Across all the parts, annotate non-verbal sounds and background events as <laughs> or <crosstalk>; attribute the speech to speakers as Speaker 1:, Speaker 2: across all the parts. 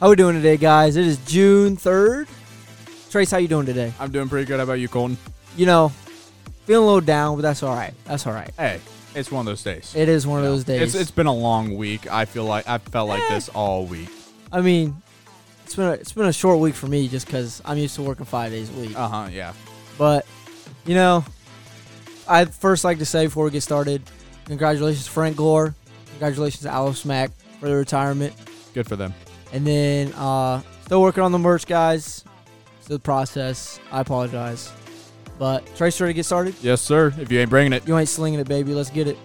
Speaker 1: How we doing today, guys? It is June third. Trace, how you doing today?
Speaker 2: I'm doing pretty good. How about you, Colton?
Speaker 1: You know, feeling a little down, but that's all right. That's all right.
Speaker 2: Hey, it's one of those days.
Speaker 1: It is one of those days.
Speaker 2: It's, it's been a long week. I feel like I felt like this all week.
Speaker 1: I mean, it's been a, it's been a short week for me just because I'm used to working five days a week.
Speaker 2: Uh huh. Yeah.
Speaker 1: But you know, I'd first like to say before we get started, congratulations Frank Gore, congratulations Alice Smack for their retirement,
Speaker 2: Good for them.
Speaker 1: and then uh still working on the merch, guys. Still the process. I apologize, but Trace, ready to get started?
Speaker 2: Yes, sir. If you ain't bringing it,
Speaker 1: You ain't slinging it, baby. Let's get it.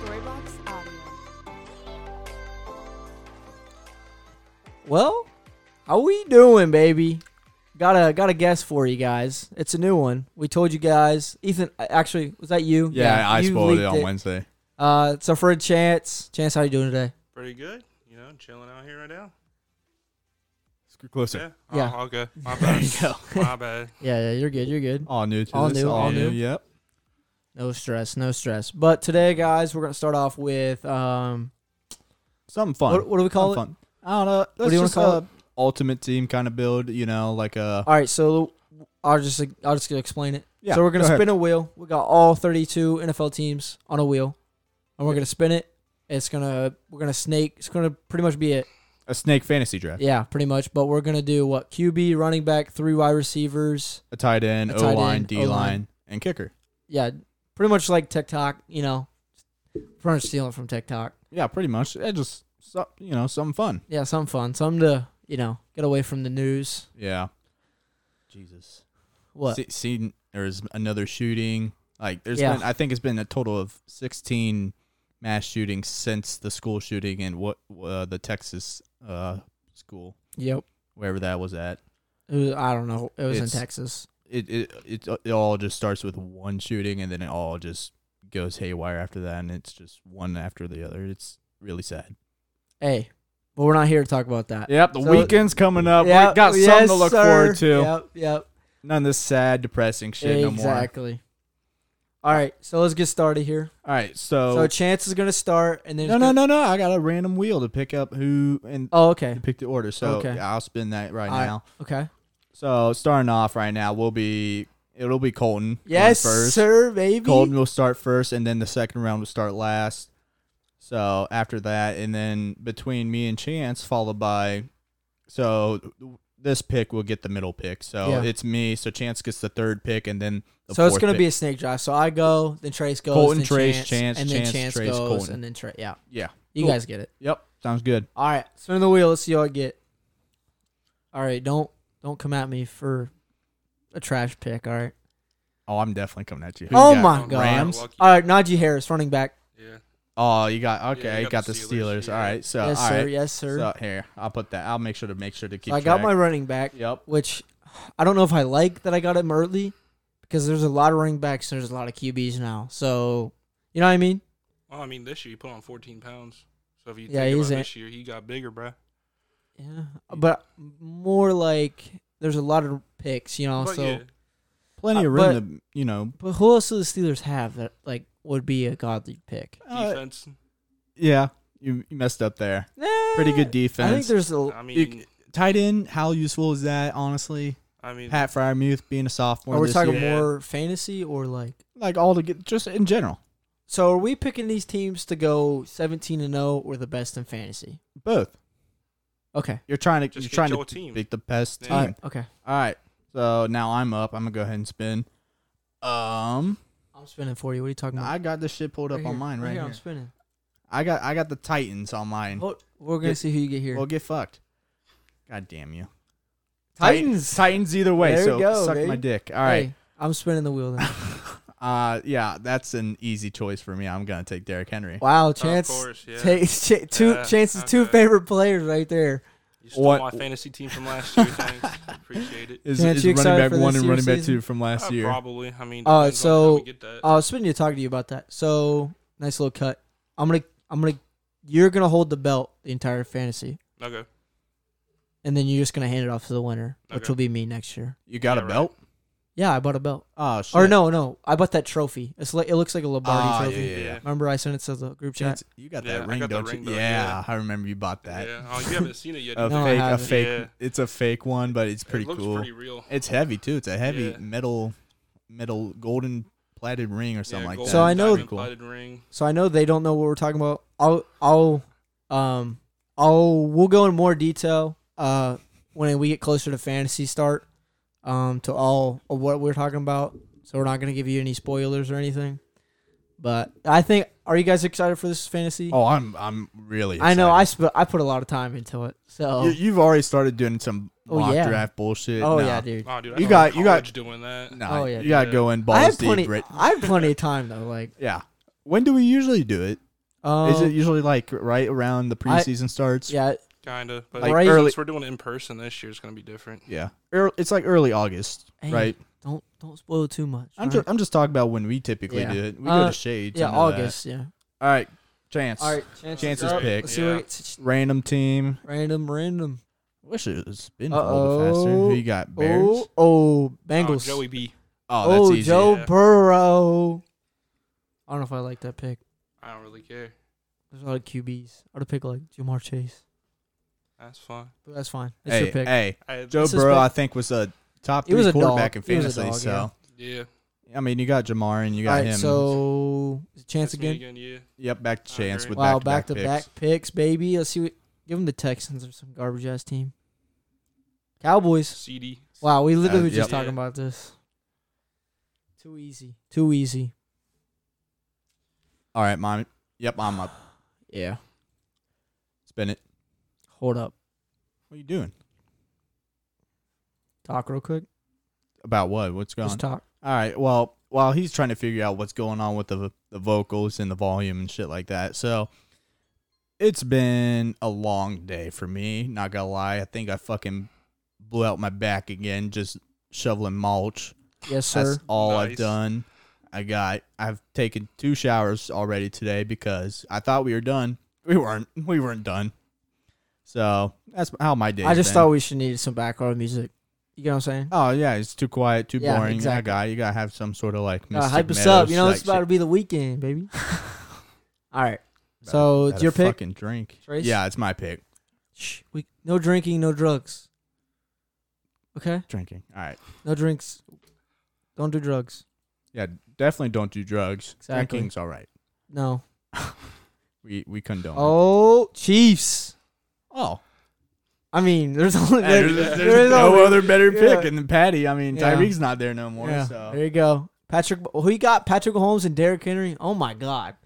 Speaker 3: Storybox Audio.
Speaker 1: Well, how we doing, baby? Got a got a guess for you guys. It's a new one. We told you guys. Ethan, uh, actually, was that you?
Speaker 2: yeah, I
Speaker 1: you
Speaker 2: spoiled it
Speaker 1: leaked
Speaker 2: on Wednesday.
Speaker 1: Uh, so for a chance, chance, how you doing today?
Speaker 4: pretty good. You know, chilling out here right now.
Speaker 2: Scoot closer.
Speaker 4: Yeah.
Speaker 1: Yeah. <laughs>
Speaker 4: Oh, okay. My bad.
Speaker 1: go.
Speaker 4: My bad.
Speaker 1: Yeah, yeah, you're good. You're good.
Speaker 2: All new to
Speaker 1: All
Speaker 2: this.
Speaker 1: new, all new.
Speaker 2: Yep.
Speaker 1: No stress. No stress. But today, guys, we're gonna start off with um,
Speaker 2: Something fun.
Speaker 1: what, what do we call it?
Speaker 2: Something Fun. I don't know. That's
Speaker 1: do you wanna
Speaker 2: just
Speaker 1: call
Speaker 2: a ultimate team kind of build. You know, like a
Speaker 1: uh, All right, so I'll just I'll just explain it.
Speaker 2: yeah.
Speaker 1: so we're gonna
Speaker 2: go ahead.
Speaker 1: spin a wheel. We got all 32 NFL teams on a wheel, and we're gonna spin it. It's gonna we're gonna snake. It's gonna pretty much be it.
Speaker 2: a snake fantasy draft.
Speaker 1: Yeah, pretty much. But we're gonna do what QB, running back, three wide receivers.
Speaker 2: A tight end,
Speaker 1: A
Speaker 2: O
Speaker 1: tight end,
Speaker 2: line, D line,
Speaker 1: O-line.
Speaker 2: and kicker.
Speaker 1: Yeah, pretty much like TikTok. You know, pretty much stealing from TikTok.
Speaker 2: Yeah, pretty much. It just so- you know something fun.
Speaker 1: Yeah, something fun, something to you know get away from the news.
Speaker 2: Yeah. Jesus.
Speaker 1: What?
Speaker 2: Se- seen there's another shooting. Like there's
Speaker 1: Yeah.
Speaker 2: been I think it's been a total of 16 mass shootings since the school shooting in what uh, the Texas uh, school
Speaker 1: Yep.
Speaker 2: wherever that was at.
Speaker 1: It was, I don't know. It was
Speaker 2: It's-
Speaker 1: in Texas.
Speaker 2: It it it, it all just starts with one shooting and then it all just goes haywire after that and it's just one after the other. It's really sad.
Speaker 1: Hey, but we're not here to talk about that.
Speaker 2: Yep,
Speaker 1: the So- weekend's
Speaker 2: coming up.
Speaker 1: Yep, yes, sir. Yep. Yep.
Speaker 2: None of this sad, depressing shit no more.
Speaker 1: exactly. All right, so let's get started here.
Speaker 2: All right,
Speaker 1: So Chance is gonna start, and then
Speaker 2: No,
Speaker 1: it's
Speaker 2: no,
Speaker 1: gonna-
Speaker 2: no, no. I got a random wheel to pick up who and
Speaker 1: Oh, okay,
Speaker 2: pick the order. So
Speaker 1: Okay.
Speaker 2: I'll spin that right
Speaker 1: All right.
Speaker 2: now.
Speaker 1: okay.
Speaker 2: So starting off right now will be it'll be Colton. going
Speaker 1: Yes,
Speaker 2: first.
Speaker 1: sir, baby.
Speaker 2: Colton will start first and then the second round will start last. So after that and then between me and Chance followed by so this pick will get the middle pick. So
Speaker 1: Yeah.
Speaker 2: it's me, so Chance gets the third pick and then the
Speaker 1: so it's
Speaker 2: fourth
Speaker 1: gonna
Speaker 2: pick.
Speaker 1: be a snake drive. So I go, then Trace goes,
Speaker 2: Colton,
Speaker 1: then
Speaker 2: Trace, Chance,
Speaker 1: and then
Speaker 2: Chance, Trace,
Speaker 1: goes,
Speaker 2: Colton.
Speaker 1: and then Trace. Yeah,
Speaker 2: Yeah.
Speaker 1: you
Speaker 2: Cool.
Speaker 1: guys get it.
Speaker 2: Yep. Sounds good.
Speaker 1: All right, spin the wheel. Let's see how I get. All right, don't don't come at me for a trash pick. All right.
Speaker 2: Oh, I'm definitely coming at you. Who you
Speaker 1: oh
Speaker 2: got?
Speaker 1: my
Speaker 4: Oh,
Speaker 1: God.
Speaker 2: Rams?
Speaker 4: Lucky.
Speaker 1: All right, Najee Harris, running back.
Speaker 4: Yeah.
Speaker 2: Oh, you got okay.
Speaker 4: Yeah,
Speaker 2: you
Speaker 4: you
Speaker 2: got,
Speaker 4: got
Speaker 2: the
Speaker 4: the
Speaker 2: Steelers.
Speaker 4: Steelers, yeah.
Speaker 2: All right. So
Speaker 1: yes,
Speaker 2: all
Speaker 1: sir.
Speaker 2: right.
Speaker 1: Yes, sir.
Speaker 2: So here, I'll put that. I'll make sure to make sure to keep.
Speaker 1: So I got my
Speaker 2: track.
Speaker 1: running back.
Speaker 2: Yep.
Speaker 1: which I don't know if I like that I got him early because there's a lot of running backs and there's a lot of QBs now. So you know what I mean?
Speaker 4: Well, I mean, this year you put on 14 pounds. So if you
Speaker 1: Yeah,
Speaker 4: think
Speaker 1: he's
Speaker 4: about
Speaker 1: a-
Speaker 4: this year, he got bigger, bruh.
Speaker 1: Yeah. But more like there's a lot of picks, you know.
Speaker 4: But
Speaker 1: so,
Speaker 4: yeah,
Speaker 2: Plenty
Speaker 1: Uh,
Speaker 2: of room to you know.
Speaker 1: but who else do the Steelers have that like would be a godly pick?
Speaker 2: Uh,
Speaker 4: defense.
Speaker 2: yeah, you, you messed up there. Pretty good
Speaker 1: I think
Speaker 2: defense.
Speaker 1: there's a
Speaker 4: I mean,
Speaker 2: you- tight end. How useful is that? Honestly,
Speaker 4: I mean,
Speaker 2: Pat Fryermuth being a sophomore.
Speaker 1: are we
Speaker 2: this
Speaker 1: talking
Speaker 2: year.
Speaker 4: year.
Speaker 1: more fantasy or like
Speaker 2: like all to get just in general.
Speaker 1: so are we picking these teams to go 17 and 0 or the best in fantasy?
Speaker 2: Both.
Speaker 1: Okay.
Speaker 2: You're trying to
Speaker 4: Just
Speaker 2: you're
Speaker 4: get
Speaker 2: trying
Speaker 4: your
Speaker 2: to
Speaker 4: team.
Speaker 2: pick the best
Speaker 4: Yeah.
Speaker 1: All
Speaker 2: team.
Speaker 1: right. Okay.
Speaker 2: All right. So now I'm up. I'm gonna go ahead and spin. Um,
Speaker 1: I'm spinning for you. What are you talking about?
Speaker 2: I got this shit pulled up on
Speaker 1: here,
Speaker 2: mine right,
Speaker 1: here.
Speaker 2: here.
Speaker 1: I'm spinning.
Speaker 2: I got I got the Titans on mine.
Speaker 1: Oh, we're gonna
Speaker 2: Yeah.
Speaker 1: see who you get here.
Speaker 2: Well, get fucked. God damn you.
Speaker 1: Titans.
Speaker 2: Titans either way.
Speaker 1: There you
Speaker 2: so
Speaker 1: go,
Speaker 2: suck
Speaker 1: baby.
Speaker 2: my dick. All right.
Speaker 1: Hey, I'm spinning the wheel <laughs> now.
Speaker 2: Uh, yeah, that's an easy choice for me. I'm gonna take Derrick Henry.
Speaker 1: Wow,
Speaker 4: of
Speaker 1: chance.
Speaker 4: course, yeah.
Speaker 1: takes cha- two
Speaker 4: Yeah,
Speaker 1: chances, two
Speaker 4: okay.
Speaker 1: favorite players right there.
Speaker 4: you stole
Speaker 2: What-
Speaker 4: my fantasy team from last year.
Speaker 1: <laughs>
Speaker 4: Thanks. Appreciate it.
Speaker 2: Is,
Speaker 1: Chance,
Speaker 2: is
Speaker 1: you
Speaker 2: running
Speaker 1: excited
Speaker 2: back
Speaker 1: for
Speaker 2: one
Speaker 1: this
Speaker 2: and running
Speaker 1: year's
Speaker 2: back
Speaker 1: season?
Speaker 2: two from last
Speaker 4: Uh,
Speaker 2: year?
Speaker 4: Probably. I mean,
Speaker 1: All right,
Speaker 4: depends on how we
Speaker 1: Uh, so- uh,
Speaker 4: get that.
Speaker 1: Oh, I was spinning to talk to you about that. So nice little cut. I'm gonna, I'm gonna, you're gonna hold the belt the entire fantasy,
Speaker 4: okay.
Speaker 1: and then you're just gonna hand it off to the winner, which
Speaker 4: Okay.
Speaker 1: will be me next year.
Speaker 2: You got
Speaker 4: Yeah,
Speaker 2: a
Speaker 4: right.
Speaker 2: belt?
Speaker 1: Yeah, I bought a belt.
Speaker 2: Oh shit.
Speaker 1: Or no, no, I bought that trophy. It's like it looks like a Lombardi
Speaker 2: Ah,
Speaker 1: trophy.
Speaker 2: yeah, yeah, yeah.
Speaker 4: Yeah.
Speaker 1: Remember I sent it to the group chat.
Speaker 2: Chance, you got
Speaker 4: Yeah,
Speaker 2: that
Speaker 4: I
Speaker 2: ring,
Speaker 4: got that
Speaker 2: don't you?
Speaker 4: ring, though,
Speaker 2: Yeah, I remember you bought that.
Speaker 4: Yeah.
Speaker 2: <laughs>
Speaker 4: Oh, you haven't seen it yet.
Speaker 2: A
Speaker 1: No, I
Speaker 2: fake, a
Speaker 1: haven't.
Speaker 2: fake.
Speaker 4: Yeah.
Speaker 2: It's a fake one, but it's pretty
Speaker 4: it looks
Speaker 2: cool.
Speaker 4: pretty real.
Speaker 2: It's heavy too. It's a heavy
Speaker 4: Yeah.
Speaker 2: metal, metal golden plated ring or something
Speaker 4: Yeah,
Speaker 2: like
Speaker 4: gold
Speaker 2: that.
Speaker 1: So I know-
Speaker 4: diamond
Speaker 2: Cool.
Speaker 4: plated ring.
Speaker 1: So I know they don't know what we're talking about. I'll I'll um I'll we'll go in more detail uh when we get closer to fantasy start um to all of what we're talking about. So we're not gonna give you any spoilers or anything. But I think are you guys excited for this fantasy?
Speaker 2: Oh, I'm I'm really.
Speaker 1: I know I
Speaker 2: excited.
Speaker 1: sp- I put a lot of time into it. So
Speaker 2: you, you've already started doing some
Speaker 1: Oh,
Speaker 2: mock
Speaker 1: yeah.
Speaker 2: draft bullshit.
Speaker 1: oh
Speaker 2: Nah.
Speaker 1: yeah, dude.
Speaker 4: Oh, dude, I
Speaker 2: You
Speaker 4: was
Speaker 2: got-
Speaker 4: in
Speaker 2: you got-
Speaker 4: college doing that.
Speaker 2: Nah,
Speaker 1: Oh, yeah,
Speaker 2: you gotta
Speaker 4: dude.
Speaker 2: go in
Speaker 1: I
Speaker 2: balls
Speaker 1: have
Speaker 2: deep.
Speaker 1: plenty.
Speaker 2: right?
Speaker 1: I have plenty of time though. Like
Speaker 2: Yeah. When do we usually do it?
Speaker 1: um,
Speaker 2: <laughs> Is it usually like right around the
Speaker 1: I-
Speaker 2: preseason starts?
Speaker 1: yeah,
Speaker 4: Kinda, but
Speaker 1: Like
Speaker 4: since
Speaker 2: early-
Speaker 4: we're doing it in person this year, it's gonna be different.
Speaker 2: Yeah. Ear- It's like early August,
Speaker 1: Hey,
Speaker 2: right?
Speaker 1: Don't don't spoil too much.
Speaker 2: I'm
Speaker 1: alright?
Speaker 2: just I'm just talking about when we typically
Speaker 1: Yeah.
Speaker 2: do it. We go
Speaker 1: Uh,
Speaker 2: to shades.
Speaker 1: yeah,
Speaker 2: I know that.
Speaker 1: August. Yeah.
Speaker 2: All right, chance.
Speaker 1: All right, chances,
Speaker 2: Chances
Speaker 1: up.
Speaker 2: pick.
Speaker 1: Let's see what
Speaker 4: Yeah.
Speaker 1: it's-
Speaker 2: Random team.
Speaker 1: random, random.
Speaker 2: Wish it was been a little bit faster. Who
Speaker 1: Uh-oh.
Speaker 2: you got? Bears.
Speaker 1: Oh, oh, Bengals.
Speaker 4: Oh, Joey B.
Speaker 2: Oh, that's
Speaker 1: oh,
Speaker 2: easy.
Speaker 1: Joe
Speaker 4: Yeah.
Speaker 1: Burrow. I don't know if I like that pick.
Speaker 4: I don't really care.
Speaker 1: There's a lot of QBs. I'd pick like Jamar Chase,
Speaker 4: That's fine.
Speaker 1: but that's fine. That's
Speaker 2: Hey,
Speaker 1: your pick.
Speaker 2: hey,
Speaker 4: I,
Speaker 2: Joe
Speaker 1: This is
Speaker 2: Burrow,
Speaker 1: pick-
Speaker 2: I think was a top
Speaker 1: He
Speaker 2: three
Speaker 1: was a
Speaker 2: quarterback
Speaker 1: dog.
Speaker 2: in
Speaker 1: He was a
Speaker 2: fantasy.
Speaker 1: dog,
Speaker 2: so
Speaker 4: yeah.
Speaker 2: I mean, you got Jamar and you
Speaker 1: All
Speaker 2: got
Speaker 1: right,
Speaker 2: him.
Speaker 1: so chance
Speaker 4: That's me
Speaker 1: again.
Speaker 4: Yeah.
Speaker 2: yep, back to
Speaker 4: I
Speaker 2: chance
Speaker 4: agree.
Speaker 2: with
Speaker 1: Wow,
Speaker 2: back to
Speaker 1: back
Speaker 2: back
Speaker 1: picks, baby. Let's see what. Give them the Texans or some garbage ass team. Cowboys.
Speaker 4: CD.
Speaker 1: Wow, we literally
Speaker 2: Uh,
Speaker 1: were just
Speaker 4: yep.
Speaker 1: talking
Speaker 4: Yeah.
Speaker 1: about this. Too easy. Too easy.
Speaker 2: All right, mom. Yep, I'm up.
Speaker 1: Yeah.
Speaker 2: Spin it.
Speaker 1: Hold up.
Speaker 2: What are you doing?
Speaker 1: Talk real quick.
Speaker 2: About what? What's going on?
Speaker 1: Just talk.
Speaker 2: All right. Well, while he's trying to figure out what's going on with the the vocals and the volume and shit like that, so it's been a long day for me. Not gonna lie, I think I fucking blew out my back again just shoveling mulch.
Speaker 1: Yes, sir.
Speaker 2: That's all I've
Speaker 4: Nice.
Speaker 2: done. I got. I've taken two showers already today because I thought we were done. We weren't. We weren't done. So that's how my day.
Speaker 1: I just thought we should need some background music. You get what I'm saying?
Speaker 2: Oh yeah, it's too quiet, too
Speaker 1: Yeah,
Speaker 2: boring.
Speaker 1: exactly.
Speaker 2: I got you. Gotta have some sort of like
Speaker 1: Uh,
Speaker 2: mystic
Speaker 1: hype us
Speaker 2: Meadows
Speaker 1: up. You know, it's
Speaker 2: like
Speaker 1: about
Speaker 2: shit.
Speaker 1: to be the weekend,
Speaker 2: <laughs>
Speaker 1: baby. All right. So
Speaker 2: Got
Speaker 1: it's
Speaker 2: a
Speaker 1: your pick.
Speaker 2: Fucking drink.
Speaker 1: Trace?
Speaker 2: Yeah, it's my pick.
Speaker 1: Shh, we no drinking, no drugs. Okay,
Speaker 2: Drinking. All right.
Speaker 1: no drinks. Don't do drugs.
Speaker 2: Yeah, definitely don't do drugs.
Speaker 1: Exactly.
Speaker 2: Drinking's all right.
Speaker 1: No.
Speaker 2: We we condone. it.
Speaker 1: Oh, Chiefs.
Speaker 2: oh.
Speaker 1: I mean, there's only there,
Speaker 2: There's, there's
Speaker 1: there is
Speaker 2: no
Speaker 1: only-
Speaker 2: other better
Speaker 1: yeah.
Speaker 2: pick than Patty. I mean,
Speaker 1: Yeah.
Speaker 2: Tyreek's not there no more.
Speaker 1: Yeah,
Speaker 2: So
Speaker 1: There you go, Patrick. Who you got? Patrick Holmes and Derrick Henry. Oh my God,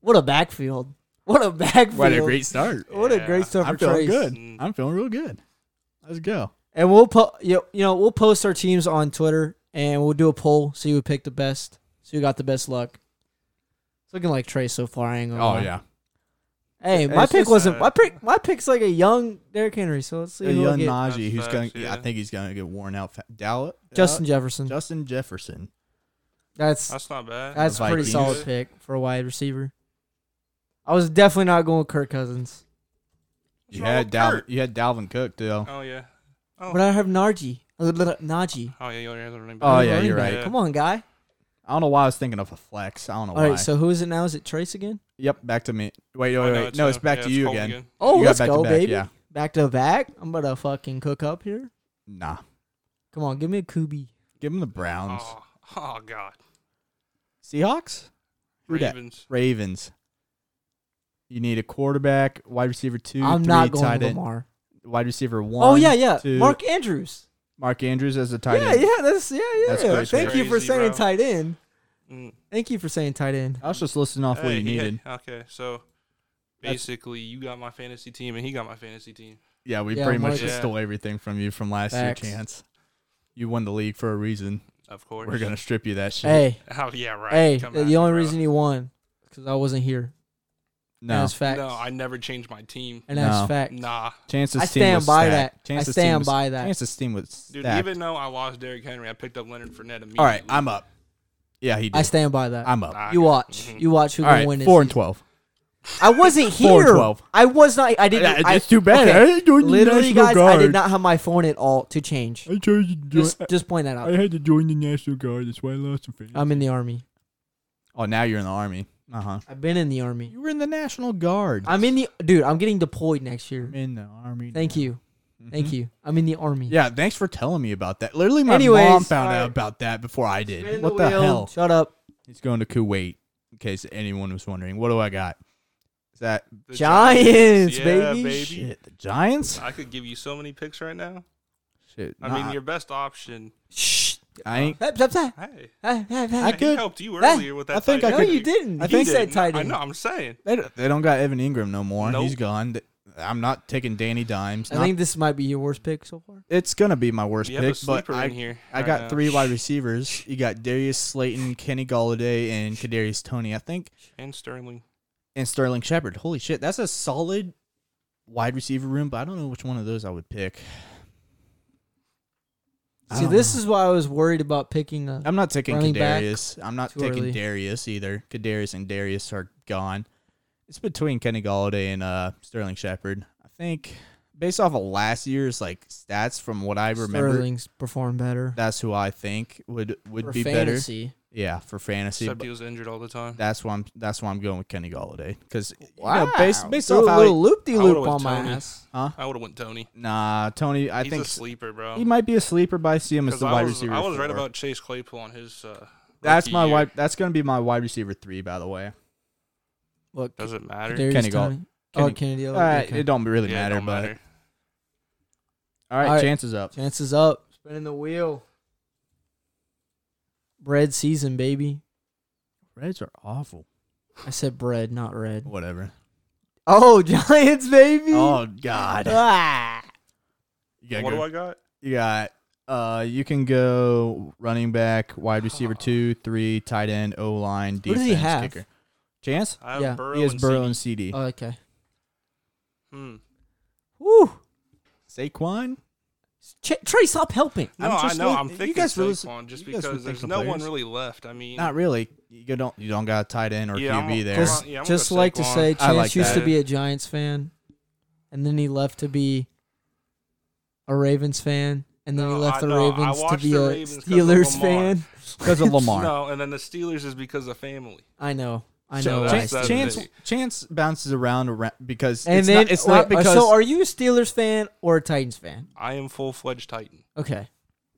Speaker 1: what a backfield! What a backfield!
Speaker 2: what a great start.
Speaker 1: What a great
Speaker 4: Yeah.
Speaker 1: stuff
Speaker 2: I'm
Speaker 1: for
Speaker 2: feeling
Speaker 1: Trace.
Speaker 2: good.
Speaker 4: Mm.
Speaker 2: I'm feeling real good. Let's go.
Speaker 1: And we'll po- you you know we'll post our teams on Twitter and we'll do a poll see who picked the best, see who got the best luck. It's looking like Trey so far. I ain't gonna
Speaker 2: Oh
Speaker 1: lie.
Speaker 2: yeah.
Speaker 1: Hey,
Speaker 2: It's
Speaker 1: my pick
Speaker 2: just,
Speaker 1: wasn't
Speaker 4: uh,
Speaker 1: my pick. My pick's like a young Derrick Henry. So let's see
Speaker 2: A
Speaker 1: who young
Speaker 2: young
Speaker 1: get.
Speaker 2: Najee,
Speaker 4: That's
Speaker 2: who's going?
Speaker 4: facts,
Speaker 2: to I
Speaker 4: yeah.
Speaker 2: think he's going to get worn out. Fa- Dow-
Speaker 1: Justin
Speaker 2: uh,
Speaker 1: Jefferson.
Speaker 2: Justin Jefferson.
Speaker 1: That's
Speaker 4: That's not bad.
Speaker 1: that's
Speaker 2: the
Speaker 1: a pretty
Speaker 2: Vikings.
Speaker 1: solid pick for a wide receiver. I was definitely not going with Kirk Cousins,
Speaker 4: What's
Speaker 2: You
Speaker 4: wrong
Speaker 2: had
Speaker 4: with
Speaker 2: Dalvin.
Speaker 4: Kurt?
Speaker 2: You had Dalvin Cook too.
Speaker 4: Oh yeah.
Speaker 1: but I have Najee. Uh, Najee.
Speaker 4: Oh yeah. You already have the running back.
Speaker 2: Oh,
Speaker 1: I have
Speaker 2: yeah,
Speaker 1: running
Speaker 2: you're
Speaker 1: back.
Speaker 2: right. Oh,
Speaker 1: Come on, guy.
Speaker 2: I don't know why I was thinking of a flex. I don't know
Speaker 1: All
Speaker 2: why.
Speaker 1: right, so who is it now? Is it Trace again?
Speaker 2: Yep, back to me. Wait,
Speaker 4: I
Speaker 2: wait,
Speaker 4: know
Speaker 2: wait. No,
Speaker 4: uh,
Speaker 2: it's back
Speaker 4: yeah,
Speaker 2: to you
Speaker 4: Colton
Speaker 2: again.
Speaker 1: Oh,
Speaker 2: You got
Speaker 1: let's
Speaker 2: back to
Speaker 1: go,
Speaker 2: back,
Speaker 1: baby.
Speaker 2: yeah.
Speaker 1: Back to back. I'm about to fucking cook up here.
Speaker 2: Nah,
Speaker 1: Come on, give me a Kubi.
Speaker 2: give him the Browns,
Speaker 4: Oh, oh God.
Speaker 2: Seahawks, Who dat?
Speaker 4: Ravens.
Speaker 2: Ravens. You need a quarterback, wide receiver 2
Speaker 1: I'm
Speaker 2: three,
Speaker 1: not going
Speaker 2: tight
Speaker 1: with
Speaker 2: end,
Speaker 1: Lamar.
Speaker 2: wide receiver one.
Speaker 1: Oh yeah, yeah.
Speaker 2: two.
Speaker 1: Mark Andrews.
Speaker 2: Mark Andrews as a tight
Speaker 1: Yeah,
Speaker 2: end.
Speaker 1: yeah. That's yeah, yeah.
Speaker 2: That's
Speaker 1: Thank
Speaker 2: crazy.
Speaker 1: you for
Speaker 4: Crazy,
Speaker 1: saying
Speaker 4: bro.
Speaker 1: tight end.
Speaker 4: Mm.
Speaker 1: Thank you for saying tight end.
Speaker 2: I was just listing off what
Speaker 4: Hey,
Speaker 2: you
Speaker 4: he had-
Speaker 2: needed.
Speaker 4: okay, so
Speaker 2: That's-
Speaker 4: basically, you got my fantasy team, and he got my fantasy team.
Speaker 2: Yeah, we
Speaker 1: Yeah,
Speaker 2: pretty much
Speaker 1: Mark-
Speaker 2: just
Speaker 4: Yeah.
Speaker 2: stole everything from you from last
Speaker 1: Facts.
Speaker 2: year. Chance, you won the league for a reason.
Speaker 4: Of course.
Speaker 2: We're gonna strip you that shit.
Speaker 1: Hey,
Speaker 4: <laughs> Oh yeah, right.
Speaker 1: hey.
Speaker 4: Come
Speaker 1: The
Speaker 4: at
Speaker 1: only
Speaker 4: me, bro.
Speaker 1: reason he won because I wasn't here. And
Speaker 2: no,
Speaker 1: that's facts.
Speaker 4: No, I never changed my team.
Speaker 1: and that's
Speaker 2: No.
Speaker 1: facts.
Speaker 4: Nah,
Speaker 2: Chance's
Speaker 1: I
Speaker 2: team
Speaker 1: stand
Speaker 2: was
Speaker 1: by
Speaker 2: stacked.
Speaker 1: that.
Speaker 2: Chance's
Speaker 1: I
Speaker 2: team
Speaker 1: stand
Speaker 2: was-
Speaker 1: by that.
Speaker 2: Chance's team was
Speaker 4: dude.
Speaker 2: stacked.
Speaker 4: Even though I lost Derrick Henry, I picked up Leonard Fournette immediately.
Speaker 2: All right, I'm up. Yeah, he did.
Speaker 1: I stand by that.
Speaker 2: I'm up.
Speaker 4: Nah, I
Speaker 1: you
Speaker 4: got-
Speaker 1: watch.
Speaker 4: mhm.
Speaker 1: You watch who
Speaker 2: All
Speaker 1: gonna
Speaker 2: right,
Speaker 1: win this.
Speaker 2: four and
Speaker 1: season.
Speaker 2: twelve.
Speaker 1: I wasn't
Speaker 2: Four and
Speaker 1: here.
Speaker 2: 12.
Speaker 1: I was not. I didn't. I,
Speaker 2: it's too bad.
Speaker 1: okay.
Speaker 2: I ain't doing the
Speaker 1: Literally,
Speaker 2: National
Speaker 1: guys,
Speaker 2: Guard.
Speaker 1: I did not have my phone at all to change.
Speaker 2: I chose to join.
Speaker 1: Just, just point that
Speaker 2: I
Speaker 1: out.
Speaker 2: had to join the National Guard. That's why I lost some fans.
Speaker 1: I'm in the army.
Speaker 2: oh, now you're in the army. Uh huh.
Speaker 1: I've been in the army.
Speaker 2: You were in the National Guard.
Speaker 1: I'm in the dude. I'm getting deployed next year.
Speaker 2: I'm in the army.
Speaker 1: Thank you,
Speaker 2: Mm-hmm.
Speaker 1: thank you. I'm in the army.
Speaker 2: Yeah, thanks for telling me about that. Literally, my
Speaker 1: Anyways,
Speaker 2: mom found
Speaker 1: alright.
Speaker 2: out about that before I did.
Speaker 1: Spin
Speaker 2: what the,
Speaker 1: wheel.
Speaker 2: hell?
Speaker 1: Shut up,
Speaker 2: He's going to Kuwait, in case anyone was wondering. What do I got? Is that
Speaker 4: The
Speaker 1: Giants,
Speaker 4: Yeah,
Speaker 1: baby.
Speaker 2: shit? The Giants?
Speaker 4: I could give you so many picks right now.
Speaker 2: Shit.
Speaker 4: I mean, your best option.
Speaker 1: Shh.
Speaker 2: I ain't.
Speaker 1: Hey, stop that.
Speaker 4: Hey,
Speaker 1: Hey, hey, hey.
Speaker 2: I
Speaker 4: he
Speaker 2: could-
Speaker 4: helped you
Speaker 1: Hey,
Speaker 4: earlier with that.
Speaker 2: I think
Speaker 4: tight
Speaker 2: I
Speaker 1: no,
Speaker 4: end.
Speaker 2: could-
Speaker 1: you didn't.
Speaker 2: I
Speaker 1: He
Speaker 2: think-
Speaker 1: said tight
Speaker 4: I
Speaker 1: end.
Speaker 4: know. I'm saying.
Speaker 2: They don't, they don't got Evan Ingram no more.
Speaker 4: Nope.
Speaker 2: He's gone. Th- I'm not taking Danny Dimes.
Speaker 1: I
Speaker 2: Not-
Speaker 1: think this might be your worst pick so far.
Speaker 2: it's gonna be my worst
Speaker 4: You have a
Speaker 2: pick, but
Speaker 4: sleeper
Speaker 2: I,
Speaker 4: in here.
Speaker 2: I
Speaker 4: right
Speaker 2: got
Speaker 4: now.
Speaker 2: three wide receivers. You got Darius Slayton, Kenny Galladay, and Kadarius Tony. I think,
Speaker 4: and Sterling.
Speaker 2: and Sterling Shepard. Holy shit, that's a solid wide receiver room. But I don't know which one of those I would pick. I
Speaker 1: See,
Speaker 2: don't
Speaker 1: this
Speaker 2: know.
Speaker 1: is why I was worried about picking uh, a.
Speaker 2: I'm not taking
Speaker 1: running back
Speaker 2: Kadarius. I'm not
Speaker 1: too
Speaker 2: taking
Speaker 1: early.
Speaker 2: Darius either. Kadarius and Darius are gone. It's between Kenny Galladay and uh, Sterling Shepard. I think based off of last year's like stats from what I remember,
Speaker 1: Sterling's perform better.
Speaker 2: that's who I think would would
Speaker 1: For
Speaker 2: be
Speaker 1: fantasy.
Speaker 2: better. Yeah, for fantasy.
Speaker 4: Except
Speaker 2: but
Speaker 4: he was injured all the time.
Speaker 2: That's why I'm that's why I'm going with Kenny Galladay because
Speaker 1: Wow.
Speaker 2: you know, based based
Speaker 1: Threw
Speaker 2: off
Speaker 1: a
Speaker 2: how
Speaker 1: little
Speaker 2: he-
Speaker 1: loop de
Speaker 4: I would've
Speaker 1: loop
Speaker 4: went
Speaker 1: on my
Speaker 4: Tony.
Speaker 1: ass.
Speaker 4: I would have went Tony.
Speaker 2: nah Tony I
Speaker 4: He's
Speaker 2: think
Speaker 4: a sleeper, bro.
Speaker 2: he might be a sleeper, but I see him as
Speaker 4: 'Cause
Speaker 2: the
Speaker 4: I
Speaker 2: wide
Speaker 4: was,
Speaker 2: receiver.
Speaker 4: I was right
Speaker 2: four.
Speaker 4: about Chase Claypool on his. Uh,
Speaker 2: that's
Speaker 4: rookie
Speaker 2: my
Speaker 4: year.
Speaker 2: wide that's gonna be my wide receiver three by the way.
Speaker 1: Look,
Speaker 4: Doesn't matter.
Speaker 1: Kadarius
Speaker 2: Kenny Galladay.
Speaker 1: Tony. Oh,
Speaker 2: Kenny-
Speaker 1: Kennedy.
Speaker 2: All right,
Speaker 1: okay.
Speaker 2: Uh, it don't really
Speaker 4: Yeah, it
Speaker 2: matter,
Speaker 4: don't
Speaker 2: but
Speaker 4: matter.
Speaker 2: all right,
Speaker 1: All right.
Speaker 2: chances up.
Speaker 1: Chances up. Spinning the wheel. Bread season, baby.
Speaker 2: Reds are awful.
Speaker 1: I said bread, not red. <laughs>
Speaker 2: Whatever.
Speaker 1: Oh, <laughs> Giants, baby.
Speaker 2: Oh God.
Speaker 1: Ah.
Speaker 2: You got,
Speaker 4: what
Speaker 2: go,
Speaker 4: do I got?
Speaker 2: you got. Uh, you can go running back, wide
Speaker 1: <sighs>
Speaker 2: receiver two, three, tight end, O line,
Speaker 1: Who
Speaker 2: defense,
Speaker 1: does he have?
Speaker 2: kicker. Chance.
Speaker 4: I have
Speaker 1: Yeah.
Speaker 4: Uh, Burrow.
Speaker 2: He has
Speaker 4: and
Speaker 2: Burrow
Speaker 4: CD.
Speaker 2: and CD.
Speaker 1: Oh, okay.
Speaker 4: Hmm.
Speaker 1: Woo. Uh,
Speaker 2: Saquon.
Speaker 1: Ch- Trey, stop helping.
Speaker 4: No,
Speaker 2: I'm
Speaker 4: i
Speaker 2: just
Speaker 4: know.
Speaker 2: look-
Speaker 4: I'm
Speaker 2: you
Speaker 4: thinking
Speaker 2: guys really-
Speaker 4: Saquon just
Speaker 2: you guys really think
Speaker 4: because there's
Speaker 2: the
Speaker 4: no one
Speaker 2: players?
Speaker 4: really left. I mean,
Speaker 2: Not really. You don't. You don't got a tight end or
Speaker 4: Yeah, I'm
Speaker 2: QB
Speaker 4: a-
Speaker 2: there.
Speaker 4: I'm
Speaker 1: <laughs> Just,
Speaker 4: Yeah, I'm gonna
Speaker 1: just
Speaker 4: go
Speaker 1: like to
Speaker 4: Saquon.
Speaker 1: say,
Speaker 2: I
Speaker 1: Chance
Speaker 2: like
Speaker 1: used to
Speaker 4: that.
Speaker 1: be a Giants fan, and then he left to be a Ravens fan, and then he
Speaker 4: No,
Speaker 1: left
Speaker 4: I-
Speaker 1: the
Speaker 4: no, I
Speaker 1: Ravens to
Speaker 4: watched
Speaker 1: be
Speaker 4: the
Speaker 1: a
Speaker 4: Ravens 'cause of
Speaker 1: Steelers
Speaker 4: Lamar.
Speaker 1: fan. <laughs>
Speaker 2: because
Speaker 4: <laughs>
Speaker 2: of Lamar.
Speaker 4: no, and then the Steelers is because of family.
Speaker 1: I know, I
Speaker 2: So
Speaker 1: know.
Speaker 4: that's-
Speaker 1: guys.
Speaker 2: chance,
Speaker 4: that's
Speaker 2: chance,
Speaker 4: it.
Speaker 2: Chance bounces around, around because
Speaker 1: and
Speaker 2: it's
Speaker 1: then
Speaker 2: not, it's not
Speaker 1: wait,
Speaker 2: because
Speaker 1: So, are you a Steelers fan or a Titans fan?
Speaker 4: I am full fledged Titan.
Speaker 1: Okay.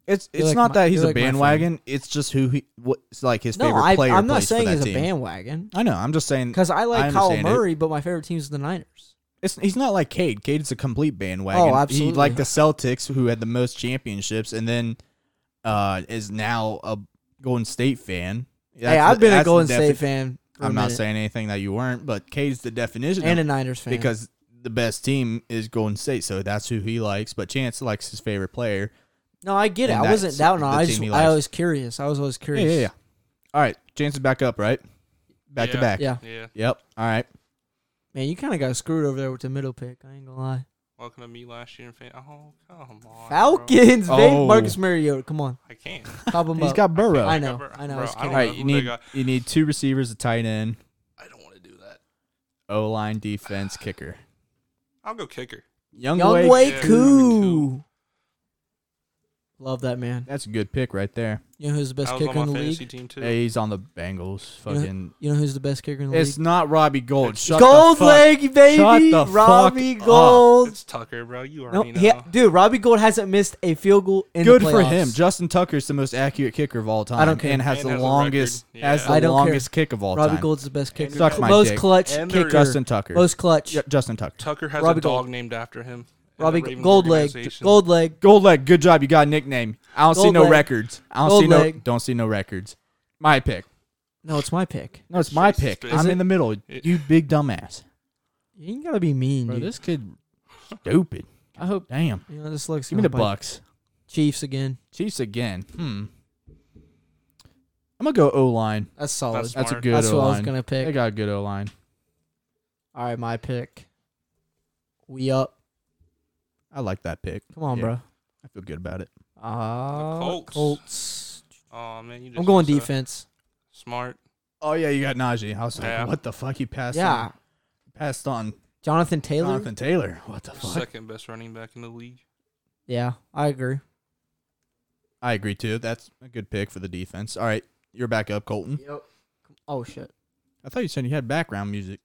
Speaker 2: It's
Speaker 1: You're
Speaker 2: it's
Speaker 1: like
Speaker 2: not
Speaker 1: my-
Speaker 2: that he's
Speaker 1: you're
Speaker 2: a
Speaker 1: like my friend.
Speaker 2: bandwagon. It's just who he what's like his
Speaker 1: No,
Speaker 2: favorite
Speaker 1: I,
Speaker 2: player.
Speaker 1: I'm not
Speaker 2: plays for
Speaker 1: saying
Speaker 2: that
Speaker 1: he's a
Speaker 2: team.
Speaker 1: bandwagon
Speaker 2: I know. I'm just saying
Speaker 1: because I like Kyle
Speaker 2: understand it.
Speaker 1: Murray, but my favorite team is the Niners.
Speaker 2: It's, he's not like Cade. Cade's a complete bandwagon.
Speaker 1: Oh, absolutely.
Speaker 2: He like the Celtics, who had the most championships, and then uh, is now a Golden State fan. That's
Speaker 1: hey, I've
Speaker 2: the-
Speaker 1: been a
Speaker 2: that's the
Speaker 1: Golden
Speaker 2: defi-
Speaker 1: State fan. for a
Speaker 2: I'm not
Speaker 1: minute,
Speaker 2: saying anything that you weren't, but Cade's the definition
Speaker 1: and a
Speaker 2: of,
Speaker 1: Niners fan
Speaker 2: because the best team is Golden State, so that's who he likes. But Chance likes his favorite player.
Speaker 1: no, I get it.
Speaker 2: and
Speaker 1: I wasn't
Speaker 2: that's
Speaker 1: doubting.
Speaker 2: the
Speaker 1: I
Speaker 2: team
Speaker 1: just
Speaker 2: he
Speaker 1: I
Speaker 2: likes.
Speaker 1: was curious. I was always
Speaker 2: Yeah,
Speaker 1: curious.
Speaker 2: yeah, yeah. All right, Chance is back up, right? Back to
Speaker 4: Yeah.
Speaker 2: back.
Speaker 1: Yeah.
Speaker 4: Yeah,
Speaker 2: Yep. All right.
Speaker 1: Man, you kind of got screwed over there with the middle pick. I ain't gonna lie.
Speaker 4: welcome to me last year in fan. Oh come on, Bro.
Speaker 1: Falcons, babe.
Speaker 2: Oh.
Speaker 1: Marcus Mariota. Come on, <laughs>
Speaker 4: I can't.
Speaker 2: <laughs>
Speaker 1: top him
Speaker 2: He's
Speaker 1: up.
Speaker 2: got Burrow.
Speaker 1: I
Speaker 4: I got
Speaker 1: know.
Speaker 4: Burrow.
Speaker 1: I know. I
Speaker 4: Bro,
Speaker 1: was
Speaker 4: I
Speaker 1: kidding.
Speaker 2: All right,
Speaker 4: know
Speaker 2: you
Speaker 4: who they
Speaker 2: need
Speaker 4: got.
Speaker 2: you need two receivers, a tight end,
Speaker 4: I don't want to do that.
Speaker 2: O line, defense, kicker.
Speaker 4: I'll go kicker.
Speaker 2: Young,
Speaker 1: Young
Speaker 2: Wei-
Speaker 1: Way
Speaker 4: Yeah.
Speaker 1: Koo. Love that man.
Speaker 2: That's a good pick right there.
Speaker 1: You know who's the best
Speaker 4: I was
Speaker 1: kicker
Speaker 4: on
Speaker 1: in
Speaker 4: my
Speaker 1: the
Speaker 4: fantasy
Speaker 1: league?
Speaker 4: team too.
Speaker 2: Hey, he's on the Bengals.
Speaker 1: You know-
Speaker 2: Fucking.
Speaker 1: You know who's the best kicker in the
Speaker 2: It's
Speaker 1: league?
Speaker 2: not Robbie Gold.
Speaker 4: It's-
Speaker 2: Shut
Speaker 1: Gold
Speaker 2: the fuck.
Speaker 1: leg, baby.
Speaker 2: Shut the
Speaker 1: Robbie
Speaker 2: fuck up.
Speaker 1: Gold.
Speaker 4: It's Tucker, bro. You
Speaker 1: No,
Speaker 4: already know.
Speaker 1: he, dude, Robbie Gold hasn't missed a field goal in
Speaker 2: Good
Speaker 1: the
Speaker 2: for him.
Speaker 1: playoffs.
Speaker 2: Justin Tucker's the most accurate kicker of all time.
Speaker 1: don't care.
Speaker 2: And has
Speaker 4: And
Speaker 2: the
Speaker 4: has a
Speaker 2: longest
Speaker 4: record.
Speaker 2: has
Speaker 4: Yeah.
Speaker 2: the
Speaker 1: I don't care.
Speaker 2: longest kick of all
Speaker 1: Robbie
Speaker 2: time.
Speaker 1: Gold's the best kicker.
Speaker 2: Suck my
Speaker 1: Most
Speaker 2: dick.
Speaker 1: clutch
Speaker 4: And there
Speaker 1: kicker.
Speaker 4: is-
Speaker 2: Justin Tucker.
Speaker 1: Most clutch.
Speaker 2: Yeah, Justin Tucker.
Speaker 4: Tucker has
Speaker 1: Robbie
Speaker 4: a dog
Speaker 1: Gold.
Speaker 4: named after him. in the
Speaker 1: Robbie
Speaker 4: Ravens
Speaker 1: Gold leg.
Speaker 4: organization.
Speaker 1: Gold leg.
Speaker 2: Gold leg. Good job. You got a nickname. I don't see
Speaker 1: Gold
Speaker 2: no
Speaker 1: leg.
Speaker 2: records. I don't
Speaker 1: Gold
Speaker 2: see no.
Speaker 1: leg.
Speaker 2: Don't see no records. My pick.
Speaker 1: No, it's my pick.
Speaker 2: No, it's my
Speaker 4: Jesus,
Speaker 2: pick.
Speaker 4: dude.
Speaker 2: I'm
Speaker 4: Is
Speaker 2: in the middle. You big dumbass.
Speaker 1: You ain't gotta be mean,
Speaker 2: Bro,
Speaker 1: dude.
Speaker 2: this kid stupid.
Speaker 1: I hope
Speaker 2: Damn.
Speaker 1: you know this looks.
Speaker 2: Give me the
Speaker 1: gonna bite.
Speaker 2: Bucks.
Speaker 1: Chiefs again.
Speaker 2: Chiefs again. Hmm. I'm gonna go O line.
Speaker 1: That's solid. That's,
Speaker 4: That's
Speaker 2: That's a
Speaker 4: Smart.
Speaker 2: good O
Speaker 1: what I
Speaker 2: line.
Speaker 1: was gonna
Speaker 2: They
Speaker 1: pick.
Speaker 2: got a good O line.
Speaker 1: All right, my pick. We up.
Speaker 2: I like that pick.
Speaker 1: Come on,
Speaker 2: Yeah.
Speaker 1: bro.
Speaker 2: I feel good about it.
Speaker 1: Ah,
Speaker 4: Colts.
Speaker 1: Colts.
Speaker 4: Oh man, you just
Speaker 1: I'm going
Speaker 4: was, uh,
Speaker 1: defense.
Speaker 4: Smart.
Speaker 2: Oh yeah, you got Najee. I was like,
Speaker 4: Yeah.
Speaker 2: what the fuck? He passed.
Speaker 1: yeah,
Speaker 2: on? Passed on
Speaker 1: Jonathan Taylor.
Speaker 2: Jonathan Taylor. What the fuck?
Speaker 4: Second best running back in the league.
Speaker 1: Yeah, I agree.
Speaker 2: I agree too. That's a good pick for the defense. All right, you're back up,
Speaker 4: Hmm?
Speaker 2: Colton.
Speaker 1: Yep. Oh shit!
Speaker 2: I thought you said you had background music.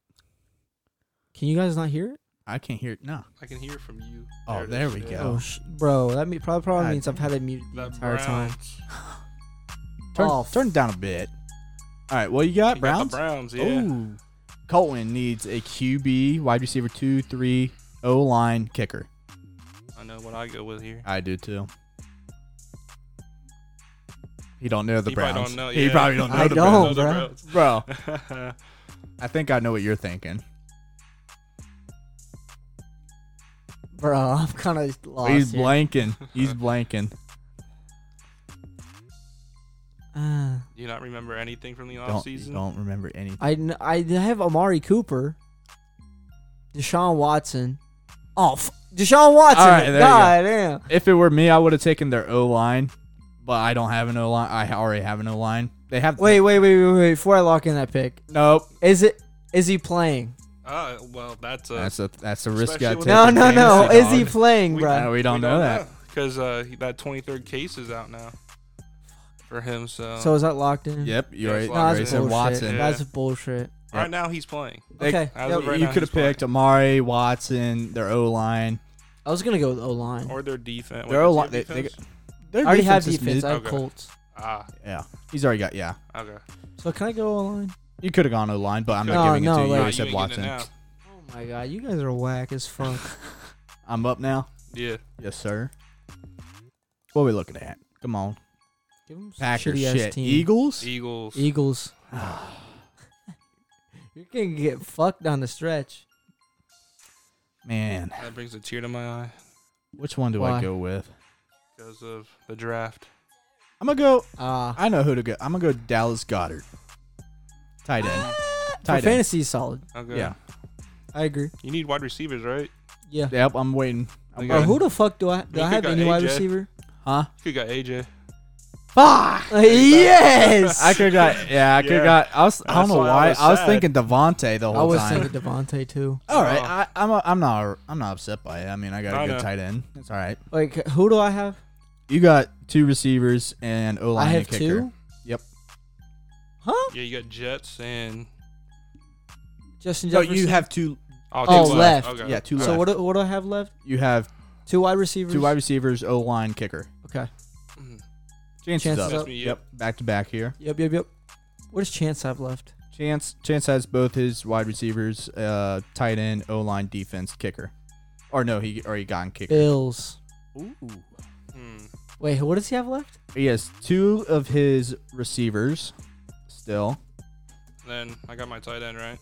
Speaker 1: Can you guys not hear it?
Speaker 2: I can't hear it. No.
Speaker 4: I can hear from you.
Speaker 2: Oh,
Speaker 4: it
Speaker 2: there
Speaker 4: is.
Speaker 2: we
Speaker 4: Yeah.
Speaker 2: go.
Speaker 1: Oh, sh- bro, that me- probably probably
Speaker 2: God.
Speaker 1: means I've had it muted the
Speaker 4: That
Speaker 1: entire time. <laughs>
Speaker 4: Browns.
Speaker 2: Turn,
Speaker 1: Oh,
Speaker 2: turn it down a bit. All right, what you got,
Speaker 4: You got
Speaker 2: Browns?
Speaker 4: the Browns, yeah.
Speaker 2: Ooh. Colton needs a QB, wide receiver two, three, O line, kicker.
Speaker 4: I know what I go with here.
Speaker 2: I do too. He don't know the
Speaker 4: He probably
Speaker 2: Browns.
Speaker 4: don't know,
Speaker 2: He
Speaker 4: yeah.
Speaker 2: probably don't know
Speaker 1: I
Speaker 2: the
Speaker 1: don't.
Speaker 2: Browns.
Speaker 4: Those are
Speaker 1: bro.
Speaker 4: Browns.
Speaker 2: Bro, I think I know what you're thinking.
Speaker 1: Bro, I'm kind of lost.
Speaker 2: He's
Speaker 1: here.
Speaker 2: blanking.
Speaker 4: <laughs>
Speaker 2: He's blanking.
Speaker 1: Uh,
Speaker 4: <laughs> Do you not remember anything from the
Speaker 2: don't,
Speaker 4: offseason?
Speaker 2: don't remember
Speaker 1: <laughs>
Speaker 2: anything.
Speaker 1: I kn- I have Amari Cooper, Deshaun Watson. Oh, f- Deshaun Watson.
Speaker 2: All right, there you go.
Speaker 1: God damn.
Speaker 2: If it were me, I would have taken their O line, but I don't have an O line. I already have an O line. They have.
Speaker 1: Wait, wait, wait, wait, wait. Before I lock in that pick,
Speaker 2: Nope.
Speaker 1: is it is he playing?
Speaker 4: Uh, well, that's a.
Speaker 2: That's a that's a risk. I
Speaker 4: Especially with-
Speaker 2: take
Speaker 1: No,
Speaker 2: in
Speaker 1: no, no.
Speaker 2: fantasy,
Speaker 1: Is he
Speaker 2: dog.
Speaker 1: playing,
Speaker 4: We-
Speaker 1: bro?
Speaker 2: No, Uh, we don't know that.
Speaker 4: Because uh, he- that 23rd case is out now for him. So,
Speaker 1: So is that locked in?
Speaker 2: Yep. You
Speaker 4: Yeah,
Speaker 2: already,
Speaker 4: it's
Speaker 2: you
Speaker 1: No, that's bullshit.
Speaker 2: already said Watson.
Speaker 4: Yeah.
Speaker 1: That's bullshit.
Speaker 4: right now he's playing.
Speaker 2: They-
Speaker 1: Okay.
Speaker 4: as
Speaker 1: yep.
Speaker 4: of right
Speaker 2: you
Speaker 4: now,
Speaker 2: could
Speaker 4: he's
Speaker 2: have picked Amari Watson, their O line.
Speaker 1: I was gonna go with O line.
Speaker 4: Or their defen- wait,
Speaker 2: They're all
Speaker 4: is
Speaker 2: li-
Speaker 4: it defense.
Speaker 2: they- they-
Speaker 1: I already have defense. I have
Speaker 4: Okay.
Speaker 1: Colts.
Speaker 4: ah,
Speaker 2: yeah, he's already got. Yeah,
Speaker 4: okay.
Speaker 1: So can I go O line?
Speaker 2: you could have gone O line, but I'm not
Speaker 1: No,
Speaker 2: giving it
Speaker 1: Oh, no,
Speaker 2: to you. You
Speaker 1: wait.
Speaker 4: Nah,
Speaker 2: already
Speaker 4: you
Speaker 2: said
Speaker 4: ain't getting it
Speaker 2: Watson.
Speaker 4: now.
Speaker 1: Oh my god, you guys are whack as fuck.
Speaker 2: I'm up now.
Speaker 4: Yeah.
Speaker 2: Yes, sir. What are we looking at? Come on,
Speaker 1: Give 'em some
Speaker 2: Packers.
Speaker 1: shitty-ass
Speaker 2: Shit,
Speaker 1: team.
Speaker 2: Eagles. Ah.
Speaker 4: Eagles.
Speaker 2: E
Speaker 1: Eagles. <laughs> You're gonna get fucked on the stretch.
Speaker 2: Man,
Speaker 4: That brings a tear to my eye
Speaker 2: which one do
Speaker 1: Why?
Speaker 2: I go with?
Speaker 4: because of the draft.
Speaker 2: I'm gonna go.
Speaker 1: Ah,
Speaker 2: I know who to go. I'm gonna go Dallas Goddard, tight end.
Speaker 1: Ah, for
Speaker 2: Tight end.
Speaker 1: fantasy, is solid.
Speaker 4: Okay.
Speaker 2: Yeah.
Speaker 1: I agree.
Speaker 4: You need wide receivers, right?
Speaker 1: Yeah.
Speaker 2: Yep. I'm waiting. I'm
Speaker 1: Bro,
Speaker 4: They got-
Speaker 2: waiting.
Speaker 1: who the fuck do I do?
Speaker 4: You
Speaker 1: I have
Speaker 4: got
Speaker 1: any wide
Speaker 4: AJ.
Speaker 2: <laughs>
Speaker 1: receiver?
Speaker 2: Huh?
Speaker 4: You got AJ.
Speaker 2: Fuck.
Speaker 1: yes.
Speaker 2: I could got. Yeah. I could
Speaker 4: Yeah.
Speaker 2: got. I was. I don't
Speaker 4: That's
Speaker 2: know
Speaker 4: why I
Speaker 2: why.
Speaker 4: was
Speaker 2: I was
Speaker 4: sad.
Speaker 2: thinking Devontae the
Speaker 1: I
Speaker 2: whole
Speaker 1: was
Speaker 2: time.
Speaker 1: thinking Devontae too.
Speaker 2: All right,
Speaker 4: Oh.
Speaker 2: I, I'm a, I'm not I'm not upset by it. I mean, I got
Speaker 4: I
Speaker 2: a good
Speaker 4: know.
Speaker 2: tight end. It's all right.
Speaker 1: Like, who do I have?
Speaker 2: You got two receivers and O line
Speaker 1: I
Speaker 2: and
Speaker 1: have
Speaker 2: kicker.
Speaker 1: two.
Speaker 2: Yep.
Speaker 1: Huh?
Speaker 4: Yeah, you got Jets and.
Speaker 1: Justin
Speaker 2: No,
Speaker 1: Jefferson.
Speaker 2: you have two.
Speaker 4: Oh,
Speaker 1: Oh,
Speaker 4: two
Speaker 1: left.
Speaker 4: Okay.
Speaker 2: Yeah, two.
Speaker 1: So
Speaker 2: left.
Speaker 1: what do, what do I have left?
Speaker 2: You have
Speaker 1: Two wide receivers.
Speaker 2: two wide receivers, O line, kicker.
Speaker 1: Okay.
Speaker 4: Mm.
Speaker 1: Chances
Speaker 2: Chance is
Speaker 1: up.
Speaker 2: up.
Speaker 4: That's me,
Speaker 2: Yep, back to back here.
Speaker 1: Yep, yep, yep. What does Chance have left?
Speaker 2: Chance Chance has both his wide receivers, uh, tight end, O line, defense, kicker. Or no, he already got on kicker.
Speaker 1: Bills.
Speaker 2: Ooh.
Speaker 4: Hmm.
Speaker 1: Wait, what does he have left?
Speaker 2: He has two of his receivers still.
Speaker 4: Then I got my tight end right.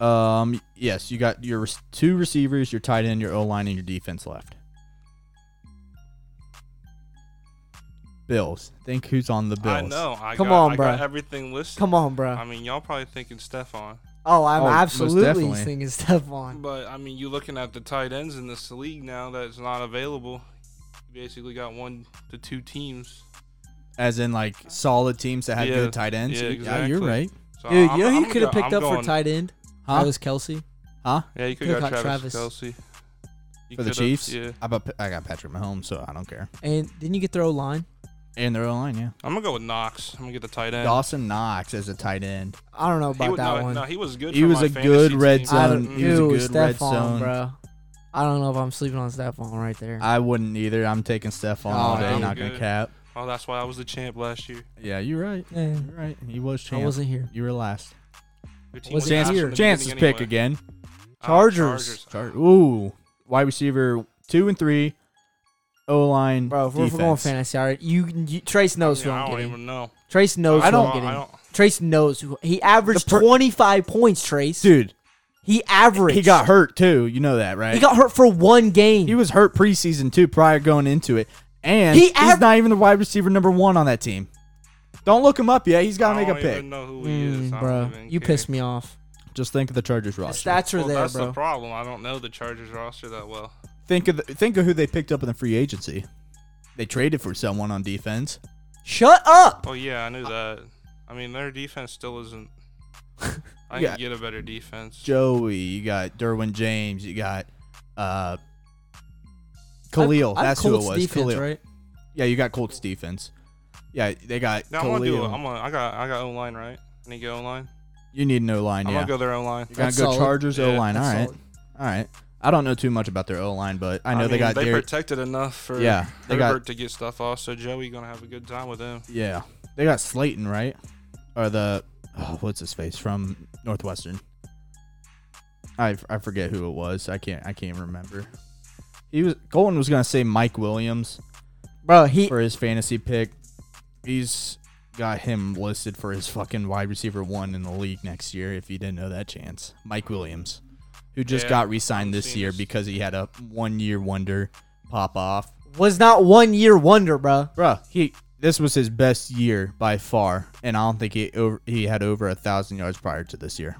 Speaker 2: Um, yes, you got your rec- two receivers, your tight end, your O line, and your defense left. Bills. Think who's on the Bills?
Speaker 4: I know. I
Speaker 1: Come
Speaker 4: got,
Speaker 1: on,
Speaker 4: I
Speaker 1: bruh.
Speaker 4: got everything listed.
Speaker 1: Come on, bro.
Speaker 4: I mean, y'all probably thinking Stefan,
Speaker 1: oh, I'm
Speaker 2: Oh, most
Speaker 1: absolutely
Speaker 2: definitely.
Speaker 1: singing Stephon.
Speaker 4: but I mean, you looking at the tight ends in this league now that's not available. You basically got one to two teams.
Speaker 2: As in, like solid teams that have
Speaker 4: Yeah,
Speaker 2: good tight ends.
Speaker 4: yeah,
Speaker 2: you're
Speaker 4: exactly.
Speaker 2: right.
Speaker 4: So
Speaker 1: Dude,
Speaker 4: I'm-
Speaker 1: you know
Speaker 4: I'm
Speaker 1: who you
Speaker 4: gonna
Speaker 1: could have
Speaker 4: go-
Speaker 1: picked
Speaker 4: I'm
Speaker 1: up for
Speaker 4: going-
Speaker 1: tight end?
Speaker 2: Huh?
Speaker 1: That was Kelsey.
Speaker 2: huh?
Speaker 4: Yeah, you could
Speaker 1: could've
Speaker 4: have got
Speaker 1: got
Speaker 4: Travis,
Speaker 1: Travis.
Speaker 4: Kelsey. You
Speaker 2: For the
Speaker 4: could've-
Speaker 2: Chiefs.
Speaker 4: Yeah,
Speaker 2: I, bet, I got Patrick Mahomes, so I don't care.
Speaker 1: And didn't you get their O line?
Speaker 2: And their O line, yeah.
Speaker 4: I'm gonna go with Knox. I'm gonna get the tight end.
Speaker 2: Dawson Knox as a tight end.
Speaker 1: I don't know
Speaker 4: He
Speaker 1: about
Speaker 4: was,
Speaker 1: that
Speaker 4: no,
Speaker 1: one.
Speaker 4: no, he was good.
Speaker 2: He
Speaker 4: for
Speaker 2: was
Speaker 4: my
Speaker 2: a
Speaker 4: fantasy
Speaker 2: good
Speaker 4: team.
Speaker 2: red
Speaker 1: I
Speaker 2: zone.
Speaker 1: don't,
Speaker 4: Mm.
Speaker 2: He was a
Speaker 1: Ew,
Speaker 2: good red
Speaker 1: Stephon,
Speaker 2: zone.
Speaker 1: bro. I don't know if I'm sleeping on Stephon right there.
Speaker 2: I wouldn't either. I'm taking Stephon all
Speaker 1: Oh,
Speaker 2: day.
Speaker 1: I'm
Speaker 2: Not gonna
Speaker 4: good.
Speaker 2: cap.
Speaker 4: Oh, that's why I was the champ last year.
Speaker 2: Yeah, you're right.
Speaker 1: Eh,
Speaker 2: You're right. He was
Speaker 1: I
Speaker 2: champ.
Speaker 1: wasn't here.
Speaker 2: You were last.
Speaker 4: Your team
Speaker 1: Was
Speaker 4: was
Speaker 1: it
Speaker 4: ass
Speaker 1: here?
Speaker 4: from the
Speaker 2: Chance's
Speaker 4: beginning
Speaker 2: pick
Speaker 4: anyway.
Speaker 2: again. Uh,
Speaker 4: Oh,
Speaker 1: Chargers.
Speaker 2: Char- Ooh, wide receiver two and three, O line.
Speaker 1: Bro, if we're, if we're going fantasy, all right. You, you Trace knows
Speaker 4: Yeah,
Speaker 1: who
Speaker 4: I
Speaker 1: I'm
Speaker 4: don't
Speaker 1: getting.
Speaker 4: even know.
Speaker 1: Trace knows
Speaker 2: I
Speaker 1: who
Speaker 2: don't-
Speaker 1: I'm getting.
Speaker 4: I don't.
Speaker 1: Trace knows who. He averaged
Speaker 2: The per-
Speaker 1: 25 points, Trace.
Speaker 2: Dude,
Speaker 1: He averaged.
Speaker 2: he got hurt too. You know that, right?
Speaker 1: He got hurt for one game.
Speaker 2: He was hurt preseason too, prior going into it, and
Speaker 1: He
Speaker 2: he's
Speaker 1: av-
Speaker 2: not even the wide receiver number one on that team. Don't look him up yet. He's got to
Speaker 4: I
Speaker 2: make a
Speaker 1: Oh,
Speaker 4: don't
Speaker 2: pick.
Speaker 4: even know who he is.
Speaker 1: Mm, bro, you pissed me off.
Speaker 2: Just think of the Chargers
Speaker 1: The
Speaker 2: roster.
Speaker 1: stats are
Speaker 4: Well,
Speaker 1: there,
Speaker 4: that's the
Speaker 1: bro.
Speaker 4: problem. I don't know the Chargers roster that well.
Speaker 2: Think of the, think of who they picked up in the free agency. They traded for someone on defense.
Speaker 1: Shut up.
Speaker 2: <laughs>
Speaker 4: Oh yeah, I knew that. I mean, their defense still isn't. I I
Speaker 2: Yeah.
Speaker 4: can get a better defense.
Speaker 2: Joey, you got Derwin James, you got uh Khalil.
Speaker 1: I have
Speaker 2: that's
Speaker 1: Colts
Speaker 2: who it was.
Speaker 1: Defense,
Speaker 2: Khalil.
Speaker 1: right?
Speaker 2: Yeah, you got Colts defense. Yeah, they got
Speaker 4: no, I'm
Speaker 2: Khalil.
Speaker 4: gonna do it. I'm gonna. I got. I got O line right. I need to get O line.
Speaker 2: you need no line.
Speaker 4: I'm
Speaker 2: yeah,
Speaker 4: gonna go their O line.
Speaker 2: you gotta
Speaker 1: That's
Speaker 2: go
Speaker 1: solid.
Speaker 2: Chargers
Speaker 4: Yeah,
Speaker 2: O line. All
Speaker 1: That's
Speaker 2: right,
Speaker 1: solid.
Speaker 2: all right. I don't know too much about their O line, but I know they
Speaker 4: mean,
Speaker 2: got
Speaker 4: They
Speaker 2: Derrick-
Speaker 4: protected enough for
Speaker 2: yeah, they got
Speaker 4: Herbert to get stuff off. So Joey gonna have a good time with him.
Speaker 2: yeah, they got Slayton right, or the oh, what's his face from Northwestern. I, f- I forget who it was. I can't I can't remember. He was Colin was gonna say Mike Williams.
Speaker 1: Bro, he
Speaker 2: for his fantasy pick. He's got him listed for his fucking wide receiver one in the league next year. If you didn't know that chance, Mike Williams, who just
Speaker 4: Yeah,
Speaker 2: got re-signed this
Speaker 4: seen
Speaker 2: year
Speaker 4: this.
Speaker 2: because he had a one-year wonder pop off.
Speaker 1: was not one year wonder, bro.
Speaker 2: Bruh, he this was his best year by far, and I don't think he over he had over a thousand yards prior to this year.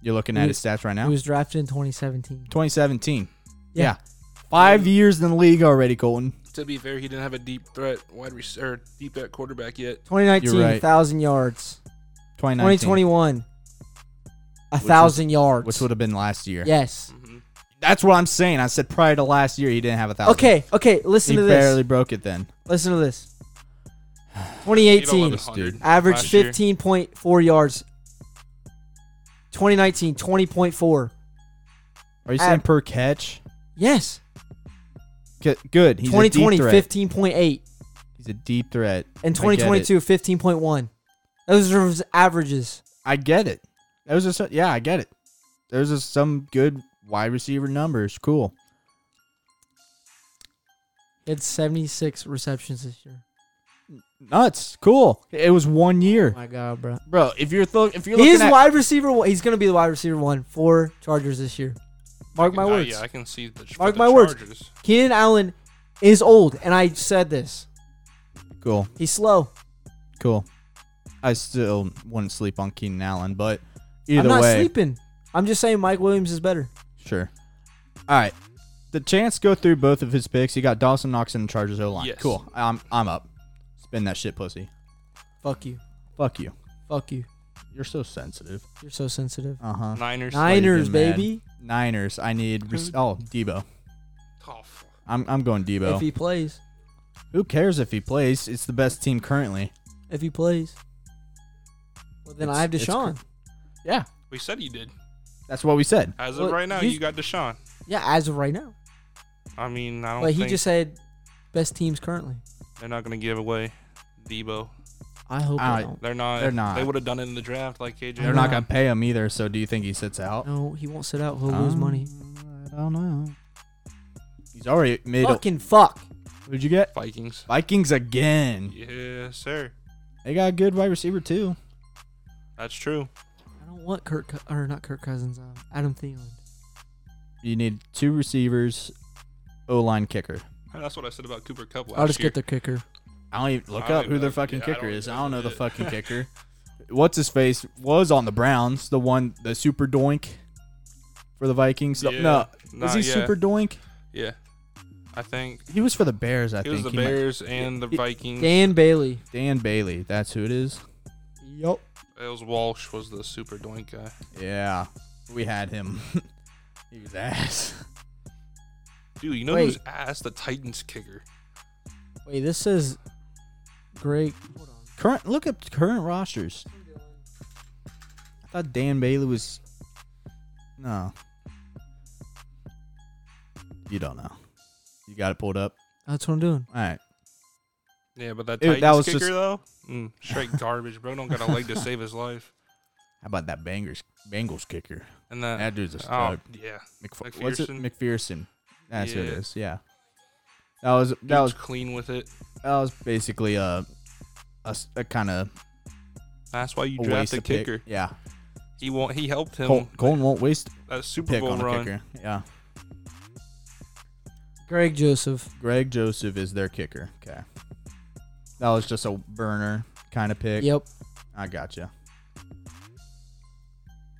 Speaker 2: You're looking at
Speaker 1: He-
Speaker 2: his stats right now.
Speaker 1: He was drafted in 2017.
Speaker 2: 2017.
Speaker 1: Yeah.
Speaker 2: yeah. Five years in the league already, Colton.
Speaker 4: To be fair, he didn't have a deep threat wide receiver, or deep threat quarterback yet.
Speaker 1: 2019,
Speaker 2: You're right.
Speaker 1: 1,000 yards.
Speaker 2: 2019,
Speaker 1: 2021, a
Speaker 2: Which was-
Speaker 1: 1,000 yards.
Speaker 2: which would have been last year.
Speaker 1: Yes.
Speaker 4: hmm
Speaker 2: That's what I'm saying. I said prior to last year, he didn't have a thousand.
Speaker 1: Okay, okay, listen
Speaker 2: he
Speaker 1: to this.
Speaker 2: barely broke it then.
Speaker 1: Listen to
Speaker 2: <sighs>
Speaker 1: this.
Speaker 4: He don't
Speaker 1: 2018,
Speaker 4: have a hundred
Speaker 2: dude.
Speaker 1: average
Speaker 4: last year.
Speaker 1: 15.4 yards. 2019, 20.4.
Speaker 2: Are you
Speaker 1: At-
Speaker 2: saying per catch?
Speaker 1: Yes.
Speaker 2: G- good. He's
Speaker 1: 2020,
Speaker 2: a deep threat.
Speaker 1: 15.8.
Speaker 2: He's a deep threat.
Speaker 1: And
Speaker 2: I get it.
Speaker 1: 2022, 15.1. Those are his averages.
Speaker 2: I get it. Those are so, yeah, I get it. Those are some good wide receiver numbers. Cool.
Speaker 1: He had 76 receptions this <laughs> year.
Speaker 2: Nuts. Cool. It was one year,
Speaker 1: my God, bro.
Speaker 2: bro. If you're th- if you're looking
Speaker 1: He's
Speaker 2: at
Speaker 1: wide receiver. One. He's going to be the wide receiver one for Chargers this year. Mark my words.
Speaker 4: yeah, I can see the. for
Speaker 1: Mark
Speaker 4: the
Speaker 1: my words.
Speaker 4: Chargers.
Speaker 1: Keenan Allen is old, and I said this.
Speaker 2: cool,
Speaker 1: He's slow.
Speaker 2: cool. I still wouldn't sleep on Keenan Allen, but either
Speaker 1: I'm not
Speaker 2: way,
Speaker 1: sleeping. I'm just saying Mike Williams is better.
Speaker 2: Sure. All right. The chance go through both of his picks. He got Dawson Knox and the Chargers O line.
Speaker 4: Yes.
Speaker 2: Cool. I'm I'm up. Spin that shit, pussy.
Speaker 1: Fuck you.
Speaker 2: Fuck you.
Speaker 1: Fuck you.
Speaker 2: You're so sensitive.
Speaker 1: You're so sensitive.
Speaker 2: Uh huh.
Speaker 4: Niners.
Speaker 1: Niners,
Speaker 2: been mad.
Speaker 1: baby.
Speaker 2: Niners. I need. Re-
Speaker 4: Who-
Speaker 1: Mm-hmm.
Speaker 2: oh, Debo.
Speaker 4: Oh, fuck.
Speaker 2: I'm I'm going Debo.
Speaker 1: If he plays,
Speaker 2: Who cares if he plays? It's the best team currently.
Speaker 1: if he plays, well, then I have
Speaker 2: It's- it's
Speaker 1: Deshaun.
Speaker 2: Yeah.
Speaker 4: We said you did.
Speaker 2: That's what we said.
Speaker 4: As
Speaker 1: Well,
Speaker 4: of right now,
Speaker 1: he's-
Speaker 4: you got Deshaun.
Speaker 1: Yeah, as of right now.
Speaker 4: I mean, I don't
Speaker 1: But he
Speaker 4: think
Speaker 1: just said best teams currently.
Speaker 4: they're not going to give away Debo.
Speaker 1: I hope
Speaker 2: Alright.
Speaker 1: they don't.
Speaker 4: They're not.
Speaker 2: They're not.
Speaker 4: They would have done it in the draft, like KJ.
Speaker 2: They're not gonna pay him either. So do you think he sits out?
Speaker 1: No, he won't sit out. He'll lose
Speaker 2: Um,
Speaker 1: money.
Speaker 2: I don't know. He's already made. A,
Speaker 1: Fucking fuck.
Speaker 2: who'd you get?
Speaker 4: <laughs> Vikings.
Speaker 2: Vikings again.
Speaker 4: Yeah, sir.
Speaker 2: They got a good wide receiver too.
Speaker 4: That's true.
Speaker 1: I don't want Kirk Cou- or not Kirk Cousins. Uh, Adam Thielen.
Speaker 2: You need two receivers, O line kicker.
Speaker 4: And that's what I said about Cooper Cup last
Speaker 1: I'll just
Speaker 4: year.
Speaker 1: get the kicker.
Speaker 2: I don't even look
Speaker 4: I don't
Speaker 2: up who
Speaker 4: even
Speaker 2: their
Speaker 4: know-
Speaker 2: fucking
Speaker 4: yeah, I
Speaker 2: kicker
Speaker 4: don't
Speaker 2: is.
Speaker 4: even
Speaker 2: I don't know the
Speaker 4: know. <laughs>
Speaker 2: fucking kicker. What's his face was on the Browns, the one, the super doink for the Vikings.
Speaker 4: Yeah.
Speaker 2: No,
Speaker 4: Nah,
Speaker 2: is he
Speaker 4: yeah,
Speaker 2: super doink?
Speaker 4: Yeah, I think
Speaker 2: He was for the Bears, I
Speaker 4: it was
Speaker 2: think.
Speaker 4: the
Speaker 2: He might-
Speaker 4: Bears and the
Speaker 2: He-
Speaker 4: Vikings.
Speaker 1: Dan Bailey.
Speaker 2: Dan Bailey, that's who it is.
Speaker 1: Yup.
Speaker 4: It was Walsh was the super doink guy.
Speaker 2: Yeah, we had him. <laughs> he was ass.
Speaker 4: Dude, you know
Speaker 1: Wait.
Speaker 4: who's ass? The Titans kicker.
Speaker 1: Wait, this is great. Hold on.
Speaker 2: Current, look up current rosters. I thought Dan Bailey was. No. You don't know. You got it pulled up.
Speaker 1: That's what I'm doing.
Speaker 2: All right.
Speaker 4: Yeah, but that
Speaker 2: Dude,
Speaker 4: Titans
Speaker 2: that was
Speaker 4: kicker
Speaker 2: just-
Speaker 4: though, mm, straight garbage, bro. Don't got a leg
Speaker 2: <laughs>
Speaker 4: to save his life.
Speaker 2: How about that bangers Bengals kicker?
Speaker 4: And that,
Speaker 2: That dude's a
Speaker 4: oh
Speaker 2: stud.
Speaker 4: yeah,
Speaker 2: McF- what's it?
Speaker 4: McPherson.
Speaker 2: McPherson. That's who it
Speaker 4: Yeah.
Speaker 2: is. Yeah. That was that
Speaker 4: that
Speaker 2: was
Speaker 4: clean with it.
Speaker 2: that was basically a a, kind of
Speaker 4: That's why you
Speaker 2: a waste
Speaker 4: draft a
Speaker 2: of pick.
Speaker 4: kicker.
Speaker 2: Yeah.
Speaker 4: He won't. He helped him
Speaker 2: Col- Colton won't waste
Speaker 4: that
Speaker 2: a
Speaker 4: Super
Speaker 2: pick
Speaker 4: Bowl
Speaker 2: on a
Speaker 4: run.
Speaker 2: kicker. Yeah.
Speaker 1: Greg Joseph.
Speaker 2: Greg Joseph is their kicker. Okay. That was just a burner kind of pick.
Speaker 1: Yep.
Speaker 2: I gotcha.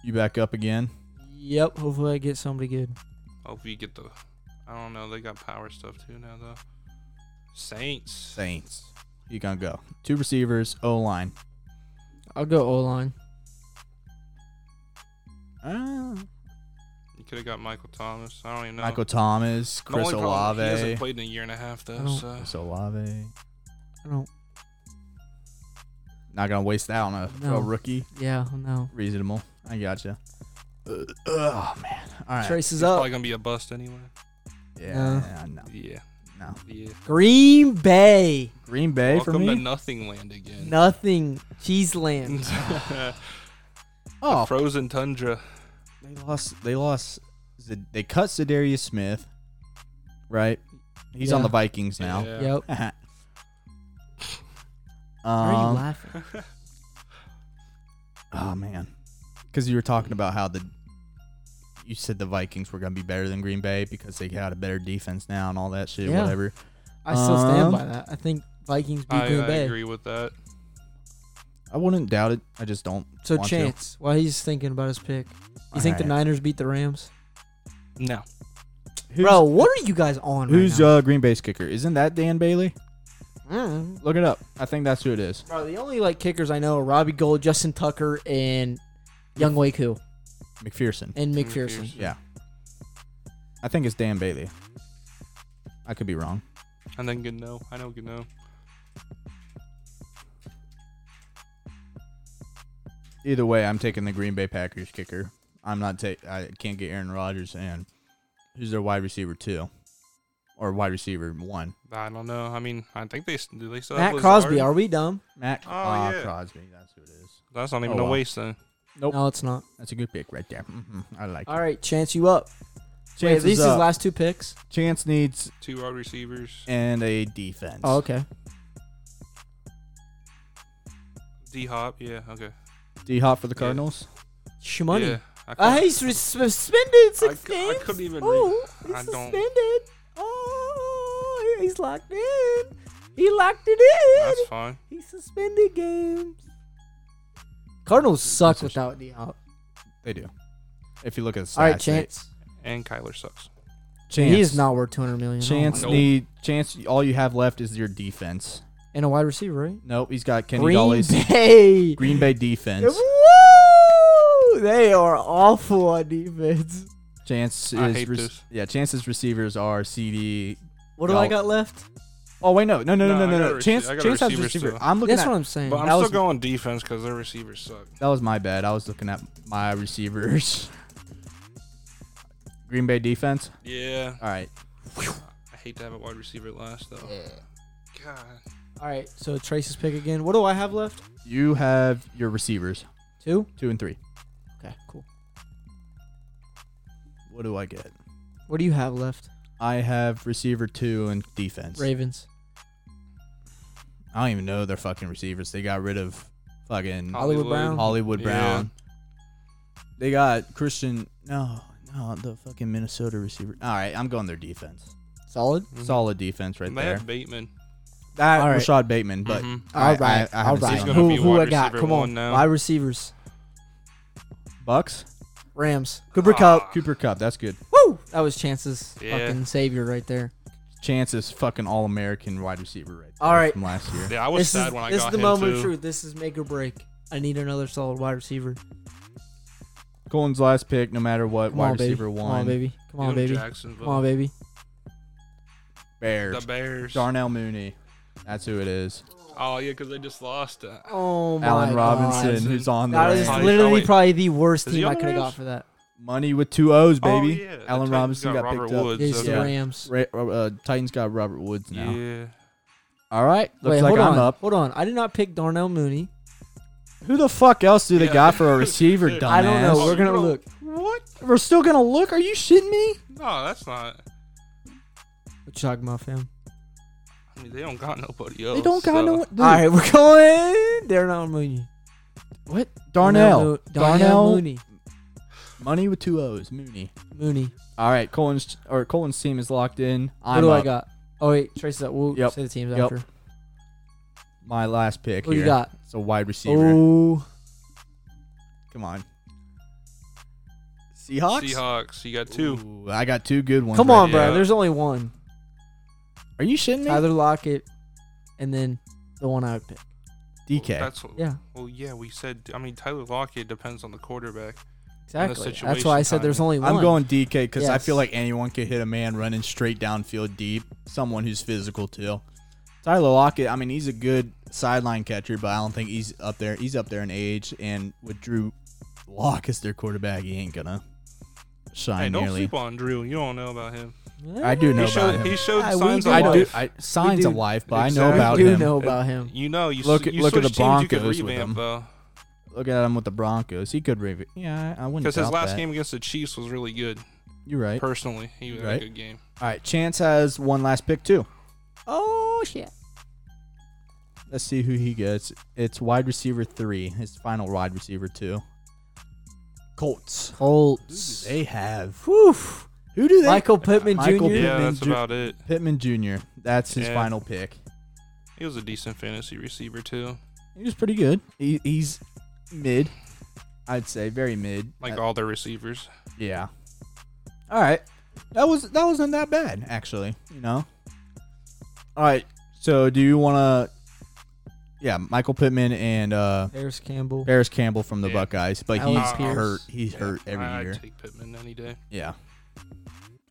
Speaker 2: You back up again?
Speaker 1: Yep. Hopefully I get somebody good.
Speaker 4: Hope Oh, you get the. I don't know. They got power stuff too now though. Saints.
Speaker 2: Saints. You gonna go two receivers, O line.
Speaker 1: I'll go O line.
Speaker 2: Uh,
Speaker 4: You could have got Michael Thomas. I don't even know.
Speaker 2: Michael Thomas,
Speaker 4: The only
Speaker 2: Chris
Speaker 4: problem,
Speaker 2: Olave.
Speaker 4: He hasn't played in a year and a half
Speaker 1: I
Speaker 4: though.
Speaker 1: don't-
Speaker 4: So
Speaker 2: Chris Olave.
Speaker 1: I don't.
Speaker 2: Not gonna waste that on a,
Speaker 1: No.
Speaker 2: a rookie.
Speaker 1: Yeah, no.
Speaker 2: Reasonable. I gotcha. Uh, oh man. All right.
Speaker 1: Traces
Speaker 4: he's
Speaker 1: up.
Speaker 4: probably gonna be a bust anyway.
Speaker 2: yeah. No.
Speaker 4: Yeah.
Speaker 2: No.
Speaker 4: Yeah.
Speaker 1: Green Bay.
Speaker 2: Green Bay for
Speaker 4: Welcome
Speaker 2: me.
Speaker 4: to Nothing Land again.
Speaker 1: Nothing. Cheese
Speaker 4: <laughs>
Speaker 1: land.
Speaker 2: oh,
Speaker 4: Frozen tundra.
Speaker 2: they lost. They lost. Z- They cut Zadarius Smith. Right. He's on
Speaker 1: Yeah.
Speaker 2: the Vikings now.
Speaker 4: Yeah.
Speaker 1: Yep.
Speaker 2: <laughs>
Speaker 1: Why are you
Speaker 2: um,
Speaker 1: laughing?
Speaker 2: oh man, because you were talking about how the you said the Vikings were gonna be better than Green Bay because they got a better defense now and all that shit.
Speaker 1: Yeah.
Speaker 2: Whatever.
Speaker 1: I still stand
Speaker 2: um,
Speaker 1: by that. I think Vikings beat
Speaker 4: I,
Speaker 1: Green
Speaker 4: I
Speaker 1: Bay.
Speaker 4: agree with that.
Speaker 2: I wouldn't doubt it. I just don't.
Speaker 1: So
Speaker 2: want to.
Speaker 1: chance, while he's thinking about his pick, you
Speaker 2: All
Speaker 1: think the
Speaker 2: right.
Speaker 1: Niners beat the Rams?
Speaker 4: No.
Speaker 2: Who's-
Speaker 1: Bro, what are you guys on?
Speaker 2: Who's
Speaker 1: right
Speaker 2: uh, Green Bay's kicker? Isn't that Dan Bailey?
Speaker 1: now? Mm.
Speaker 2: Look it up. I think that's who it is.
Speaker 1: Bro, the only like kickers I know are Robbie Gold, Justin Tucker, and Young Waku
Speaker 2: McPherson.
Speaker 1: and
Speaker 4: Mm-hmm.
Speaker 1: McPherson.
Speaker 2: Yeah. I think it's Dan Bailey. I could be wrong.
Speaker 4: And then Gano. I know Gano.
Speaker 2: Either way, I'm taking the Green Bay Packers kicker. I'm not take. I can't get Aaron Rodgers and who's their wide receiver two, or wide receiver one.
Speaker 4: I don't know. I mean, I think they s- do. They still have
Speaker 1: Matt Crosby,
Speaker 4: Lazard?
Speaker 1: are we dumb?
Speaker 2: Matt
Speaker 4: Oh,
Speaker 2: Ah,
Speaker 4: yeah.
Speaker 2: Crosby. That's who it is.
Speaker 4: That's not even
Speaker 2: Oh,
Speaker 4: a
Speaker 2: well.
Speaker 4: waste then.
Speaker 2: Nope.
Speaker 1: No, it's not.
Speaker 2: That's a good pick right there. hmm I like
Speaker 1: All
Speaker 2: it.
Speaker 1: right, Chance, you up. Wait,
Speaker 2: Chance, is
Speaker 1: these is
Speaker 2: up.
Speaker 1: last two picks.
Speaker 2: Chance needs
Speaker 4: Two wide receivers.
Speaker 2: and a defense.
Speaker 1: Oh, okay.
Speaker 4: D Hop. Yeah. Okay.
Speaker 2: D Hop for the
Speaker 4: Yeah.
Speaker 2: Cardinals.
Speaker 1: Shmoney.
Speaker 4: Yeah, I
Speaker 1: Uh,
Speaker 4: couldn't-
Speaker 1: he's re- suspended
Speaker 4: I
Speaker 1: six
Speaker 4: cou- I
Speaker 1: games.
Speaker 4: couldn't even read-
Speaker 1: Oh, he's
Speaker 4: I don't-
Speaker 1: suspended. Oh, he's locked in. He locked it in.
Speaker 4: That's fine.
Speaker 1: He suspended games. Cardinals suck
Speaker 2: That's a
Speaker 1: without D Hop.
Speaker 2: They do. If you look at the stats,
Speaker 1: All right,
Speaker 2: they-
Speaker 1: Chance.
Speaker 4: And Kyler sucks.
Speaker 2: Chance.
Speaker 1: He is not worth 200 million. Oh
Speaker 2: Chance
Speaker 4: Nope.
Speaker 2: need chance. All you have left is your defense.
Speaker 1: and a wide receiver, right?
Speaker 2: Nope, he's got Kenny
Speaker 1: Green
Speaker 2: Galla's
Speaker 1: Bay. <laughs>
Speaker 2: Green Bay defense.
Speaker 1: Woo! They are awful on defense.
Speaker 2: Chance
Speaker 4: I
Speaker 2: is
Speaker 4: hate
Speaker 2: rec-
Speaker 4: this.
Speaker 2: yeah. Chance's receivers are CD.
Speaker 1: What do
Speaker 2: Y'all-
Speaker 1: I got left?
Speaker 2: Oh wait, no, no, no, no,
Speaker 4: No,
Speaker 2: no,
Speaker 4: I
Speaker 2: no.
Speaker 4: got
Speaker 2: no.
Speaker 4: rece-
Speaker 2: Chance,
Speaker 4: I got
Speaker 2: Chance has
Speaker 4: receivers
Speaker 2: receiver.
Speaker 4: too.
Speaker 2: I'm looking
Speaker 1: That's
Speaker 2: at.
Speaker 1: what I'm saying.
Speaker 4: But I'm
Speaker 2: that
Speaker 4: still
Speaker 2: was-
Speaker 4: going defense because their receivers suck.
Speaker 2: that was my bad. I was looking at my <laughs> receivers. Green Bay defense.
Speaker 4: Yeah.
Speaker 2: All right.
Speaker 4: I hate to have a wide receiver last though. God.
Speaker 1: All right, so Trace's pick again. What do I have left?
Speaker 2: You have your receivers
Speaker 1: Two.
Speaker 2: two and three.
Speaker 1: Okay, cool.
Speaker 2: What do I get?
Speaker 1: What do you have left?
Speaker 2: I have receiver two and defense.
Speaker 1: Ravens.
Speaker 2: I don't even know their fucking receivers. They got rid of fucking
Speaker 1: Hollywood Brown.
Speaker 2: Hollywood
Speaker 4: Yeah.
Speaker 2: Brown. They got Christian. No, no, the fucking Minnesota receiver. All right, I'm going their defense.
Speaker 1: Solid.
Speaker 4: Mhm.
Speaker 2: Solid defense right
Speaker 4: they
Speaker 2: there.
Speaker 4: have Bateman.
Speaker 2: That
Speaker 1: All right.
Speaker 2: Rashad Bateman, but
Speaker 4: Mhm.
Speaker 2: I-
Speaker 1: All right,
Speaker 2: I- I
Speaker 1: all
Speaker 2: haven't
Speaker 1: right.
Speaker 2: seen him.
Speaker 4: He's gonna
Speaker 1: Who,
Speaker 4: be
Speaker 1: who
Speaker 4: wide
Speaker 1: I got?
Speaker 4: receiver
Speaker 1: Come
Speaker 4: one
Speaker 1: on,
Speaker 4: now.
Speaker 1: wide receivers.
Speaker 2: Bucks,
Speaker 1: Rams. Cooper Cup.
Speaker 2: Cooper Cup. That's good.
Speaker 1: Woo! That was Chance's
Speaker 4: Yeah.
Speaker 1: fucking savior right there.
Speaker 2: Chance is fucking All American wide receiver right there
Speaker 1: All right.
Speaker 2: from last year.
Speaker 4: Yeah, I was
Speaker 1: this
Speaker 4: sad
Speaker 1: is,
Speaker 4: when I
Speaker 1: this
Speaker 4: got
Speaker 1: is the
Speaker 4: him
Speaker 1: moment
Speaker 4: too.
Speaker 1: of truth. This is make or break. I need another solid wide receiver.
Speaker 2: Colin's last pick, no matter what,
Speaker 1: Come
Speaker 2: wide
Speaker 1: on, baby.
Speaker 2: receiver
Speaker 1: Come
Speaker 2: one.
Speaker 1: on, baby. Come on,
Speaker 4: Even
Speaker 1: baby.
Speaker 4: Jacksonville.
Speaker 1: Come on, baby.
Speaker 2: Bears.
Speaker 4: The Bears.
Speaker 2: Darnell Mooney. That's who it is.
Speaker 4: Oh yeah, because they just lost. Uh,
Speaker 1: Oh my
Speaker 2: Allen Robinson,
Speaker 1: God.
Speaker 2: who's on
Speaker 1: That
Speaker 2: the
Speaker 1: is
Speaker 2: Rams.
Speaker 4: Rams. Oh,
Speaker 1: literally
Speaker 4: wait.
Speaker 1: probably the worst
Speaker 4: Is he
Speaker 1: team
Speaker 4: on
Speaker 1: I
Speaker 4: the
Speaker 1: could have got
Speaker 4: Rams?
Speaker 1: for that.
Speaker 2: Money with two O's,
Speaker 4: Oh,
Speaker 2: baby.
Speaker 4: yeah,
Speaker 2: Allen
Speaker 4: the Titans
Speaker 2: Robinson
Speaker 4: got
Speaker 2: got,
Speaker 4: Robert
Speaker 2: picked up.
Speaker 4: Woods.
Speaker 1: Yeah, he's
Speaker 2: Yeah.
Speaker 1: the Rams.
Speaker 2: Ra- uh, Titans got Robert Woods now.
Speaker 4: Yeah.
Speaker 2: All right, looks
Speaker 1: Wait,
Speaker 2: like
Speaker 1: hold
Speaker 2: I'm
Speaker 1: on.
Speaker 2: up.
Speaker 1: Hold on. I did not pick Darnell Mooney.
Speaker 2: Who the fuck else do they
Speaker 4: Yeah.
Speaker 2: got for a receiver,
Speaker 4: Dude,
Speaker 2: dumbass?
Speaker 1: I don't know. We're
Speaker 4: you
Speaker 1: gonna
Speaker 4: don't-
Speaker 1: look.
Speaker 4: What?
Speaker 2: We're still gonna look. Are you shitting me?
Speaker 4: No, that's not.
Speaker 1: What you talking about, fam?
Speaker 4: I mean, they don't got nobody else.
Speaker 2: they don't got
Speaker 4: so.
Speaker 2: no.
Speaker 1: All right, we're going Darnell Mooney.
Speaker 2: What? Darnell.
Speaker 1: Darnell, Mo-
Speaker 2: Darnell.
Speaker 1: Darnell Mooney.
Speaker 2: Money with two O's. Mooney.
Speaker 1: Mooney.
Speaker 2: All right, Colin's or Colin's team is locked in.
Speaker 1: What
Speaker 2: I'm
Speaker 1: do I
Speaker 2: up.
Speaker 1: got? Oh wait, trace that. We'll
Speaker 2: Yep.
Speaker 1: say the teams
Speaker 2: Yep.
Speaker 1: after.
Speaker 2: My last pick
Speaker 1: Who
Speaker 2: here.
Speaker 1: you got?
Speaker 2: It's a wide receiver.
Speaker 1: Oh,
Speaker 2: Come on. Seahawks.
Speaker 4: Seahawks. You got two.
Speaker 2: Ooh, I got two good ones.
Speaker 1: come
Speaker 2: right
Speaker 1: on,
Speaker 2: here.
Speaker 1: bro.
Speaker 4: Yeah.
Speaker 1: There's only one.
Speaker 2: Are you shitting me?
Speaker 1: Tyler Lockett, and then the one I would pick.
Speaker 2: DK.
Speaker 4: That's what,
Speaker 1: Yeah.
Speaker 4: Well, yeah, we said. I mean, Tyler Lockett depends on the quarterback.
Speaker 1: Exactly. That's
Speaker 4: situation
Speaker 1: why I said there's
Speaker 4: timing.
Speaker 1: only one.
Speaker 2: I'm going DK because I feel
Speaker 1: Yes.
Speaker 2: like anyone could hit a man running straight downfield deep. Someone who's physical too. Tyler Lockett, I mean, he's a good sideline catcher, but I don't think he's up there. He's up there in age, and with Drew Lock as their quarterback, he ain't gonna shine
Speaker 4: Hey, don't
Speaker 2: nearly.
Speaker 4: sleep on Drew. You don't know about him.
Speaker 2: I do know
Speaker 4: he showed
Speaker 2: about him.
Speaker 4: he showed
Speaker 1: Ah, we
Speaker 4: signs
Speaker 1: do
Speaker 4: of
Speaker 1: know.
Speaker 2: I do
Speaker 4: life.
Speaker 2: I, signs
Speaker 1: do-
Speaker 2: of life, but I know
Speaker 4: Exactly.
Speaker 2: about
Speaker 1: we do
Speaker 2: him.
Speaker 1: know about him.
Speaker 4: You know, you s-
Speaker 2: Look at-
Speaker 4: you
Speaker 2: look at the
Speaker 4: switch teams, you could
Speaker 2: Broncos with
Speaker 4: revamp
Speaker 2: him.
Speaker 4: though,
Speaker 2: Look at him with the Broncos. He could re- Yeah, I I wouldn't.
Speaker 4: because his
Speaker 2: doubt
Speaker 4: last
Speaker 2: that.
Speaker 4: game against the Chiefs was really good.
Speaker 2: You're right.
Speaker 4: Personally, he had
Speaker 2: Right.
Speaker 4: a good game.
Speaker 2: All right, Chance has one last pick too.
Speaker 1: Oh shit.
Speaker 2: Let's see who he gets. It's wide receiver three. His final wide receiver two. Colts.
Speaker 1: Colts.
Speaker 2: They have.
Speaker 1: Whew.
Speaker 2: Who do they?
Speaker 1: Michael Pittman
Speaker 2: Michael
Speaker 1: Jr.
Speaker 2: Pittman.
Speaker 4: Yeah, that's
Speaker 2: Ju-
Speaker 4: about it.
Speaker 2: Pittman Jr. That's his
Speaker 4: Yeah.
Speaker 2: final pick.
Speaker 4: He was a decent fantasy receiver too,
Speaker 2: He was pretty good. He, he's mid. I'd say very mid.
Speaker 4: like
Speaker 2: Uh,
Speaker 4: all their receivers.
Speaker 2: yeah. All right. That was that wasn't that bad actually. You know. All right. So do you want to? Yeah, Michael Pittman and uh,
Speaker 1: Harris Campbell.
Speaker 2: Paris Campbell from the
Speaker 4: Yeah.
Speaker 2: Buckeyes, but he's
Speaker 1: Alec Pierce.
Speaker 2: hurt. He's hurt
Speaker 4: Yeah,
Speaker 2: every
Speaker 4: I-
Speaker 2: year.
Speaker 4: I'd take Pittman any day.
Speaker 2: Yeah.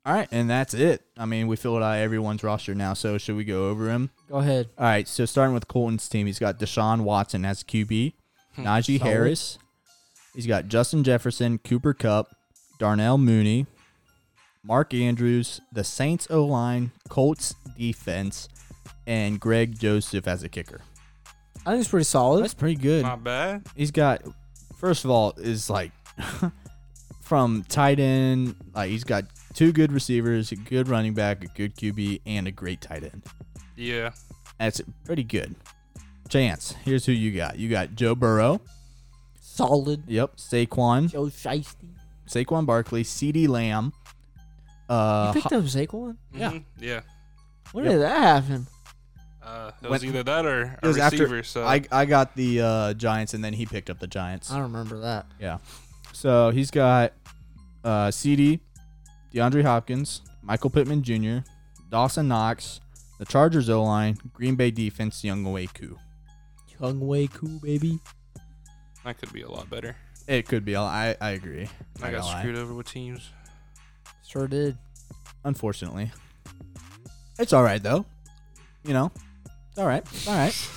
Speaker 2: All right, and that's it. I mean, we filled out everyone's roster now, so should we go over him?
Speaker 1: Go ahead.
Speaker 2: All right, so starting with Colton's team, he's got Deshaun Watson as QB,
Speaker 4: Hmm.
Speaker 2: Najee
Speaker 1: Solid.
Speaker 2: Harris, he's got Justin Jefferson, Cooper Cup, Darnell Mooney, Mark Andrews, the Saints O line, Colts defense, and Greg Joseph as a kicker.
Speaker 1: I think it's pretty solid.
Speaker 2: That's pretty good.
Speaker 4: Not bad.
Speaker 2: He's got first of all is like <laughs> from tight end, like he's got two good receivers, a good running back, a good QB, and a great tight end.
Speaker 4: Yeah,
Speaker 2: That's pretty good. Chance, here's who you got. You got Joe Burrow.
Speaker 1: solid.
Speaker 2: Yep. Saquon.
Speaker 1: Joe Shiesty.
Speaker 2: Saquon Barkley. CeeDee Lamb.
Speaker 1: You
Speaker 2: Uh
Speaker 1: picked up Saquon.
Speaker 2: Yeah.
Speaker 4: Mhm. yeah.
Speaker 1: When
Speaker 2: Yep.
Speaker 1: did that happen?
Speaker 4: Uh, it
Speaker 2: When-
Speaker 4: was either that or
Speaker 2: it
Speaker 4: a
Speaker 2: was after-
Speaker 4: receiver. so
Speaker 2: I, I got the uh, Giants and then he picked up the Giants.
Speaker 1: I don't remember that.
Speaker 2: Yeah. So he's got uh, CD, DeAndre Hopkins, Michael Pittman Jr., Dawson Knox, the Chargers O line, Green Bay defense, Young Waku.
Speaker 1: Chung Wei Koo, baby.
Speaker 4: that could be a lot better.
Speaker 2: It could be. I, I agree.
Speaker 4: I
Speaker 2: Not
Speaker 4: got
Speaker 2: gonna lie.
Speaker 4: screwed over with teams.
Speaker 1: Sure did.
Speaker 2: Unfortunately. It's all right, though. You know, it's all right. It's all right.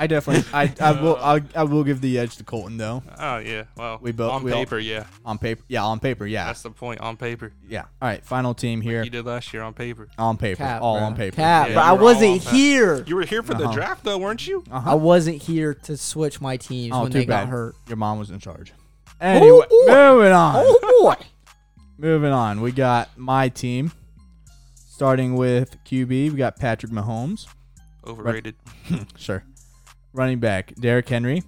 Speaker 2: I definitely, I, I will,
Speaker 4: <laughs>
Speaker 2: I, I will give the edge to Colton though.
Speaker 4: Oh yeah, well,
Speaker 2: We both-
Speaker 4: on
Speaker 2: we all-
Speaker 4: paper, yeah,
Speaker 2: On paper, yeah, on paper, yeah,
Speaker 4: that's the point. On paper,
Speaker 2: yeah. All right, final team here.
Speaker 4: you did last year on paper.
Speaker 2: On paper,
Speaker 1: Cap,
Speaker 2: all
Speaker 1: bro.
Speaker 2: on paper.
Speaker 1: Cap,
Speaker 4: Yeah,
Speaker 1: bro.
Speaker 4: you
Speaker 1: I
Speaker 4: were all on
Speaker 1: wasn't
Speaker 4: that.
Speaker 1: here.
Speaker 4: You were here for the
Speaker 2: Uh-huh.
Speaker 4: draft though, weren't you?
Speaker 1: I wasn't here to switch my teams
Speaker 2: Oh,
Speaker 1: when
Speaker 2: too
Speaker 1: they
Speaker 2: bad.
Speaker 1: got hurt.
Speaker 2: Your mom was in charge. Anyway,
Speaker 1: boy.
Speaker 2: moving on.
Speaker 1: Oh boy.
Speaker 2: Moving on. We got my team. Starting with QB, we got Patrick Mahomes.
Speaker 4: Overrated.
Speaker 2: <laughs> Sure. Running back, Derrick Henry.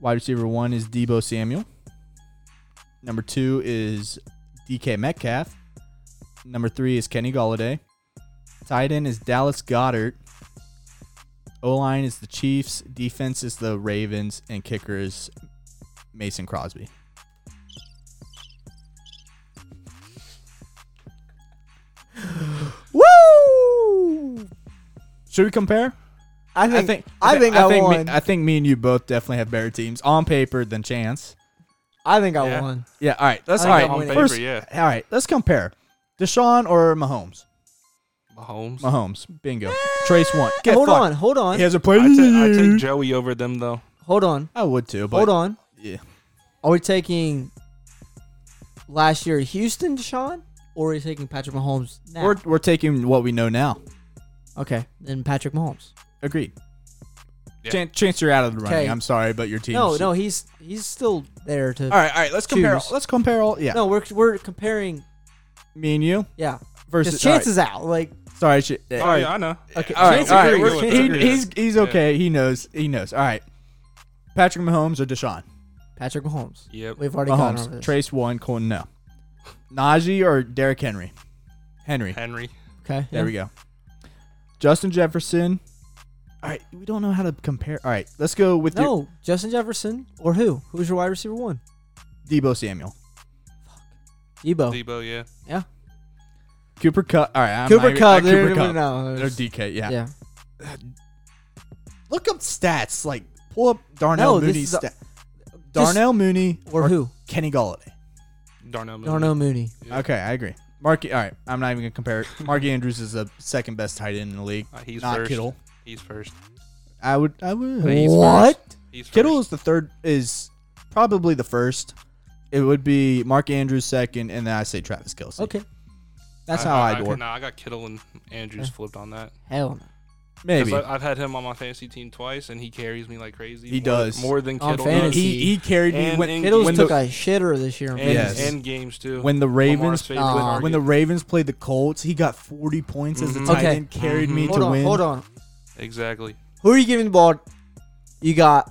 Speaker 2: Wide receiver one is Debo Samuel. Number two is DK Metcalf. Number three is Kenny Galladay. Tight end is Dallas Goddard. O line is the Chiefs. Defense is the Ravens. And kicker is Mason Crosby. <gasps>
Speaker 1: Woo!
Speaker 2: Should we compare?
Speaker 1: I think I think I, think I,
Speaker 2: me-
Speaker 1: won.
Speaker 2: I think me and you both definitely have better teams on paper than Chance.
Speaker 1: I think I
Speaker 4: Yeah.
Speaker 1: won.
Speaker 2: Yeah. All right. Let's
Speaker 1: I
Speaker 2: all
Speaker 1: think
Speaker 2: right.
Speaker 1: I'm
Speaker 4: on
Speaker 1: winning.
Speaker 4: paper,
Speaker 2: First,
Speaker 4: yeah.
Speaker 2: All right. Let's compare. Deshaun or Mahomes?
Speaker 4: Mahomes.
Speaker 2: Mahomes. Bingo. Trace one. Get
Speaker 1: hold
Speaker 2: fucked.
Speaker 1: on, hold on,
Speaker 2: He has a player.
Speaker 4: I, ta- I take Joey over them though.
Speaker 1: hold on,
Speaker 2: I would too. But
Speaker 1: hold on.
Speaker 2: Yeah.
Speaker 1: Are we taking last year Houston Deshaun, or are we taking Patrick Mahomes now?
Speaker 2: We're we're taking what we know now.
Speaker 1: okay, then Patrick Mahomes.
Speaker 2: Agreed.
Speaker 4: Yeah.
Speaker 2: Chan- Chance, you're out of the running.
Speaker 1: Okay.
Speaker 2: I'm sorry, but your team.
Speaker 1: No, no, he's he's still there to.
Speaker 2: All right, all right. Let's compare.
Speaker 1: Choose.
Speaker 2: Let's compare all. Yeah.
Speaker 1: No, we're we're comparing.
Speaker 2: Me and you
Speaker 1: Yeah,
Speaker 2: versus.
Speaker 1: because
Speaker 2: all right.
Speaker 1: Chance is out. Like
Speaker 2: Sorry. Shit.
Speaker 4: Oh,
Speaker 2: all right.
Speaker 4: yeah, I know.
Speaker 1: Okay,
Speaker 2: All right,
Speaker 1: Chance
Speaker 2: all right.
Speaker 1: agrees.
Speaker 2: we're-
Speaker 1: Chance
Speaker 2: he-
Speaker 1: agrees.
Speaker 2: he's he's okay. He knows. He knows. All right. Patrick Mahomes or Deshaun?
Speaker 1: Patrick Mahomes.
Speaker 4: Yep.
Speaker 1: We've already gone over
Speaker 2: Mahomes.
Speaker 1: this.
Speaker 2: Trace one. Colton no. Najee or Derrick Henry? Henry.
Speaker 4: Henry.
Speaker 1: okay,
Speaker 2: There we go. Justin Jefferson. All right, we don't know how to compare. All right, let's go with your
Speaker 1: No, Justin Jefferson or who? Who's your wide receiver one?
Speaker 2: Debo Samuel, Oh.
Speaker 1: Debo.
Speaker 4: Debo, yeah.
Speaker 1: Yeah.
Speaker 2: Cooper Cup. All right, I'm
Speaker 1: Cooper
Speaker 2: not-
Speaker 1: Cup.
Speaker 2: uh,
Speaker 1: there-
Speaker 2: Cooper Cup.
Speaker 1: No,
Speaker 2: Or
Speaker 1: there's-
Speaker 2: DK. Yeah.
Speaker 1: yeah.
Speaker 2: Look up stats. Like pull up Darnell
Speaker 1: No, this
Speaker 2: Mooney's
Speaker 1: is a-
Speaker 2: stat. Darnell Mooney
Speaker 1: Or who?
Speaker 2: Kenny Galladay.
Speaker 4: Darnell. Mooney.
Speaker 1: Darnell Mooney.
Speaker 4: Yeah.
Speaker 2: Okay, I agree. Mark, all right, I'm not even gonna
Speaker 4: <laughs>
Speaker 2: compare it. Mark Andrews is the second best tight end in the league.
Speaker 4: Uh, he's
Speaker 2: not
Speaker 4: first.
Speaker 2: Kittle.
Speaker 4: He's first.
Speaker 2: I would, I would.
Speaker 4: He's
Speaker 1: What?
Speaker 4: First. He's first.
Speaker 2: Kittle is the third, is probably the first. It would be Mark Andrews second, and then I say Travis Kelsey.
Speaker 1: Okay.
Speaker 2: that's how I, do
Speaker 4: could-
Speaker 2: it.
Speaker 4: Nah, I got Kittle and Andrews flipped on that.
Speaker 1: Hell no.
Speaker 2: Maybe
Speaker 4: 'Cause I, have had him on my fantasy team twice, and he carries me like crazy.
Speaker 2: He
Speaker 4: more,
Speaker 2: does.
Speaker 4: more than
Speaker 1: On
Speaker 4: Kittle.
Speaker 1: fantasy.
Speaker 4: Does.
Speaker 2: he he carried me
Speaker 4: And
Speaker 2: when
Speaker 4: in-
Speaker 1: Kittle's
Speaker 2: when
Speaker 1: took
Speaker 2: the,
Speaker 1: a shitter this year.
Speaker 4: and,
Speaker 1: man.
Speaker 2: Yes.
Speaker 4: and games too.
Speaker 2: when the
Speaker 4: Lamar's
Speaker 2: Ravens um,
Speaker 4: favorite
Speaker 1: Aw.
Speaker 4: target.
Speaker 2: when the Ravens played the Colts, he got 40 points as a
Speaker 4: Mhm.
Speaker 2: tight
Speaker 1: Okay.
Speaker 2: end, carried me
Speaker 4: Mhm.
Speaker 1: Hold
Speaker 2: to
Speaker 1: on,
Speaker 2: win.
Speaker 1: hold on.
Speaker 4: exactly
Speaker 1: Who are you giving the ball? You got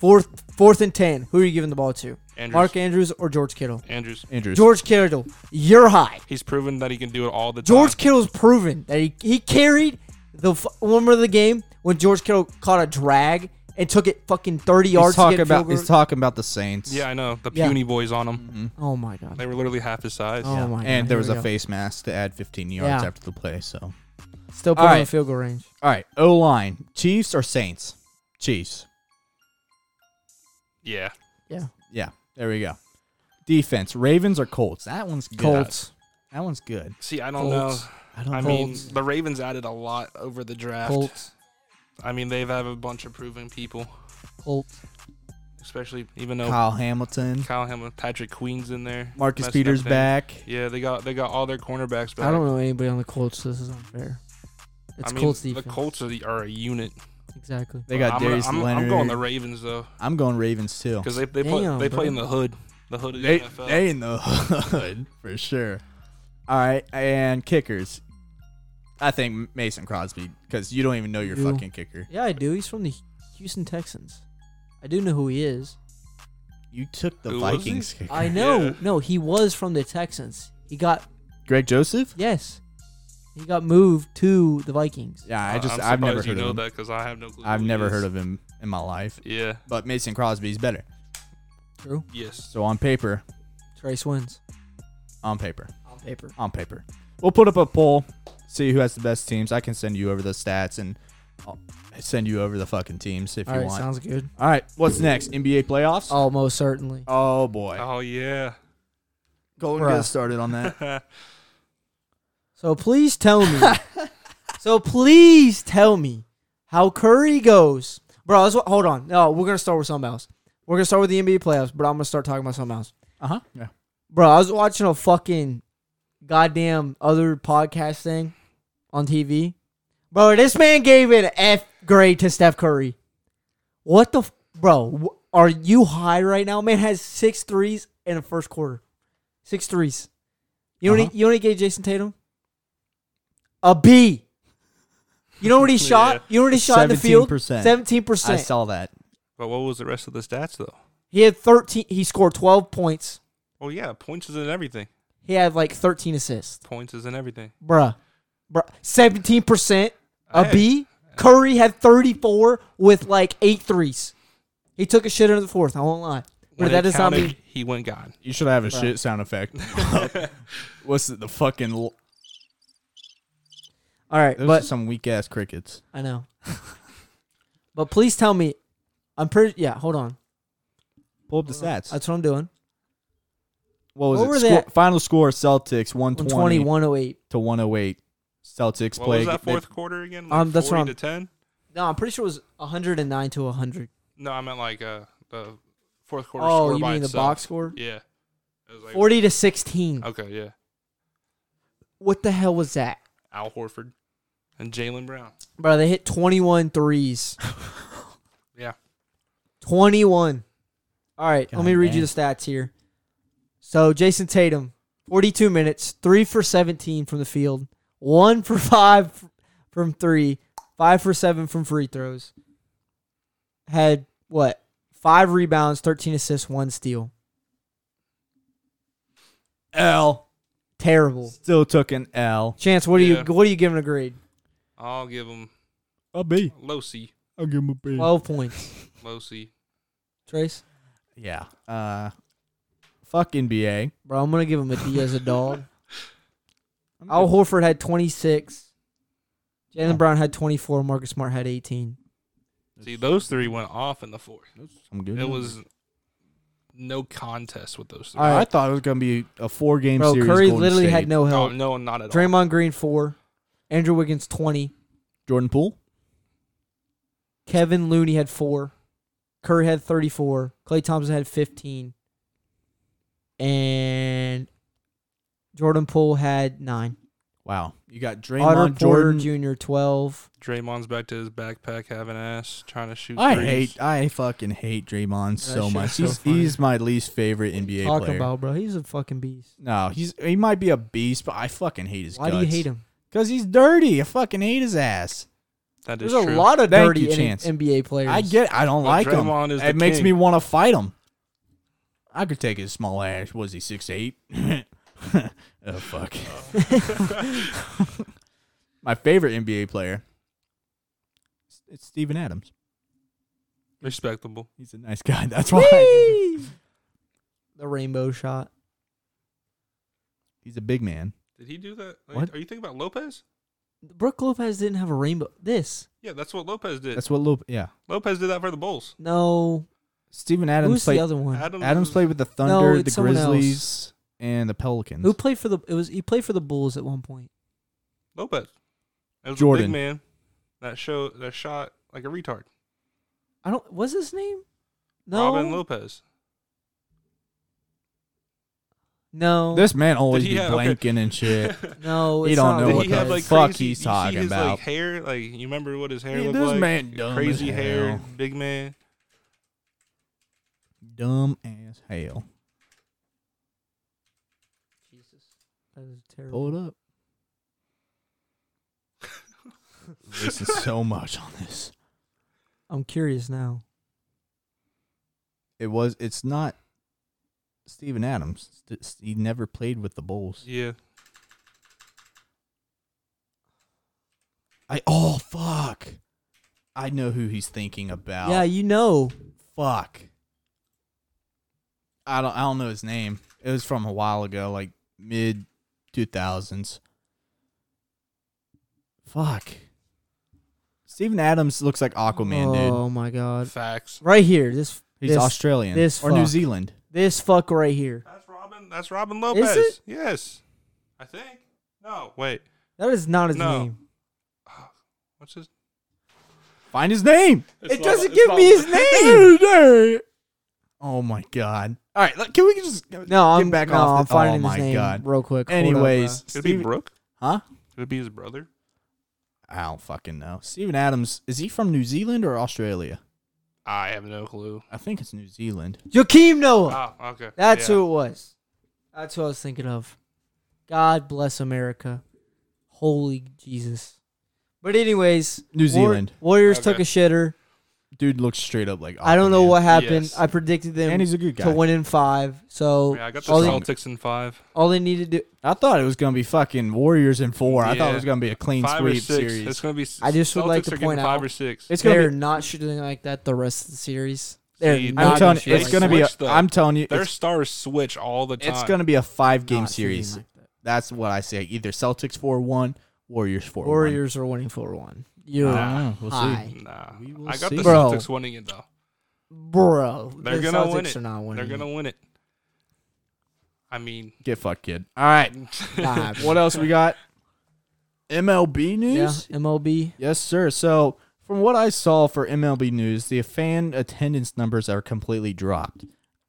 Speaker 1: fourth, fourth and ten. Who are you giving the ball to?
Speaker 4: Andrews.
Speaker 1: Mark Andrews or George Kittle?
Speaker 4: Andrews.
Speaker 2: Andrews.
Speaker 1: George Kittle, you're high.
Speaker 4: He's proven that he can do it all the time.
Speaker 1: George Kittle's proven that he, he carried the f- remember the game when George Kittle caught a drag and took it fucking thirty
Speaker 2: he's
Speaker 1: yards. to
Speaker 2: talking
Speaker 1: get
Speaker 2: about
Speaker 1: about
Speaker 2: he's talking about the Saints.
Speaker 4: Yeah, I know. The
Speaker 1: Yeah.
Speaker 4: puny boys on him.
Speaker 2: Mm-hmm.
Speaker 1: oh my god.
Speaker 4: They were literally half his size.
Speaker 1: Oh my god.
Speaker 2: And
Speaker 1: Here
Speaker 2: there was
Speaker 1: we
Speaker 2: a
Speaker 1: go.
Speaker 2: face mask to add 15 yards
Speaker 1: Yeah.
Speaker 2: after the play. So, all
Speaker 1: Still put him in
Speaker 2: Alright.
Speaker 1: field goal range.
Speaker 2: right, O line, Chiefs or Saints? Chiefs.
Speaker 4: Yeah.
Speaker 1: Yeah.
Speaker 2: Yeah, there we go. Defense, Ravens or Colts? That one's good.
Speaker 1: Colts.
Speaker 2: That one's good.
Speaker 4: See, I don't
Speaker 1: Colts.
Speaker 4: know.
Speaker 2: I don't
Speaker 4: I
Speaker 2: know.
Speaker 4: mean, the Ravens added a lot over the draft.
Speaker 1: Colts.
Speaker 4: I mean, they've had a bunch of proven people,
Speaker 1: Colts.
Speaker 4: especially even though
Speaker 2: Kyle Hamilton,
Speaker 4: Kyle Hamilton, Patrick Queen's in there.
Speaker 2: Marcus
Speaker 4: messed up
Speaker 2: Peters
Speaker 4: things.
Speaker 2: back.
Speaker 4: Yeah, they got they got all their cornerbacks back.
Speaker 1: I don't know anybody on the Colts. So this is unfair. It's
Speaker 4: I mean,
Speaker 1: Colts
Speaker 4: the
Speaker 1: defense.
Speaker 4: Colts are, the, are a unit.
Speaker 1: Exactly.
Speaker 2: They got
Speaker 4: I'm, gonna-
Speaker 2: Darius
Speaker 4: I'm,
Speaker 2: Leonard.
Speaker 4: I'm going the Ravens though,
Speaker 2: I'm going Ravens too.
Speaker 4: because they they play
Speaker 1: Damn,
Speaker 4: they
Speaker 1: bro.
Speaker 4: play in the hood. The hood of the
Speaker 2: They,
Speaker 4: NFL.
Speaker 2: they in the hood <laughs> for sure. All right, and kickers. I think Mason Crosby because you don't even know your
Speaker 1: You-
Speaker 2: fucking kicker.
Speaker 1: Yeah, I do. He's from the Houston Texans. I do know who he
Speaker 4: <laughs>
Speaker 1: is.
Speaker 2: You took the
Speaker 4: Who was he?
Speaker 2: Vikings kicker.
Speaker 1: I know.
Speaker 4: Yeah.
Speaker 1: No, he was from the Texans. He got
Speaker 2: Greg Joseph.
Speaker 1: yes. He got moved to the Vikings.
Speaker 2: Yeah, I
Speaker 4: Uh, I'm
Speaker 2: just I've never
Speaker 4: surprised you
Speaker 2: heard
Speaker 4: know
Speaker 2: of him.
Speaker 4: that because I have no clue.
Speaker 2: I've
Speaker 4: who he
Speaker 2: never
Speaker 4: is.
Speaker 2: heard of him in my life.
Speaker 4: Yeah.
Speaker 2: But Mason Crosby's better.
Speaker 1: True.
Speaker 4: Yes.
Speaker 2: So on paper,
Speaker 1: Trace wins
Speaker 2: on paper,
Speaker 1: on paper.
Speaker 2: on paper. We'll put up a poll, see who has the best teams. I can send you over the stats and I'll send you over the fucking teams if
Speaker 1: All
Speaker 2: you
Speaker 1: right,
Speaker 2: want.
Speaker 1: sounds good.
Speaker 2: All right, what's next? NBA playoffs. Oh,
Speaker 1: Almost certainly.
Speaker 2: boy,
Speaker 4: Oh yeah.
Speaker 2: Golden
Speaker 1: Bruh.
Speaker 2: get us started on <laughs> that.
Speaker 1: So please tell me. so please tell me how Curry goes, bro. That's what, hold on. No, we're gonna start with something else. We're gonna start with the NBA playoffs, but I'm gonna start talking about something else.
Speaker 2: Uh huh. Yeah.
Speaker 1: Bro, I was watching a fucking goddamn other podcast thing on TV. Bro, this man gave an F grade to Steph Curry. What the f- bro? wh- Are you high right now? Man has six threes in the first quarter. Six threes. You know what
Speaker 2: Uh-huh.
Speaker 1: he, you know what he gave Jason Tatum? A B. You know what he shot?
Speaker 4: Yeah.
Speaker 1: You know what he shot in the field?
Speaker 2: 17%.
Speaker 1: Seventeen
Speaker 2: I
Speaker 1: percent.
Speaker 2: saw that.
Speaker 4: but what was the rest of the stats though?
Speaker 1: He had thirteen. He scored twelve points.
Speaker 4: Well, yeah, points is in everything.
Speaker 1: He had like thirteen assists.
Speaker 4: Points is in everything.
Speaker 1: bruh, bruh, seventeen percent a
Speaker 4: Hey.
Speaker 1: B. Curry had thirty four with like eight threes. He took a shit into the fourth. I won't lie, but
Speaker 4: When
Speaker 1: that
Speaker 4: it
Speaker 1: does not
Speaker 4: counted,
Speaker 1: mean
Speaker 4: he went gone.
Speaker 2: You should have a shit sound effect. <laughs> What's it, the fucking? L-
Speaker 1: all right.
Speaker 2: Those are
Speaker 1: But
Speaker 2: some weak ass crickets.
Speaker 1: I know. <laughs> but please tell me, I'm pretty. Yeah, hold on.
Speaker 2: Pull up the stats.
Speaker 1: That's what I'm doing.
Speaker 2: what was
Speaker 1: what
Speaker 2: it?
Speaker 1: were
Speaker 2: Score-
Speaker 1: they at?
Speaker 2: final score: Celtics one
Speaker 1: One twenty
Speaker 2: twenty
Speaker 1: one oh eight.
Speaker 2: to one hundred eight. Celtics
Speaker 4: What
Speaker 2: play.
Speaker 4: was that
Speaker 2: they-
Speaker 4: fourth quarter again? Like
Speaker 1: Um, that's what
Speaker 4: 40
Speaker 1: I'm-
Speaker 4: to ten.
Speaker 1: No, I'm pretty sure it was hundred and nine to hundred.
Speaker 4: No, I meant like uh, the fourth quarter.
Speaker 1: Oh,
Speaker 4: score
Speaker 1: you
Speaker 4: by
Speaker 1: mean the
Speaker 4: itself.
Speaker 1: box score?
Speaker 4: Yeah. It was like-
Speaker 1: Forty to sixteen.
Speaker 4: Okay, yeah.
Speaker 1: What the hell was that,
Speaker 4: Al Horford and Jalen Brown.
Speaker 1: bro? They hit 21 threes.
Speaker 4: Yeah.
Speaker 1: 21. All right, let me
Speaker 2: God
Speaker 1: read you
Speaker 2: dang.
Speaker 1: the stats here. So Jason Tatum, 42 minutes, 3 for 17 from the field, 1 for 5 f- from 3, 5 for 7 from free throws. Had what? 5 rebounds, 13 assists, 1 steal.
Speaker 2: L
Speaker 1: Terrible.
Speaker 2: still took an L.
Speaker 1: Chance, what are
Speaker 4: Yeah.
Speaker 1: you what are you giving a grade?
Speaker 4: I'll give him
Speaker 2: A B.
Speaker 4: low C.
Speaker 2: I'll give him a B.
Speaker 1: 12 points.
Speaker 4: Low C.
Speaker 1: Trace,
Speaker 2: yeah. Uh, fuck NBA.
Speaker 1: bro, I'm going to give him a D as a dog. <laughs> Al Horford had 26. Jalen Brown had 24. Marcus Smart had 18.
Speaker 4: See, those three went off in the fourth.
Speaker 2: I'm good.
Speaker 4: It was no contest with those three.
Speaker 1: All right.
Speaker 2: I thought it was gonna be a four game
Speaker 1: Bro,
Speaker 2: series.
Speaker 1: Curry
Speaker 2: Golden
Speaker 1: literally
Speaker 2: State.
Speaker 1: had no
Speaker 4: Oh, No,
Speaker 1: help.
Speaker 4: no, not at all.
Speaker 1: Draymond Green four, Andrew Wiggins twenty,
Speaker 2: Jordan Poole.
Speaker 1: Kevin Looney had four, Curry had thirty four, Clay Thompson had fifteen, and Jordan Poole had nine.
Speaker 2: Wow, you got
Speaker 1: Otter
Speaker 2: Draymond
Speaker 1: Porter
Speaker 2: Jordan.
Speaker 1: Jr. twelve.
Speaker 4: Draymond's back to his backpack, having ass, trying to shoot.
Speaker 2: I
Speaker 4: threes.
Speaker 2: hate, I fucking hate Draymond so
Speaker 1: shit's
Speaker 2: much.
Speaker 1: so
Speaker 2: he's,
Speaker 1: funny.
Speaker 2: he's my least favorite NBA
Speaker 1: Talk
Speaker 2: player.
Speaker 1: about bro, he's a fucking beast.
Speaker 2: No, he's he might be a beast, but I fucking hate his.
Speaker 1: Why do you hate him?
Speaker 2: Because he's dirty. I fucking hate his ass.
Speaker 4: That is
Speaker 1: There's a
Speaker 4: true.
Speaker 1: lot <laughs> of
Speaker 2: Thank
Speaker 1: dirty
Speaker 2: you,
Speaker 1: N-
Speaker 2: Chance.
Speaker 1: NBA players.
Speaker 2: I get. I don't
Speaker 4: But
Speaker 2: like
Speaker 4: Draymond
Speaker 2: him.
Speaker 4: is
Speaker 2: it
Speaker 4: the
Speaker 2: makes
Speaker 4: king.
Speaker 2: me want to fight him. I could take his small ass. Was he six eight? <laughs> oh fuck. My favorite NBA player. It's Steven Adams.
Speaker 4: <laughs> Respectable.
Speaker 2: He's a nice guy. <laughs> That's why
Speaker 1: Whee! the rainbow shot.
Speaker 2: <laughs> he's a big man.
Speaker 4: Did he do that? Are you-
Speaker 2: What?
Speaker 4: Are you thinking about Lopez?
Speaker 1: Brooke Lopez didn't have a rainbow. This
Speaker 4: Yeah, that's what Lopez did.
Speaker 2: That's what Lope. Yeah,
Speaker 4: Lopez did that for the Bulls.
Speaker 1: no.
Speaker 2: Steven Adams
Speaker 1: Who's
Speaker 2: played.
Speaker 1: the other one?
Speaker 4: Adams,
Speaker 2: Adams
Speaker 4: is-
Speaker 2: played with the Thunder,
Speaker 1: it's
Speaker 2: the
Speaker 1: someone else.
Speaker 2: Grizzlies, and the Pelicans.
Speaker 1: Who played for the? It was he played for the Bulls at one point.
Speaker 4: Lopez. That was a
Speaker 2: Jordan.
Speaker 4: big man. That show that shot like a retard.
Speaker 1: I don't. What's his name? No,
Speaker 4: Robin Lopez.
Speaker 1: no,
Speaker 2: This man always
Speaker 4: Did he
Speaker 2: be
Speaker 4: have- okay.
Speaker 2: blanking
Speaker 4: <laughs>
Speaker 2: and shit.
Speaker 1: no.
Speaker 2: He
Speaker 1: it's
Speaker 2: don't
Speaker 1: not
Speaker 2: know
Speaker 4: Did
Speaker 2: what
Speaker 4: he have
Speaker 2: the
Speaker 4: like
Speaker 2: fuck
Speaker 4: crazy,
Speaker 2: he's
Speaker 4: you see
Speaker 2: talking
Speaker 4: his,
Speaker 2: about.
Speaker 4: Like hair, like you remember what his hair
Speaker 2: Yeah,
Speaker 4: looked
Speaker 2: this
Speaker 4: like?
Speaker 2: man dumb
Speaker 4: crazy
Speaker 2: as
Speaker 4: hair,
Speaker 2: hell.
Speaker 4: big man.
Speaker 2: Dumb as hell.
Speaker 1: Jesus, that is terrible.
Speaker 2: Pull it <laughs> up. Listen so much on this.
Speaker 1: I'm curious now.
Speaker 2: It was. It's not Steven Adams. St- st- He never played with the Bulls.
Speaker 4: Yeah.
Speaker 2: I. Oh fuck. I know who he's thinking about.
Speaker 1: Yeah, you know.
Speaker 2: Fuck. I don't. I don't know his name. It was from a while ago, like mid two thousands. Fuck. Steven Adams looks like Aquaman, dude.
Speaker 1: oh my God!
Speaker 4: Facts.
Speaker 1: Right here, this
Speaker 2: He's
Speaker 1: this,
Speaker 2: Australian
Speaker 1: this
Speaker 2: or New
Speaker 1: fuck.
Speaker 2: Zealand.
Speaker 1: This fuck right here.
Speaker 4: That's Robin. That's Robin Lopez.
Speaker 1: it?
Speaker 4: Yes. I think. No. Wait.
Speaker 1: That is not his
Speaker 4: No.
Speaker 1: name.
Speaker 4: What's his?
Speaker 2: Find his name.
Speaker 1: it doesn't give me his
Speaker 4: <laughs>
Speaker 1: name.
Speaker 2: Oh my god. All right, look, can we just
Speaker 1: no, I'm
Speaker 2: get back
Speaker 1: no,
Speaker 2: off?
Speaker 1: I'm
Speaker 2: the-
Speaker 1: finding
Speaker 2: oh
Speaker 1: his
Speaker 2: my
Speaker 1: name
Speaker 2: god.
Speaker 1: real quick. Hold up.
Speaker 2: Anyways,
Speaker 4: Could it be
Speaker 2: Steven-
Speaker 4: Brooke?
Speaker 2: huh?
Speaker 4: Could it be his brother?
Speaker 2: I don't fucking know. Steven Adams is he from New Zealand or Australia?
Speaker 4: I have no clue.
Speaker 2: I think it's New Zealand.
Speaker 1: Joakim Noah.
Speaker 4: Ah, okay.
Speaker 1: That's
Speaker 4: Yeah.
Speaker 1: who it was. That's who I was thinking of. God bless America. Holy Jesus. But anyways,
Speaker 2: New
Speaker 1: War-
Speaker 2: Zealand.
Speaker 1: Warriors took a
Speaker 4: Okay.
Speaker 1: shitter.
Speaker 2: Dude looks straight up like
Speaker 1: I don't know
Speaker 2: Aquaman.
Speaker 1: what happened.
Speaker 4: Yes.
Speaker 1: I predicted them
Speaker 2: And he's Oh, a good guy.
Speaker 1: to win in five. So
Speaker 4: Yeah, I got the
Speaker 1: all,
Speaker 2: Strong.
Speaker 1: they,
Speaker 2: wrong.
Speaker 4: Celtics in five.
Speaker 1: all they need to do,
Speaker 2: I thought it was gonna be fucking Warriors in four. I thought it
Speaker 4: Yeah.
Speaker 2: was gonna be a clean
Speaker 4: Five or
Speaker 2: sweep
Speaker 4: six.
Speaker 2: series.
Speaker 4: It's gonna be.
Speaker 1: I just would like
Speaker 4: Celtics
Speaker 1: to
Speaker 4: are getting
Speaker 1: point
Speaker 4: five
Speaker 1: out-
Speaker 4: or six.
Speaker 2: It's gonna
Speaker 1: they're
Speaker 2: be.
Speaker 1: not shooting like that the rest of the series. They're
Speaker 4: See,
Speaker 1: not
Speaker 2: I'm telling
Speaker 4: not
Speaker 1: gonna
Speaker 2: you,
Speaker 1: shoot
Speaker 2: it's
Speaker 1: like
Speaker 2: gonna
Speaker 1: that.
Speaker 2: be. A,
Speaker 4: Switch the-
Speaker 2: I'm telling you,
Speaker 4: Their
Speaker 2: it's,
Speaker 4: stars switch all the time.
Speaker 2: it's gonna be a five game
Speaker 1: Not shooting
Speaker 2: series.
Speaker 1: like that.
Speaker 2: That's what I say. Either Celtics four one, Warriors four
Speaker 1: Warriors are winning 4 1. You,
Speaker 2: One. I don't know. We'll
Speaker 1: Hi.
Speaker 2: see.
Speaker 4: Nah,
Speaker 2: We will
Speaker 4: I got
Speaker 2: see.
Speaker 4: the
Speaker 1: Bro.
Speaker 4: Celtics winning it though.
Speaker 1: bro.
Speaker 4: They're
Speaker 1: the
Speaker 4: gonna
Speaker 1: Celtics
Speaker 4: win it.
Speaker 1: Are not winning.
Speaker 4: They're gonna win it. I mean,
Speaker 2: Get fucked, kid. All right.
Speaker 1: Nah,
Speaker 4: <laughs>
Speaker 2: What else we <laughs> got? MLB
Speaker 1: Yeah,
Speaker 2: news.
Speaker 1: MLB.
Speaker 2: Yes, sir. So, from what I saw for MLB news, the fan attendance numbers are completely dropped.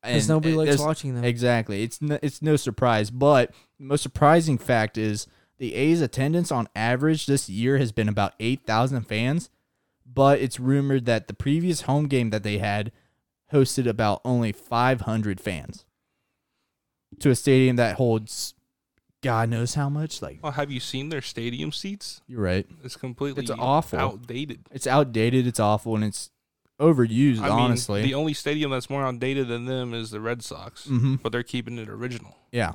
Speaker 1: Because
Speaker 2: And
Speaker 1: nobody
Speaker 2: it-
Speaker 1: likes
Speaker 2: there's-
Speaker 1: watching them.
Speaker 2: Exactly. It's no, it's no surprise, but the most surprising fact is the A's attendance on average this year has been about 8,000 fans, but it's rumored that the previous home game that they had hosted about only 500 fans to a stadium that holds God knows how much. Like,
Speaker 4: well, have you seen their stadium seats?
Speaker 2: you're right.
Speaker 4: It's completely
Speaker 2: It's awful.
Speaker 4: outdated.
Speaker 2: It's outdated, it's awful, and it's overused,
Speaker 4: I mean,
Speaker 2: honestly.
Speaker 4: the only stadium that's more outdated than them is the Red Sox,
Speaker 2: Mhm.
Speaker 4: but they're keeping it original.
Speaker 2: Yeah.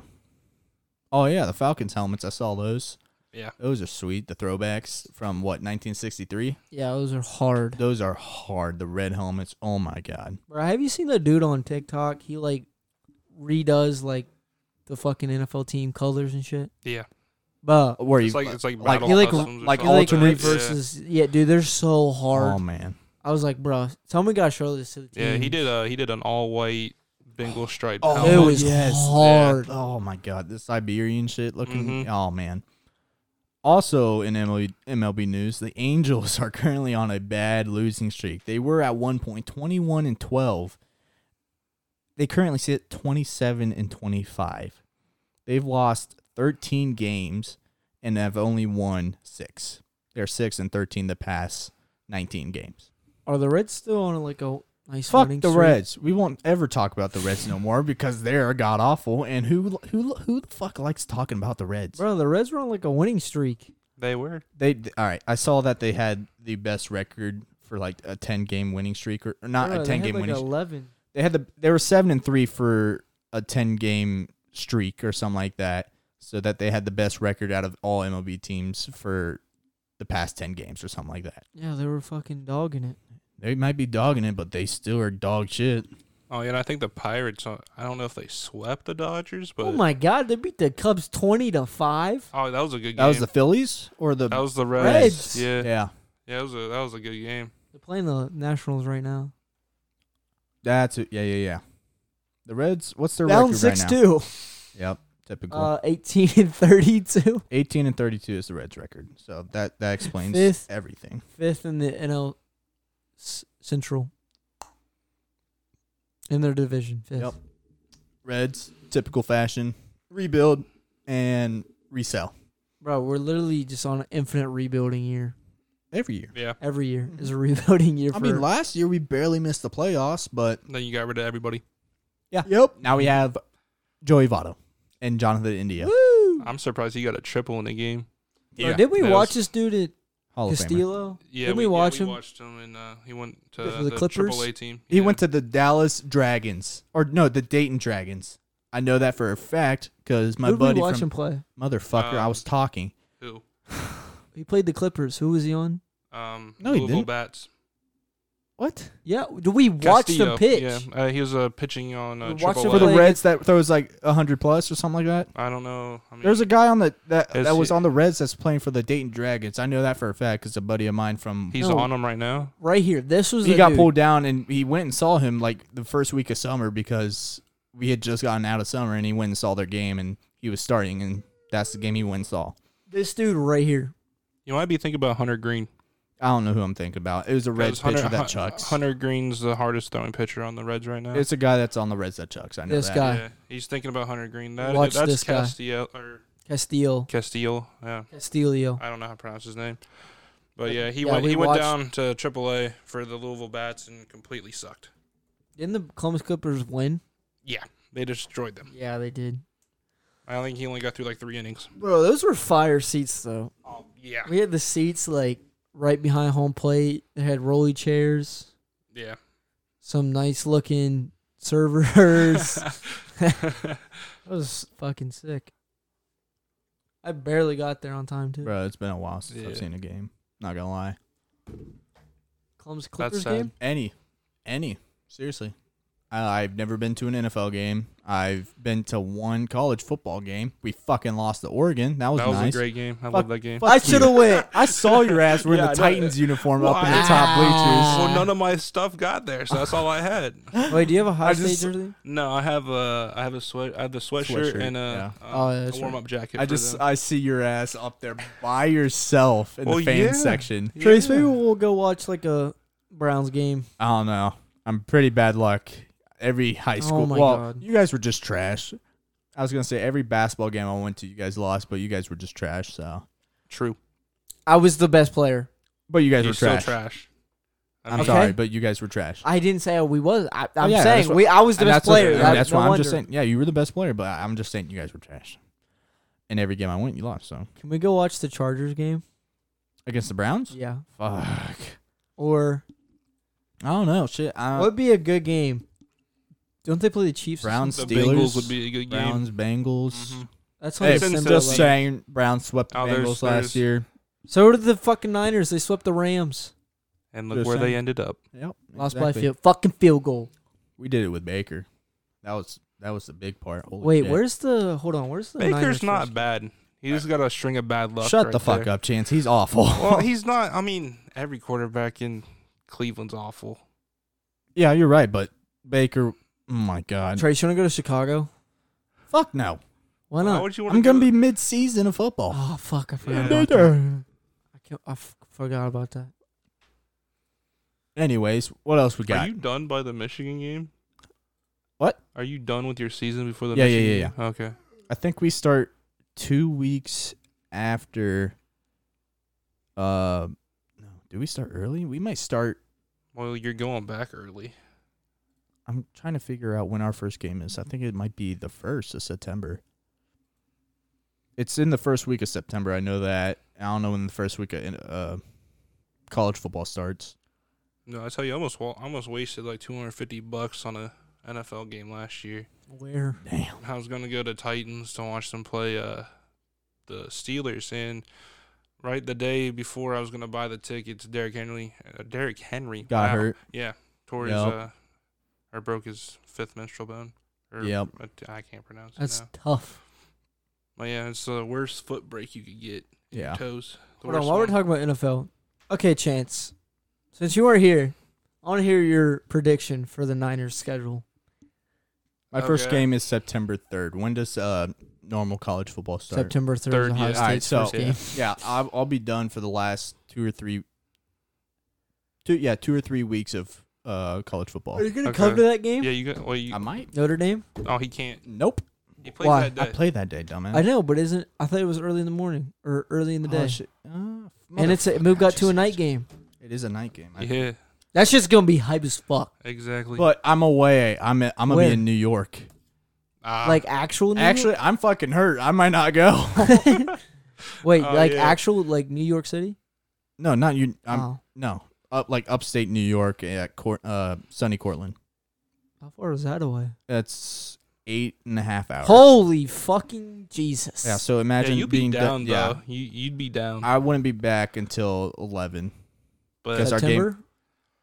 Speaker 2: Oh yeah, the Falcons helmets. I saw those.
Speaker 4: Yeah.
Speaker 2: Those are sweet. The throwbacks from what 1963.
Speaker 1: Yeah, those are hard.
Speaker 2: Those are hard. The red helmets. Oh my god.
Speaker 1: Bro, have you seen the dude on TikTok? He like redoes like the fucking NFL team colors and shit.
Speaker 4: Yeah,
Speaker 1: But
Speaker 2: Uh, Where
Speaker 4: it's
Speaker 2: you
Speaker 4: like it's like
Speaker 2: like-
Speaker 4: battle
Speaker 1: he like
Speaker 4: customs or
Speaker 2: like
Speaker 1: he
Speaker 4: something
Speaker 1: like
Speaker 4: that.
Speaker 2: alternate
Speaker 1: reverses. Yeah. dude, they're so hard.
Speaker 2: Oh man.
Speaker 1: I was like, bro, someone gotta show this to the team.
Speaker 4: Yeah. yeah, he did. Uh, he did an all white Bengal striped.
Speaker 2: Oh,
Speaker 1: it
Speaker 4: Oh,
Speaker 1: was
Speaker 2: yes.
Speaker 1: hard.
Speaker 2: Oh my god, this Siberian shit looking.
Speaker 4: Mhm.
Speaker 2: Oh man. Also in MLB, MLB news, the Angels <laughs> are currently on a bad losing streak. They were at one point 21 and 12. They currently sit 27 and 25. They've lost 13 games and have only won 6. They're 6 and 13 the past 19 games.
Speaker 1: Are the Reds still on like a nice
Speaker 2: Fuck
Speaker 1: winning
Speaker 2: the
Speaker 1: streak?
Speaker 2: Reds. We won't ever talk about the Reds no more because they're god awful. And who who who the fuck likes talking about the Reds?
Speaker 1: bro? The Reds were on like a winning streak.
Speaker 4: they were.
Speaker 2: They th- all right. I saw that they had the best record for like a ten game winning streak or, or not
Speaker 1: Bro,
Speaker 2: a
Speaker 1: they
Speaker 2: ten
Speaker 1: had,
Speaker 2: game
Speaker 1: like
Speaker 2: winning. streak.
Speaker 1: eleven.
Speaker 2: They had the they were seven and three for a ten game streak or something like that. So that they had the best record out of all MLB teams for the past ten games or something like that.
Speaker 1: Yeah, they were fucking dogging it.
Speaker 2: They might be dogging it, but they still are dog shit.
Speaker 4: Oh, yeah, and I think the Pirates. uh, I don't know if they swept the Dodgers, but
Speaker 1: oh my god, they beat the Cubs twenty to five.
Speaker 4: Oh, that was a good game.
Speaker 2: That was the Phillies or the
Speaker 4: that was the
Speaker 1: Reds.
Speaker 4: Reds. Yeah, yeah,
Speaker 2: yeah.
Speaker 4: that was a that was a good game.
Speaker 1: They're playing the Nationals right now.
Speaker 2: That's it. Yeah, yeah, yeah. The Reds. What's their
Speaker 1: Down
Speaker 2: record
Speaker 1: six
Speaker 2: right now?
Speaker 1: two,
Speaker 2: Yep, typical.
Speaker 1: uh, eighteen and thirty two.
Speaker 2: Eighteen and thirty-two is the Reds' record. So that that explains
Speaker 1: Fifth.
Speaker 2: everything.
Speaker 1: Fifth in the NL S- Central in their division. Fifth.
Speaker 2: Yep. Reds, typical fashion, rebuild and resell
Speaker 1: Bro, we're literally just on an infinite rebuilding year.
Speaker 2: every year.
Speaker 4: Yeah.
Speaker 1: Every year is a <laughs> rebuilding year.
Speaker 2: I
Speaker 1: for,
Speaker 2: mean, last year we barely missed the playoffs, but
Speaker 4: Then you got rid of everybody.
Speaker 2: yeah. Yep. Now we have Joey Votto and Jonathan India.
Speaker 1: woo.
Speaker 4: I'm surprised he got a triple in the game.
Speaker 1: Bro, did we
Speaker 4: That
Speaker 1: watch
Speaker 4: was-
Speaker 1: this dude at
Speaker 2: Hall of Famer.
Speaker 1: Castillo?
Speaker 4: Yeah,
Speaker 1: Did
Speaker 4: we,
Speaker 1: we watch
Speaker 4: yeah,
Speaker 1: him?
Speaker 4: We watched him, and uh, he went to
Speaker 1: For the
Speaker 4: the,
Speaker 1: Clippers?
Speaker 4: AAA team.
Speaker 2: He went to the Dallas Dragons, or no, the Dayton Dragons. I know that for a fact because my
Speaker 1: Who did
Speaker 2: buddy
Speaker 1: we watch him
Speaker 2: from
Speaker 1: play?
Speaker 2: motherfucker, I
Speaker 4: Um,
Speaker 2: was talking.
Speaker 4: who?
Speaker 1: He played the Clippers. Who was he on?
Speaker 4: Um,
Speaker 2: No, he
Speaker 4: Louisville
Speaker 2: didn't.
Speaker 4: Bats.
Speaker 2: What?
Speaker 1: Yeah, do we watch
Speaker 4: Castillo,
Speaker 1: him pitch?
Speaker 4: Yeah, uh, he was uh, pitching on uh,
Speaker 1: We watched him
Speaker 4: AAA.
Speaker 2: For the
Speaker 1: Like-
Speaker 2: Reds that throws like 100 plus or something like that?
Speaker 4: I don't know. I mean,
Speaker 2: There's a guy on the that,
Speaker 4: Is
Speaker 2: that was
Speaker 4: he-
Speaker 2: on the Reds that's playing for the Dayton Dragons. I know that for a fact because a buddy of mine from
Speaker 4: he's
Speaker 1: No.
Speaker 4: on him right now.
Speaker 1: Right here. This was
Speaker 2: he
Speaker 1: the
Speaker 2: got
Speaker 1: dude.
Speaker 2: pulled down and he went and saw him like the first week of summer because we had just gotten out of summer and he went and saw their game and he was starting and that's the game he went and saw.
Speaker 1: This dude right here.
Speaker 4: You might be thinking about Hunter Green.
Speaker 2: I don't know who I'm thinking about. It was a Reds
Speaker 4: Because Hunter-
Speaker 2: pitcher that
Speaker 4: Hun-
Speaker 2: chucks.
Speaker 4: Hunter Green's the hardest throwing pitcher on the Reds right now.
Speaker 2: It's a guy that's on the Reds that chucks. I know
Speaker 1: This
Speaker 2: that.
Speaker 1: guy.
Speaker 4: yeah, he's thinking about Hunter Green. That,
Speaker 1: Watch
Speaker 4: that's
Speaker 1: this guy.
Speaker 4: Castillo or
Speaker 1: Castile.
Speaker 4: Castillo. Yeah,
Speaker 1: Castillo.
Speaker 4: I don't know how to pronounce his name. But
Speaker 1: But,
Speaker 4: yeah, he
Speaker 1: yeah,
Speaker 4: went
Speaker 1: we
Speaker 4: he went
Speaker 1: watched-
Speaker 4: down to AAA for the Louisville Bats and completely sucked.
Speaker 1: Didn't the Columbus Clippers win?
Speaker 4: Yeah, they destroyed them.
Speaker 1: Yeah, they did.
Speaker 4: I think he only got through like three innings.
Speaker 1: Bro, those were fire seats though.
Speaker 4: Oh yeah,
Speaker 1: We had the seats like right behind home plate. They had rolly chairs,
Speaker 4: yeah. <laughs>
Speaker 1: some nice looking servers. that was fucking sick. I barely got there on time too.
Speaker 2: Bro, it's been a while since
Speaker 4: Yeah.
Speaker 2: I've seen a game. Not gonna lie.
Speaker 1: Columbus
Speaker 4: That's
Speaker 1: Clippers
Speaker 4: sad.
Speaker 1: game.
Speaker 2: Any, any, seriously. I, I've never been to an NFL game. I've been to one college football game. We fucking lost to Oregon. That was,
Speaker 4: that was
Speaker 2: nice.
Speaker 4: a great game. I
Speaker 2: Fuck-
Speaker 4: love that game.
Speaker 2: Fuck
Speaker 1: I
Speaker 2: you.
Speaker 1: should have went.
Speaker 2: I saw your ass wearing
Speaker 4: Yeah,
Speaker 2: the
Speaker 4: I know.
Speaker 2: Titans uniform up in the
Speaker 4: Why?
Speaker 2: top bleachers.
Speaker 4: Well, none of my stuff got there, so that's all I had.
Speaker 1: Wait, do you have a high
Speaker 2: I
Speaker 1: state
Speaker 2: just-
Speaker 1: jersey?
Speaker 4: No, I have a I have a sweat I have the sweatshirt,
Speaker 2: Sweatshirt,
Speaker 4: and a,
Speaker 1: yeah. Oh, yeah,
Speaker 4: uh,
Speaker 1: that's
Speaker 4: a warm up jacket.
Speaker 2: I
Speaker 4: for
Speaker 2: just uh,
Speaker 4: them.
Speaker 2: I see your ass up there by yourself in
Speaker 4: Well,
Speaker 2: the fan
Speaker 4: yeah.
Speaker 2: section.
Speaker 1: Trace,
Speaker 4: Yeah.
Speaker 1: maybe we'll go watch like a Browns game.
Speaker 2: I don't know. I'm pretty bad luck. Every
Speaker 4: Oh
Speaker 2: high school.
Speaker 1: my
Speaker 2: well,
Speaker 1: God.
Speaker 2: you guys were just trash. I was gonna say every basketball game I went to, you guys lost, but you guys were just trash. So,
Speaker 4: true.
Speaker 1: I was the best player.
Speaker 2: but you guys
Speaker 4: You're
Speaker 2: were
Speaker 4: still
Speaker 2: trash.
Speaker 4: trash. I
Speaker 2: I'm
Speaker 4: mean,
Speaker 2: sorry, but you guys were trash.
Speaker 1: I didn't say we was. Oh, I, I'm
Speaker 2: yeah, that's
Speaker 1: saying
Speaker 2: what-
Speaker 1: we. I was the
Speaker 2: And
Speaker 1: best
Speaker 2: that's what-
Speaker 1: player.
Speaker 2: and
Speaker 1: That-
Speaker 2: that's
Speaker 1: no
Speaker 2: why I'm
Speaker 1: wonder.
Speaker 2: just saying. Yeah, you were the best player, but I'm just saying you guys were trash. In every game I went, you lost. So
Speaker 1: Can we go watch the Chargers game?
Speaker 2: against the Browns,
Speaker 1: Yeah.
Speaker 2: fuck.
Speaker 1: Or
Speaker 2: I don't know. Shit. I
Speaker 1: what would be a good game? Don't they play the Chiefs? or
Speaker 2: Browns,
Speaker 4: the
Speaker 2: Steelers
Speaker 4: Bengals would be a good game.
Speaker 2: Browns, Bengals.
Speaker 4: Mhm.
Speaker 1: something? That's
Speaker 2: Hey,
Speaker 1: on
Speaker 4: It's in
Speaker 1: December.
Speaker 2: just
Speaker 4: Philly.
Speaker 1: eleventh.
Speaker 2: saying, Browns swept the
Speaker 4: Oh, there's-
Speaker 2: Bengals last
Speaker 4: there's-
Speaker 2: year.
Speaker 1: So did the fucking Niners. They swept the Rams.
Speaker 4: And look
Speaker 2: Just
Speaker 4: where they
Speaker 2: saying.
Speaker 4: ended up.
Speaker 2: Yep.
Speaker 1: Lost by
Speaker 2: exactly.
Speaker 1: field. Fucking field goal.
Speaker 2: We did it with Baker. That was that was the big part. Holy
Speaker 1: Wait,
Speaker 2: shit.
Speaker 1: where's the? Hold on. Where's the?
Speaker 4: Baker's
Speaker 1: Niners
Speaker 4: not
Speaker 1: first?
Speaker 4: bad. He just got a string of bad luck.
Speaker 2: Shut
Speaker 4: right
Speaker 2: the fuck
Speaker 4: there.
Speaker 2: up, Chance. He's awful. <laughs>
Speaker 4: Well, he's not. I mean, every quarterback in Cleveland's awful.
Speaker 2: yeah, you're right, but Baker Oh my god.
Speaker 1: Trace, you want to go to Chicago?
Speaker 2: Fuck no.
Speaker 1: Why
Speaker 4: Why
Speaker 1: not?
Speaker 4: would you want
Speaker 2: I'm gonna be mid season of football.
Speaker 1: oh fuck! I forgot
Speaker 4: Yeah.
Speaker 1: about that. I, can't, I f- forgot about that.
Speaker 2: Anyways, what else we
Speaker 4: Are
Speaker 2: got?
Speaker 4: you done by the Michigan game?
Speaker 2: What?
Speaker 4: Are you done with your season before the
Speaker 2: Yeah, yeah,
Speaker 4: Michigan
Speaker 2: yeah,
Speaker 4: game? Okay.
Speaker 2: I think we start two weeks after uh no, do we start early? We might start
Speaker 4: Well, you're going back early.
Speaker 2: I'm trying to figure out when our first game is. I think it might be the first of September. It's in the first week of September. I know that. I don't know when the first week of uh, college football starts.
Speaker 4: No, I tell you, I almost wa- I almost wasted like 250 bucks on a NFL game last year.
Speaker 1: Where?
Speaker 2: Damn.
Speaker 4: I was gonna go to Titans to watch them play uh, the Steelers, and right the day before I was gonna buy the tickets, Derrick Henry, uh, Derrick Henry
Speaker 2: Got
Speaker 4: wow.
Speaker 2: hurt.
Speaker 4: Yeah, tore his
Speaker 2: Yep.
Speaker 4: uh, or broke his fifth menstrual bone. Or
Speaker 2: Yep.
Speaker 4: a- I can't pronounce
Speaker 1: That's
Speaker 4: it now.
Speaker 1: tough.
Speaker 4: But yeah, it's the worst foot break you could get. in your
Speaker 2: Yeah.
Speaker 4: toes. The
Speaker 1: Hold on,
Speaker 4: worst
Speaker 1: while we're
Speaker 4: one.
Speaker 1: talking about NFL, okay, Chance, since you are here, I want to hear your prediction for the Niners' schedule.
Speaker 2: My first
Speaker 4: Okay.
Speaker 2: game is September 3rd. When does uh, normal college football start?
Speaker 1: September third,
Speaker 4: Third,
Speaker 1: Ohio
Speaker 4: yeah.
Speaker 1: State's
Speaker 2: All right, so-
Speaker 1: first game.
Speaker 2: Yeah, I'll, I'll be done for the last two or three. Two, yeah, two or three weeks of uh, college football.
Speaker 1: Are you gonna
Speaker 4: Okay.
Speaker 1: come to that game?
Speaker 4: Yeah, you got. Well, you,
Speaker 2: I might.
Speaker 1: Notre Dame.
Speaker 4: oh, he can't.
Speaker 2: Nope.
Speaker 4: He plays
Speaker 1: Why?
Speaker 4: that
Speaker 2: I
Speaker 4: day.
Speaker 2: played that day, dumbass.
Speaker 1: I know, but isn't I thought it was early in the morning or early in the day,
Speaker 2: Oh, shit. Uh,
Speaker 1: and it's it
Speaker 2: motherfucker,
Speaker 1: moved
Speaker 2: I
Speaker 1: got to a
Speaker 2: just-
Speaker 1: night game.
Speaker 2: It is a night game. I-
Speaker 4: yeah,
Speaker 1: That's just gonna be hype as fuck.
Speaker 4: exactly.
Speaker 2: But I'm away. I'm in, I'm gonna
Speaker 1: Where?
Speaker 2: be in New York.
Speaker 4: Ah,
Speaker 1: like actual New
Speaker 2: Actually, I'm fucking hurt. I might not go. <laughs>
Speaker 1: York? wait,
Speaker 4: Oh,
Speaker 1: like
Speaker 4: yeah.
Speaker 1: actual like New York City?
Speaker 2: no, not you. I'm
Speaker 1: Wow.
Speaker 2: no up like upstate New York at Court, uh, sunny Cortland.
Speaker 1: How far is that away?
Speaker 2: That's eight and a half hours.
Speaker 1: Holy fucking Jesus!
Speaker 2: yeah. So
Speaker 4: yeah,
Speaker 2: imagine
Speaker 4: you'd be
Speaker 2: being
Speaker 4: down
Speaker 2: done- yeah.
Speaker 4: though. You you'd be down.
Speaker 2: I wouldn't be back until eleven
Speaker 4: but
Speaker 2: That's our game
Speaker 1: September.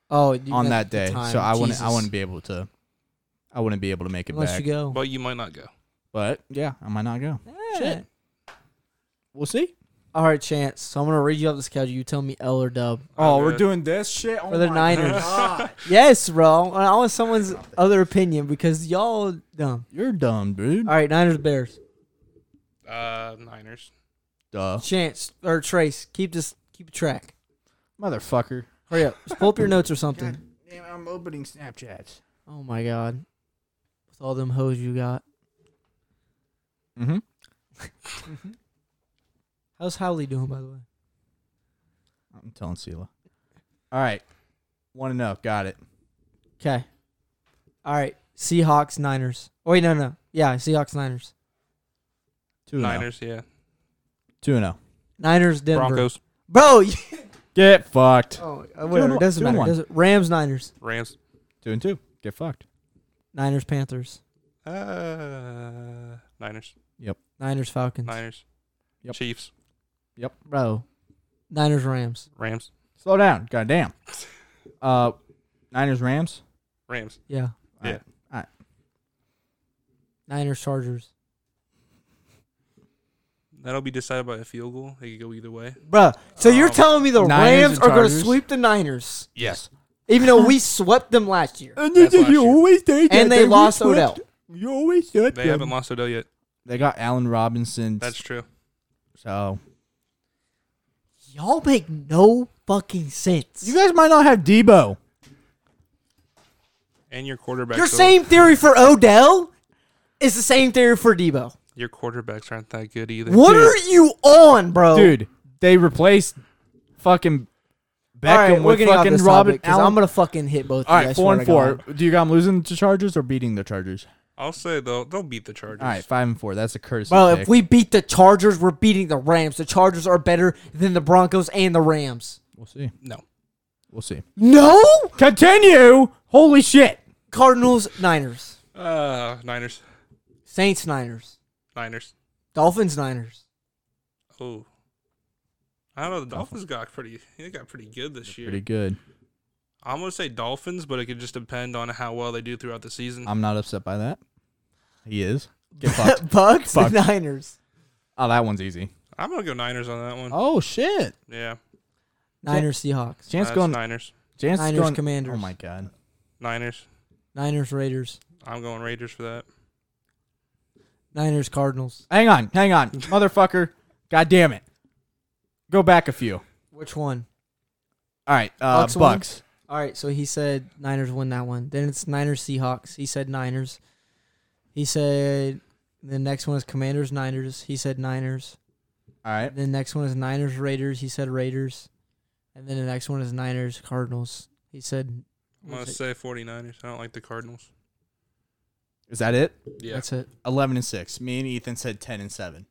Speaker 1: Oh, you
Speaker 2: on
Speaker 1: meant
Speaker 2: that
Speaker 1: the
Speaker 2: day,
Speaker 1: time.
Speaker 2: so I wouldn't. I
Speaker 1: Jesus.
Speaker 2: wouldn't be able to. I wouldn't be able to make it
Speaker 1: Unless
Speaker 2: back.
Speaker 1: you go.
Speaker 4: but you might not go.
Speaker 2: But yeah, I might not go.
Speaker 1: Yeah.
Speaker 2: Shit. We'll see.
Speaker 1: All right, Chance. So I'm gonna read you up the schedule. You tell me L or Dub.
Speaker 2: Oh,
Speaker 4: Okay.
Speaker 2: we're doing this shit oh
Speaker 1: For the
Speaker 2: my
Speaker 1: Niners.
Speaker 2: God.
Speaker 1: Yes, bro. I want someone's other opinion because y'all dumb.
Speaker 2: You're dumb, dude.
Speaker 1: All right, Niners Bears.
Speaker 4: Uh, Niners.
Speaker 2: Duh,
Speaker 1: Oh. Chance or Trace, keep this keep track.
Speaker 2: motherfucker.
Speaker 1: Hurry up. Just pull up your notes or <laughs> something.
Speaker 2: Damn, I'm opening Snapchats.
Speaker 1: Oh my god. With all them hoes you got.
Speaker 2: Mm-hmm.
Speaker 1: How's Howley doing by the way?
Speaker 2: I'm telling Sela. All right, one and up. Got it.
Speaker 1: Okay. All right. Seahawks Niners. Oh, wait, no, no. Yeah, Seahawks Niners.
Speaker 2: Two and oh.
Speaker 4: Niners. Yeah.
Speaker 2: Two and oh.
Speaker 1: Niners Denver.
Speaker 4: Broncos.
Speaker 1: Bro. you-
Speaker 2: Get fucked.
Speaker 1: <laughs> Oh, whatever.
Speaker 2: one-
Speaker 1: It doesn't
Speaker 2: two and
Speaker 1: matter.
Speaker 2: one.
Speaker 1: Doesn't- Rams Niners.
Speaker 4: Rams.
Speaker 2: Two and two. Get fucked.
Speaker 1: Niners Panthers.
Speaker 4: Uh, Niners.
Speaker 1: Niners Falcons.
Speaker 4: Niners.
Speaker 2: Yep.
Speaker 4: Chiefs.
Speaker 1: Bro. Niners Rams.
Speaker 4: Rams.
Speaker 2: Slow down. God damn. Uh, Niners Rams.
Speaker 4: Rams.
Speaker 1: Yeah.
Speaker 2: All
Speaker 4: Yeah.
Speaker 2: right. All right.
Speaker 1: Niners Chargers.
Speaker 4: That'll be decided by a field goal. It could go either way.
Speaker 1: Bruh. So you're
Speaker 4: Um,
Speaker 1: telling me the
Speaker 2: Niners
Speaker 1: Rams
Speaker 2: and
Speaker 1: are going to
Speaker 2: Chargers?
Speaker 1: sweep the Niners,
Speaker 4: Yes.
Speaker 1: even though we swept them last year.
Speaker 2: And
Speaker 4: That's last year.
Speaker 2: always say that
Speaker 1: And they
Speaker 2: we
Speaker 1: lost
Speaker 2: swept-
Speaker 1: Odell.
Speaker 2: You always said
Speaker 4: They
Speaker 2: that.
Speaker 4: haven't lost Odell yet.
Speaker 2: They got Allen Robinson.
Speaker 4: That's true.
Speaker 2: so
Speaker 1: Y'all make no fucking sense.
Speaker 2: you guys might not have Debo.
Speaker 4: And your quarterbacks.
Speaker 1: Your
Speaker 4: are-
Speaker 1: same theory for Odell is the same theory for Debo.
Speaker 4: Your quarterbacks aren't that good either.
Speaker 1: What are you on, bro?
Speaker 2: Dude, they replaced fucking Beckham
Speaker 1: All right, we're
Speaker 2: with
Speaker 1: getting off
Speaker 2: fucking
Speaker 1: this
Speaker 2: Robin
Speaker 1: topic because
Speaker 2: Allen.
Speaker 1: I'm gonna fucking hit both.
Speaker 2: All
Speaker 1: of you, I
Speaker 2: right,
Speaker 1: swear
Speaker 2: four and
Speaker 1: to
Speaker 2: four.
Speaker 1: God.
Speaker 2: Do you got them losing to Chargers or beating the Chargers?
Speaker 4: I'll say though, they'll beat the Chargers.
Speaker 2: All right, five and four. That's a courtesy.
Speaker 1: Bro,
Speaker 2: pick.
Speaker 1: if we beat the Chargers, we're beating the Rams. The Chargers are better than the Broncos and the Rams.
Speaker 2: we'll see.
Speaker 4: No.
Speaker 2: We'll see.
Speaker 1: No,
Speaker 2: Continue. Holy shit.
Speaker 1: Cardinals, Niners,
Speaker 4: Uh, Niners.
Speaker 1: Saints, Niners,
Speaker 4: Niners.
Speaker 1: Dolphins, Niners.
Speaker 4: Oh. I don't know. The Dolphins got pretty. They got pretty good this year.
Speaker 2: Pretty good.
Speaker 4: I'm gonna say Dolphins, but it could just depend on how well they do throughout the season.
Speaker 2: I'm not upset by that. He is. Get
Speaker 1: <laughs>
Speaker 2: fucked.
Speaker 1: Bucks,
Speaker 2: Fuck.
Speaker 1: Niners,
Speaker 2: Oh, that one's easy.
Speaker 4: I'm gonna go Niners on that one.
Speaker 2: Oh shit.
Speaker 4: Yeah,
Speaker 1: Niners, Seahawks,
Speaker 2: Chance
Speaker 4: that's
Speaker 2: going.
Speaker 4: Niners,
Speaker 2: Chance
Speaker 1: Niners
Speaker 2: going.
Speaker 1: Commanders.
Speaker 2: Oh my god.
Speaker 4: Niners,
Speaker 1: Niners, Raiders,
Speaker 4: I'm going Raiders for that.
Speaker 1: Niners, Cardinals.
Speaker 2: Hang on,
Speaker 1: <laughs>
Speaker 2: hang on, motherfucker! God damn it! Go back a few.
Speaker 1: Which one?
Speaker 2: All right, uh,
Speaker 1: Bucks
Speaker 2: Bucks.
Speaker 1: won? All right, so he said Niners win that one. Then it's Niners, Seahawks. He said Niners. He said the next one is Commanders, Niners. He said Niners.
Speaker 2: All right,
Speaker 1: The next one is Niners, Raiders. He said Raiders. And then the next one is Niners, Cardinals. He said
Speaker 4: I'm gonna
Speaker 1: That's
Speaker 4: say 49ers. I don't like the Cardinals.
Speaker 2: is that it?
Speaker 4: Yeah,
Speaker 1: that's it.
Speaker 2: Eleven and six. Me and Ethan said ten and seven.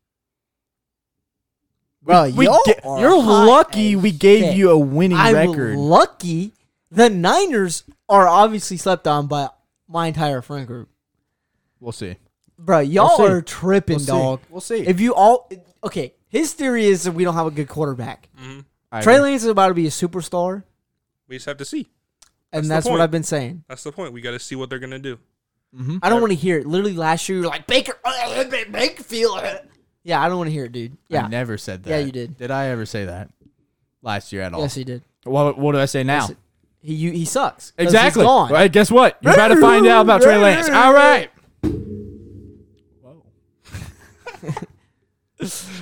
Speaker 1: Bro,
Speaker 2: We ga- you're lucky we gave you a winning
Speaker 1: I'm
Speaker 2: record.
Speaker 1: lucky. The Niners are obviously slept on by my entire friend group.
Speaker 2: we'll see.
Speaker 1: Bro, y'all
Speaker 2: We'll see.
Speaker 1: are tripping,
Speaker 2: We'll
Speaker 1: dog.
Speaker 2: see. We'll see.
Speaker 1: If you all okay, his theory is that we don't have a good quarterback.
Speaker 4: Mm.
Speaker 2: All right,
Speaker 1: Trey Lance is about to be a superstar,
Speaker 4: we just have to see.
Speaker 1: and
Speaker 4: That's the
Speaker 1: that's, what
Speaker 4: point.
Speaker 1: I've been saying.
Speaker 4: That's the point. We got to see what they're gonna do.
Speaker 2: Hmm?
Speaker 1: I don't want to hear it. Literally last year, you were like Baker, uh, Bakerfield. <laughs> Yeah, I don't want to hear it, dude.
Speaker 2: I
Speaker 1: Yeah,
Speaker 2: never said that.
Speaker 1: Yeah, you did.
Speaker 2: Did I ever say that last year at all?
Speaker 1: yes, he did.
Speaker 2: What, what do I say now?
Speaker 1: Yes, He you, he sucks. 'cause
Speaker 2: Exactly.
Speaker 1: He's gone.
Speaker 2: All right, guess what? You're about to find out about Trey Lance. All right.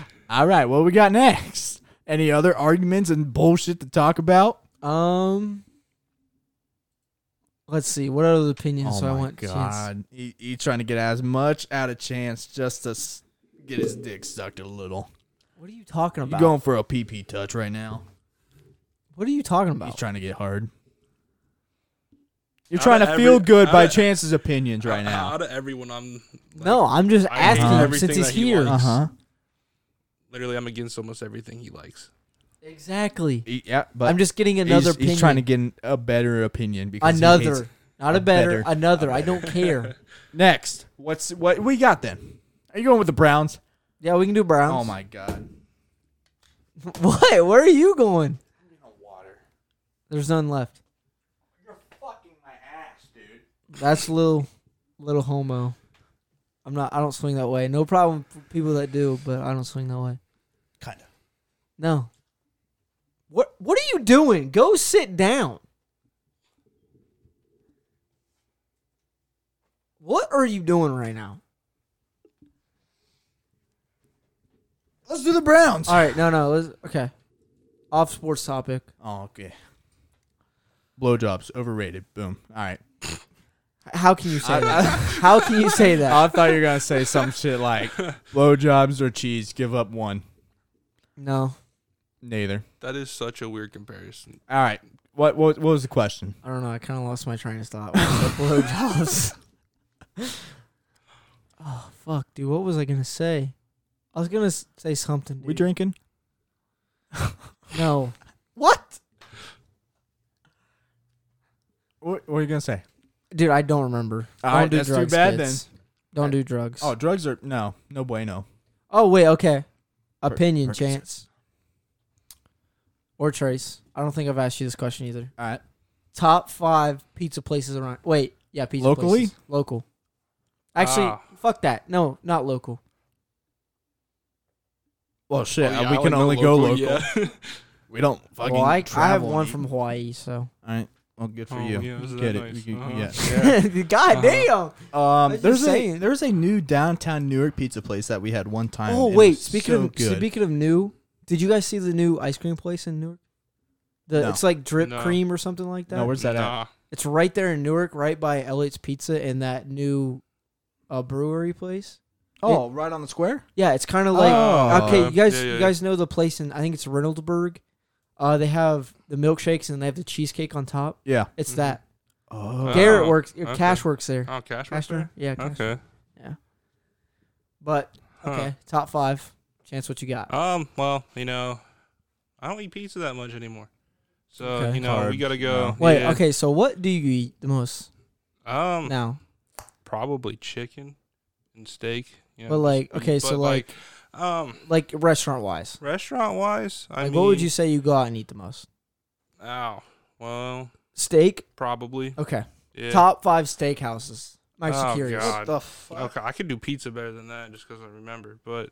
Speaker 2: <laughs> All right. What we got next? Any other arguments and bullshit to talk about?
Speaker 1: Um, let's see. What other opinions do I want? Chance?
Speaker 2: Oh God. He, he trying to get as much out of chance just to s- get his dick sucked a little.
Speaker 1: What are you talking
Speaker 2: You
Speaker 1: about?
Speaker 2: going for a PP touch right now?
Speaker 1: what are you talking
Speaker 2: He's
Speaker 1: about?
Speaker 2: trying to get hard. You're
Speaker 4: Out
Speaker 2: trying
Speaker 4: of
Speaker 2: to feel
Speaker 4: every-
Speaker 2: good
Speaker 4: out
Speaker 2: by
Speaker 4: of-
Speaker 2: Chance's opinions right now.
Speaker 4: Out of everyone, I'm like,
Speaker 1: no, I'm just
Speaker 4: I hate
Speaker 1: asking him
Speaker 4: everything
Speaker 1: since he's
Speaker 4: that he
Speaker 1: here.
Speaker 4: likes.
Speaker 2: Uh huh.
Speaker 4: literally I'm against almost everything he likes.
Speaker 1: Exactly.
Speaker 2: Yeah, but
Speaker 1: I'm just getting another
Speaker 2: he's,
Speaker 1: opinion.
Speaker 2: he's trying to get an- a better opinion because he
Speaker 1: another,
Speaker 2: hates-
Speaker 1: not a,
Speaker 2: a
Speaker 1: better,
Speaker 2: better-
Speaker 1: another. I
Speaker 2: <laughs>
Speaker 1: don't care.
Speaker 2: next, what's what we got then? Are you going with the Browns?
Speaker 1: yeah, we can do Browns.
Speaker 2: Oh my god!
Speaker 1: <laughs> What? Where are you going?
Speaker 2: Water.
Speaker 1: There's none left.
Speaker 2: You're fucking my ass, dude.
Speaker 1: That's little, little homo. I'm not. I don't swing that way. No problem. For people that do, but I don't swing that way.
Speaker 2: Kinda.
Speaker 1: No. What What are you doing? Go sit down. What are you doing right now?
Speaker 2: Let's do the Browns.
Speaker 1: All right, no, no, let's, okay. Off sports topic.
Speaker 2: Oh, okay. Blowjobs overrated. Boom. All <laughs> right.
Speaker 1: How can you say <laughs> that? How can you say that?
Speaker 2: I thought you were gonna say some shit like <laughs> blowjobs or cheese. Give up one.
Speaker 1: No,
Speaker 2: Neither.
Speaker 4: That is such a weird comparison.
Speaker 2: All right. What what, what was the question?
Speaker 1: I don't know. I kind of lost my train of thought. when I said Blowjobs.
Speaker 2: <laughs>
Speaker 1: <laughs> oh fuck, dude. What was I gonna say? I was gonna s- say something. Dude.
Speaker 2: We drinking?
Speaker 1: No.
Speaker 2: What? What, what are you gonna say?
Speaker 1: Dude, I don't remember.
Speaker 2: All
Speaker 1: don't
Speaker 2: right,
Speaker 1: do
Speaker 2: that's too
Speaker 1: drugs,
Speaker 2: bad
Speaker 1: kids. Don't do drugs.
Speaker 2: Oh, drugs are no, no bueno.
Speaker 1: Oh wait, okay. Opinion,
Speaker 2: purposes.
Speaker 1: Chance. Or Trace. I don't think I've asked you this question either.
Speaker 2: All right.
Speaker 1: Top five pizza places around. Wait, yeah, pizza
Speaker 2: Locally?
Speaker 1: places. Local. Actually,
Speaker 4: Ah.
Speaker 1: fuck that. No, not local.
Speaker 2: Well, shit. uh,
Speaker 4: Oh, yeah,
Speaker 2: we
Speaker 4: I
Speaker 2: can
Speaker 4: like
Speaker 2: only
Speaker 4: the
Speaker 2: go local.
Speaker 4: Yeah.
Speaker 2: We
Speaker 4: <laughs>
Speaker 2: don't fucking.
Speaker 1: well, I, I have
Speaker 2: travel
Speaker 1: one
Speaker 2: and
Speaker 1: from
Speaker 2: eat.
Speaker 1: Hawaii, so.
Speaker 2: All right. Well, good for
Speaker 4: Oh,
Speaker 2: you.
Speaker 4: yeah,
Speaker 2: You
Speaker 4: isn't
Speaker 2: get
Speaker 4: that
Speaker 2: it.
Speaker 4: nice?
Speaker 2: You- you-
Speaker 4: Uh-huh.
Speaker 2: yeah.
Speaker 1: <laughs> God damn.
Speaker 2: Um,
Speaker 1: just
Speaker 2: there's a
Speaker 1: saying.
Speaker 2: there's a new downtown Newark pizza place that we had one time.
Speaker 1: Oh
Speaker 2: and it
Speaker 1: wait,
Speaker 2: was
Speaker 1: speaking
Speaker 2: so
Speaker 1: of
Speaker 2: good.
Speaker 1: speaking of new, did you guys see the new ice cream place in Newark? The
Speaker 2: No.
Speaker 1: it's like drip
Speaker 4: No.
Speaker 1: cream or something like that.
Speaker 2: no, where's that at?
Speaker 4: nah.
Speaker 1: It's right there in Newark, right by LH Pizza and that new uh, brewery place.
Speaker 2: Oh, right on the square.
Speaker 1: Yeah, it's kind of like
Speaker 2: Oh.
Speaker 1: okay, you guys,
Speaker 4: Yeah, yeah,
Speaker 1: you
Speaker 4: yeah.
Speaker 1: guys know the place in I think it's Reynoldsburg. Uh, they have the milkshakes and they have the cheesecake on top.
Speaker 2: Yeah.
Speaker 1: It's
Speaker 4: Mhm.
Speaker 1: that
Speaker 2: Oh.
Speaker 1: Garrett works, or
Speaker 4: okay.
Speaker 1: Cash works there.
Speaker 4: Oh, cash
Speaker 1: Cash
Speaker 4: register?
Speaker 1: there, yeah. Cash.
Speaker 4: Okay.
Speaker 1: But
Speaker 4: Huh.
Speaker 1: okay, top five. Chance, what you got?
Speaker 4: Um. Well, you know, I don't eat pizza that much anymore. So
Speaker 1: Okay.
Speaker 4: you know we
Speaker 2: Carbs,
Speaker 4: gotta go.
Speaker 2: no.
Speaker 1: Wait,
Speaker 4: yeah.
Speaker 1: okay. So what do you eat the most
Speaker 4: Um.
Speaker 1: now?
Speaker 4: Probably chicken and steak. You know, Mm,
Speaker 1: But like, okay,
Speaker 4: but,
Speaker 1: so like,
Speaker 4: um,
Speaker 1: like restaurant wise,
Speaker 4: restaurant wise, I
Speaker 1: like
Speaker 4: mean,
Speaker 1: what would you say you go out and eat the most?
Speaker 4: Ow. Well,
Speaker 1: Steak.
Speaker 4: probably.
Speaker 1: Okay.
Speaker 4: Yeah.
Speaker 1: Top five steakhouses. I'm actually
Speaker 4: Oh,
Speaker 1: curious.
Speaker 4: God.
Speaker 2: the fuck?
Speaker 4: Okay, I could do pizza better than that just because I remember. But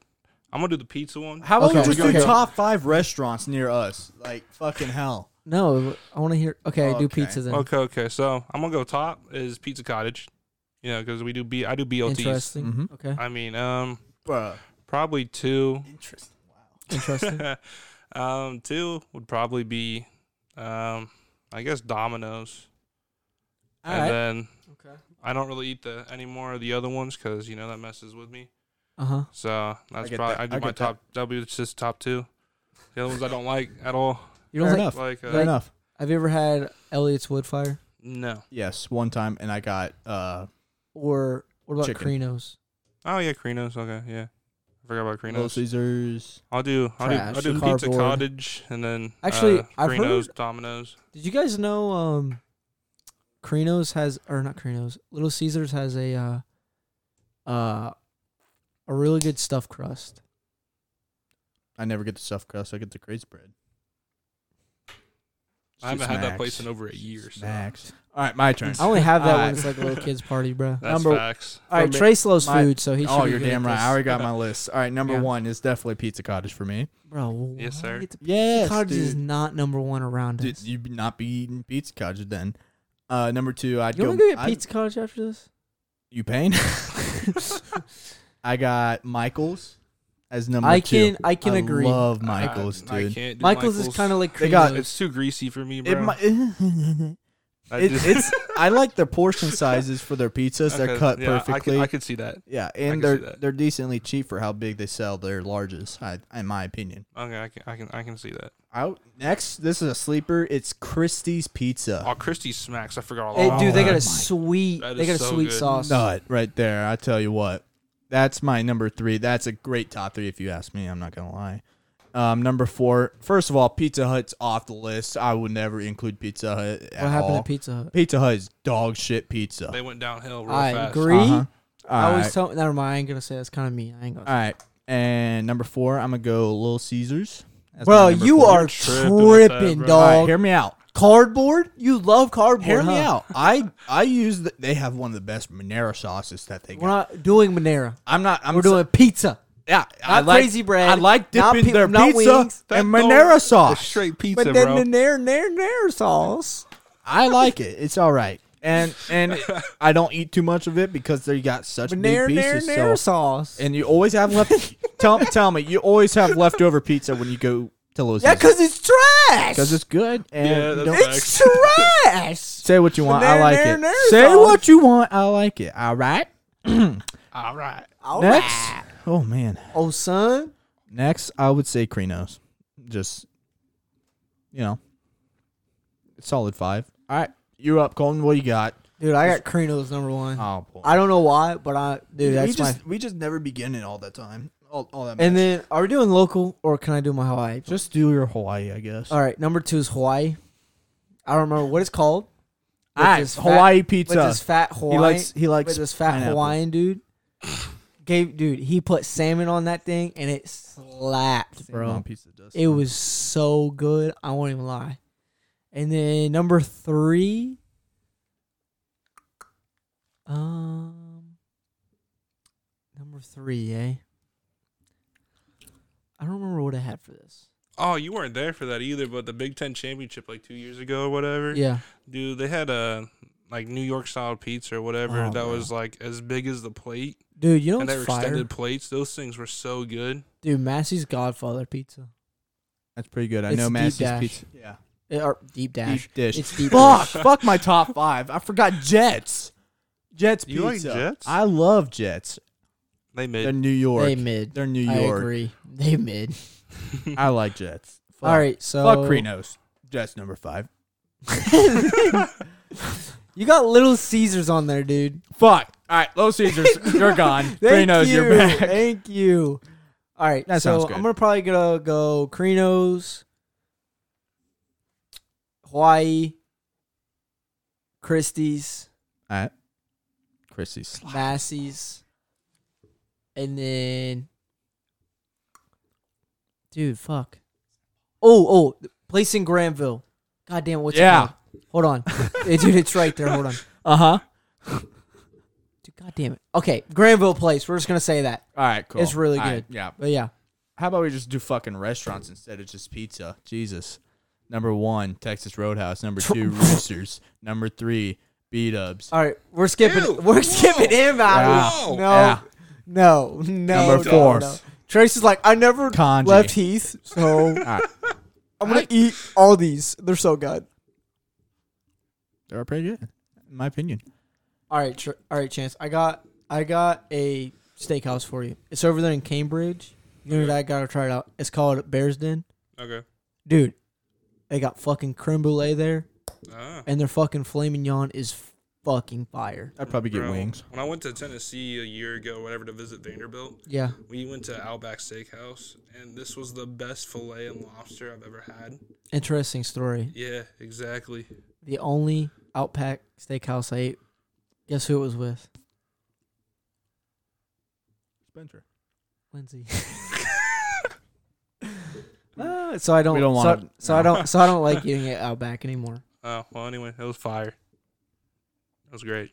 Speaker 4: I'm gonna do the pizza
Speaker 1: <sighs>
Speaker 4: one.
Speaker 2: How about
Speaker 1: Okay,
Speaker 2: we just
Speaker 1: okay.
Speaker 2: do top five restaurants near us? Like fucking hell.
Speaker 1: No, I want to hear. Okay, do
Speaker 2: Okay.
Speaker 1: pizza then.
Speaker 4: Okay, okay. So I'm gonna go top is Pizza Cottage. You know, because we do B. I do BLTs.
Speaker 1: Interesting.
Speaker 2: Mhm.
Speaker 1: Okay,
Speaker 4: I mean, um,
Speaker 2: Bruh.
Speaker 4: probably two.
Speaker 2: Interesting. Wow.
Speaker 4: <laughs>
Speaker 1: interesting.
Speaker 4: um, two would probably be, um, I guess Domino's.
Speaker 1: All
Speaker 4: and uh,
Speaker 1: right.
Speaker 4: then
Speaker 1: Okay.
Speaker 4: I don't really eat the any more of the other ones because you know that messes with me.
Speaker 1: Uh huh.
Speaker 4: So that's
Speaker 2: get
Speaker 4: probably
Speaker 2: that.
Speaker 4: I do
Speaker 2: I
Speaker 4: my
Speaker 2: get that.
Speaker 4: top. That'll be just top two. The other ones I don't like at all.
Speaker 1: You don't
Speaker 2: Fair
Speaker 1: like?
Speaker 2: enough.
Speaker 4: Like uh,
Speaker 2: Fair enough.
Speaker 1: Have you ever had Elliot's Woodfire
Speaker 4: no.
Speaker 2: Yes, one time, and I got uh
Speaker 1: or what about
Speaker 2: Chicken.
Speaker 1: Crino's?
Speaker 4: Oh yeah, Crinos. Okay, yeah. I forgot about
Speaker 2: Little
Speaker 4: Crinos.
Speaker 2: Caesars.
Speaker 4: I'll do I'll
Speaker 1: Trash.
Speaker 4: do I'll do Pizza
Speaker 1: Cardboard.
Speaker 4: Cottage and then
Speaker 1: Actually,
Speaker 4: uh,
Speaker 1: I've
Speaker 4: Crinos, Domino's.
Speaker 1: Did you guys know? Um, Crino's has or not Crino's? Little Caesars has a uh, uh, a really good stuffed crust.
Speaker 2: I never get the stuffed crust. I get the crazy bread.
Speaker 4: I haven't had that place in
Speaker 2: Snacks.
Speaker 4: over a year. So.
Speaker 2: Snacks. All right, my turn.
Speaker 1: I only have that when
Speaker 2: Alright.
Speaker 1: it's like a
Speaker 2: <laughs>
Speaker 1: little kids party, bro.
Speaker 4: That's
Speaker 1: number
Speaker 4: facts.
Speaker 1: all right,
Speaker 2: For me-
Speaker 1: Trace loves
Speaker 2: my-
Speaker 1: food, so he. should
Speaker 2: oh,
Speaker 1: be
Speaker 2: you're
Speaker 1: good at
Speaker 2: damn right.
Speaker 1: this.
Speaker 2: I already got my list. All right, number
Speaker 1: Yeah.
Speaker 2: one is definitely Pizza Cottage for me.
Speaker 1: bro.
Speaker 4: Yes,
Speaker 1: why
Speaker 4: sir.
Speaker 1: get the-
Speaker 2: Yes,
Speaker 1: Cottage is
Speaker 2: dude.
Speaker 1: not number one around
Speaker 2: Dude,
Speaker 1: us.
Speaker 2: you'd be- not be eating Pizza Cottage then. Uh, number two, I'd
Speaker 1: You
Speaker 2: go.
Speaker 1: want to go get
Speaker 2: I'd-
Speaker 1: Pizza Cottage after this? <laughs>
Speaker 2: You paying? I got Michaels as number
Speaker 1: I
Speaker 2: two.
Speaker 1: can I can agree.
Speaker 2: Love Michaels,
Speaker 4: I,
Speaker 2: dude.
Speaker 4: I can't do
Speaker 1: Michael's, is kind of like Crino's.
Speaker 4: It's too greasy for me, bro.
Speaker 2: It mi- <laughs>
Speaker 4: I
Speaker 2: it-
Speaker 4: just- <laughs>
Speaker 2: it's I like their portion sizes for their pizzas. They're
Speaker 4: Okay,
Speaker 2: cut
Speaker 4: yeah, I
Speaker 2: perfectly.
Speaker 4: could, I could see that.
Speaker 2: yeah,
Speaker 4: can
Speaker 2: and
Speaker 4: see
Speaker 2: they're
Speaker 4: that.
Speaker 2: they're decently cheap for how big they sell their larges. I, in my opinion.
Speaker 4: Okay, I can, I can, I can see that.
Speaker 2: Out next, this is a sleeper. It's Christie's Pizza.
Speaker 4: Oh, Christie smacks. I forgot all
Speaker 1: Hey,
Speaker 4: about
Speaker 1: dude, they got
Speaker 2: Oh
Speaker 4: that.
Speaker 2: my-
Speaker 1: a sweet
Speaker 4: That
Speaker 1: they
Speaker 4: is
Speaker 1: got a
Speaker 4: so
Speaker 1: sweet
Speaker 4: good.
Speaker 1: sauce.
Speaker 2: Nut right there. I tell you what, that's my number three. That's a great top three if you ask me. I'm not gonna lie. Um, number four. First of all, Pizza Hut's off the list. I would never include Pizza Hut at
Speaker 1: What happened
Speaker 2: all.
Speaker 1: to Pizza Hut?
Speaker 2: Pizza Hut is dog shit pizza.
Speaker 4: They went downhill real
Speaker 1: I
Speaker 4: fast.
Speaker 1: agree.
Speaker 2: Uh-huh.
Speaker 1: I
Speaker 2: All
Speaker 1: always
Speaker 2: right.
Speaker 1: tell. Never mind. I ain't gonna say that's kind of mean. I ain't gonna.
Speaker 2: All right. And number four, I'm gonna go Little Caesars. That's my
Speaker 1: bro,
Speaker 2: number
Speaker 1: you
Speaker 2: four.
Speaker 1: are
Speaker 4: tripping with that,
Speaker 1: tripping,
Speaker 4: bro.
Speaker 2: All right,
Speaker 1: dog.
Speaker 2: hear me out.
Speaker 1: cardboard? You love cardboard?
Speaker 2: Hear
Speaker 1: huh?
Speaker 2: me out. I I use. The, they have one of the best Monero sauces that they
Speaker 1: We're
Speaker 2: got.
Speaker 1: not doing Monera.
Speaker 2: I'm not. I'm
Speaker 1: We're
Speaker 2: so-
Speaker 1: doing pizza.
Speaker 2: Yeah, I
Speaker 1: not
Speaker 2: like,
Speaker 1: crazy bread,
Speaker 2: I like
Speaker 1: not
Speaker 2: dipping
Speaker 1: pi-
Speaker 2: their
Speaker 1: not
Speaker 2: pizza
Speaker 1: wings.
Speaker 4: That
Speaker 2: and
Speaker 4: dog-
Speaker 2: Monero
Speaker 4: the
Speaker 2: sauce.
Speaker 4: straight pizza,
Speaker 1: But then
Speaker 4: bro.
Speaker 1: the Nair, Nair, Nair sauce.
Speaker 2: I like it. It's all right. And and
Speaker 4: <laughs>
Speaker 2: I don't eat too much of it because they got such
Speaker 1: Nair,
Speaker 2: big
Speaker 1: Nair,
Speaker 2: pieces.
Speaker 1: Nair
Speaker 2: so,
Speaker 1: sauce.
Speaker 2: and you always
Speaker 1: <laughs>
Speaker 2: have left. tell tell me, you always have leftover pizza when you go to Little
Speaker 1: yeah,
Speaker 2: Caesars.
Speaker 1: because it's trash.
Speaker 2: because it's good. And
Speaker 4: Yeah,
Speaker 2: you
Speaker 4: that's
Speaker 2: don't-
Speaker 4: fact.
Speaker 2: <laughs>
Speaker 1: it's trash.
Speaker 2: Say what you want. I
Speaker 1: Nair,
Speaker 2: like
Speaker 1: nair,
Speaker 2: it.
Speaker 1: nair
Speaker 2: Say
Speaker 1: sauce.
Speaker 2: what you want. I like it. All right.
Speaker 4: All right.
Speaker 1: All
Speaker 2: Next.
Speaker 1: right.
Speaker 2: Oh man.
Speaker 1: Oh, son.
Speaker 2: Next, I would say Krinos. Just you know, solid five. All right, you're up, Colton. What you got?
Speaker 1: Dude, I got Crino's number one.
Speaker 2: Oh boy.
Speaker 1: I don't know why, but I dude, that's
Speaker 2: we
Speaker 1: my.
Speaker 2: just we just never begin it all that time. All, all that.
Speaker 1: And then, are we doing local or can I do my Hawaii?
Speaker 2: just do your Hawaii, I guess.
Speaker 1: All right, number two is Hawaii. I don't remember what it's called.
Speaker 2: All right,
Speaker 1: With this
Speaker 2: Hawaii
Speaker 1: Fat, with
Speaker 2: pizza.
Speaker 1: this fat Hawaiian,
Speaker 2: He likes he likes
Speaker 1: with this fat
Speaker 2: pineapple.
Speaker 1: Hawaiian dude. Gave dude, he put salmon on that thing and it slapped, bro.
Speaker 2: Pizza does.
Speaker 1: It was so good. I won't even lie. And then number three, um, number three, eh? I don't remember what I had for this.
Speaker 4: Oh, you weren't there for that either. But the Big Ten championship, like two years ago or whatever,
Speaker 1: Yeah,
Speaker 4: dude, they had a like New York style pizza or whatever
Speaker 1: Oh,
Speaker 4: that
Speaker 1: bro.
Speaker 4: was like as big as the plate,
Speaker 1: dude, you know
Speaker 4: and they were
Speaker 1: what's fire?
Speaker 4: extended plates. Those things were so good.
Speaker 1: Dude, Massey's Godfather pizza.
Speaker 2: That's pretty good. I
Speaker 1: It's
Speaker 2: know
Speaker 1: deep
Speaker 2: Massey's
Speaker 1: dash.
Speaker 2: pizza. Yeah.
Speaker 1: Eh, or deep dash.
Speaker 2: Deep dish.
Speaker 1: It's deep
Speaker 2: fuck,
Speaker 1: dish.
Speaker 2: fuck my top five. I forgot Jets. Jets
Speaker 4: You like
Speaker 2: pizza.
Speaker 4: Jets?
Speaker 2: I love Jets.
Speaker 4: They
Speaker 2: They're
Speaker 4: made.
Speaker 2: New York.
Speaker 1: They mid.
Speaker 2: They're New
Speaker 1: I
Speaker 2: York.
Speaker 1: agree. They mid.
Speaker 2: I, like Jets. Fuck.
Speaker 1: All right, so
Speaker 2: Fuck Krenos. Jets number five.
Speaker 1: <laughs> You got Little Caesars on there, dude.
Speaker 2: Fuck. All right, Little
Speaker 1: <laughs>
Speaker 2: Caesars, you're gone.
Speaker 1: Thank
Speaker 2: Krenos,
Speaker 1: you.
Speaker 2: you're back.
Speaker 1: Thank you. All right,
Speaker 2: That
Speaker 1: so
Speaker 2: sounds good.
Speaker 1: I'm gonna probably gonna go Crenos, Hawaii, Christie's,
Speaker 2: All right. Chrissy Slop.
Speaker 1: Massey's, and then, dude, fuck. Oh, oh, the place in Granville. God damn, what's
Speaker 2: Yeah.
Speaker 1: it called? Hold
Speaker 2: <laughs>
Speaker 1: on, Eh, dude, it's right there. Hold on,
Speaker 2: Uh huh. All
Speaker 1: dude. God damn it. Okay, Granville Place. We're just gonna say that,
Speaker 2: right, cool.
Speaker 1: It's really
Speaker 2: All
Speaker 1: good.
Speaker 2: right, yeah.
Speaker 1: but yeah.
Speaker 2: How about we just do fucking restaurants instead of just pizza? Jesus. Number one, Texas Roadhouse. Number two, Roosters. Number three, B Dubs.
Speaker 1: All right, we're skipping.
Speaker 4: Ew.
Speaker 1: We're skipping him out.
Speaker 4: Wow.
Speaker 1: No,
Speaker 2: Yeah.
Speaker 1: no, no.
Speaker 2: Number
Speaker 1: no,
Speaker 2: four.
Speaker 1: no. Trace is like, I never
Speaker 2: Kanji.
Speaker 1: left Heath, so
Speaker 2: right.
Speaker 1: I'm gonna eat all these. They're so good.
Speaker 2: They're pretty good, in my opinion.
Speaker 1: All right, tr- all right, Chance. I got, I got a steakhouse for you. It's over there in Cambridge. You and I gotta try it out. It's called Bear's Den,
Speaker 4: <laughs> Okay.
Speaker 1: dude. They got fucking creme brulee there,
Speaker 4: Ah.
Speaker 1: and their fucking filet mignon is fucking fire.
Speaker 2: I'd probably get
Speaker 4: Bro,
Speaker 2: wings.
Speaker 4: When I went to Tennessee a year ago, whatever, to visit Vanderbilt,
Speaker 1: Yeah,
Speaker 4: we went to Outback Steakhouse, and this was the best filet and lobster I've ever had.
Speaker 1: interesting story.
Speaker 4: Yeah, exactly.
Speaker 1: The only Outback steakhouse I ate. Guess who it was with?
Speaker 2: Spencer.
Speaker 1: Lindsay. <laughs> Ah, so I don't.
Speaker 2: We don't
Speaker 1: so-
Speaker 2: wanna-
Speaker 1: so I don't. So I don't like eating it out back anymore.
Speaker 4: <laughs> Oh, well, anyway, it was fire. It was great.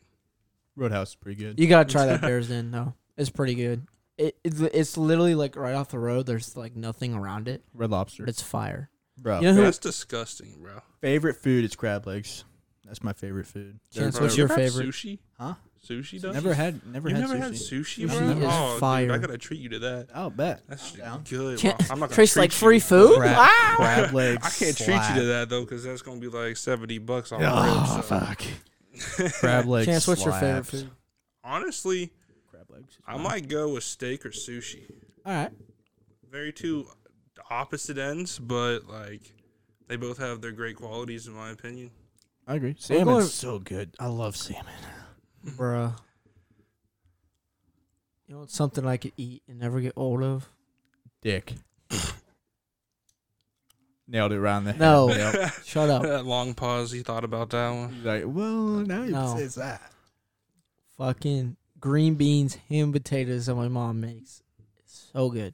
Speaker 2: Roadhouse is pretty good.
Speaker 1: You gotta try that Bears Den though. It's pretty good. It, it's it's literally like right off the road. There's like nothing around it,
Speaker 2: Red Lobster.
Speaker 1: but it's fire.
Speaker 2: Bro.
Speaker 1: You know who?
Speaker 4: That's disgusting, bro.
Speaker 2: Favorite food is crab legs. That's my favorite food. They're-
Speaker 1: Chance, what's
Speaker 4: Bro,
Speaker 1: your
Speaker 4: you ever had
Speaker 1: favorite?
Speaker 4: Sushi?
Speaker 2: Huh?
Speaker 4: Sushi, dog?
Speaker 2: Never had never
Speaker 4: You've
Speaker 2: had
Speaker 4: never
Speaker 2: sushi.
Speaker 4: had sushi,
Speaker 1: Sushi
Speaker 4: bro?
Speaker 1: is
Speaker 4: oh, Dude,
Speaker 1: fire.
Speaker 4: I gotta treat you to that.
Speaker 2: I'll bet.
Speaker 4: That's
Speaker 2: down.
Speaker 4: good.
Speaker 1: Can't-
Speaker 4: Bro. I'm not gonna
Speaker 1: Trace
Speaker 4: treat
Speaker 1: like
Speaker 4: you.
Speaker 1: free food.
Speaker 2: Crab,
Speaker 1: Ah!
Speaker 2: <laughs> crab legs.
Speaker 4: I can't treat you to that though, because that's gonna be like seventy bucks on the rib.
Speaker 2: fuck. crab legs.
Speaker 1: Oh, Chance, what's your favorite
Speaker 2: slaps.
Speaker 1: food?
Speaker 4: Honestly,
Speaker 2: Crab legs. is
Speaker 4: I
Speaker 2: mine.
Speaker 4: might go with steak or sushi.
Speaker 1: All right.
Speaker 4: Very two opposite ends, but like they both have their great qualities in my opinion.
Speaker 2: I agree.
Speaker 1: We're
Speaker 2: Salmon's
Speaker 1: going-
Speaker 2: so good. I love salmon.
Speaker 1: Bruh. You know, what's something I could eat and never get old of.
Speaker 2: Dick. Nailed it around the head.
Speaker 1: No.
Speaker 2: Yep.
Speaker 1: Shut
Speaker 2: Oh.
Speaker 4: <laughs>
Speaker 1: up.
Speaker 4: that long pause, he thought about that one.
Speaker 2: He's like, well, now you
Speaker 1: No.
Speaker 2: say it's that.
Speaker 1: Fucking green beans, ham potatoes that my mom makes. It's so good.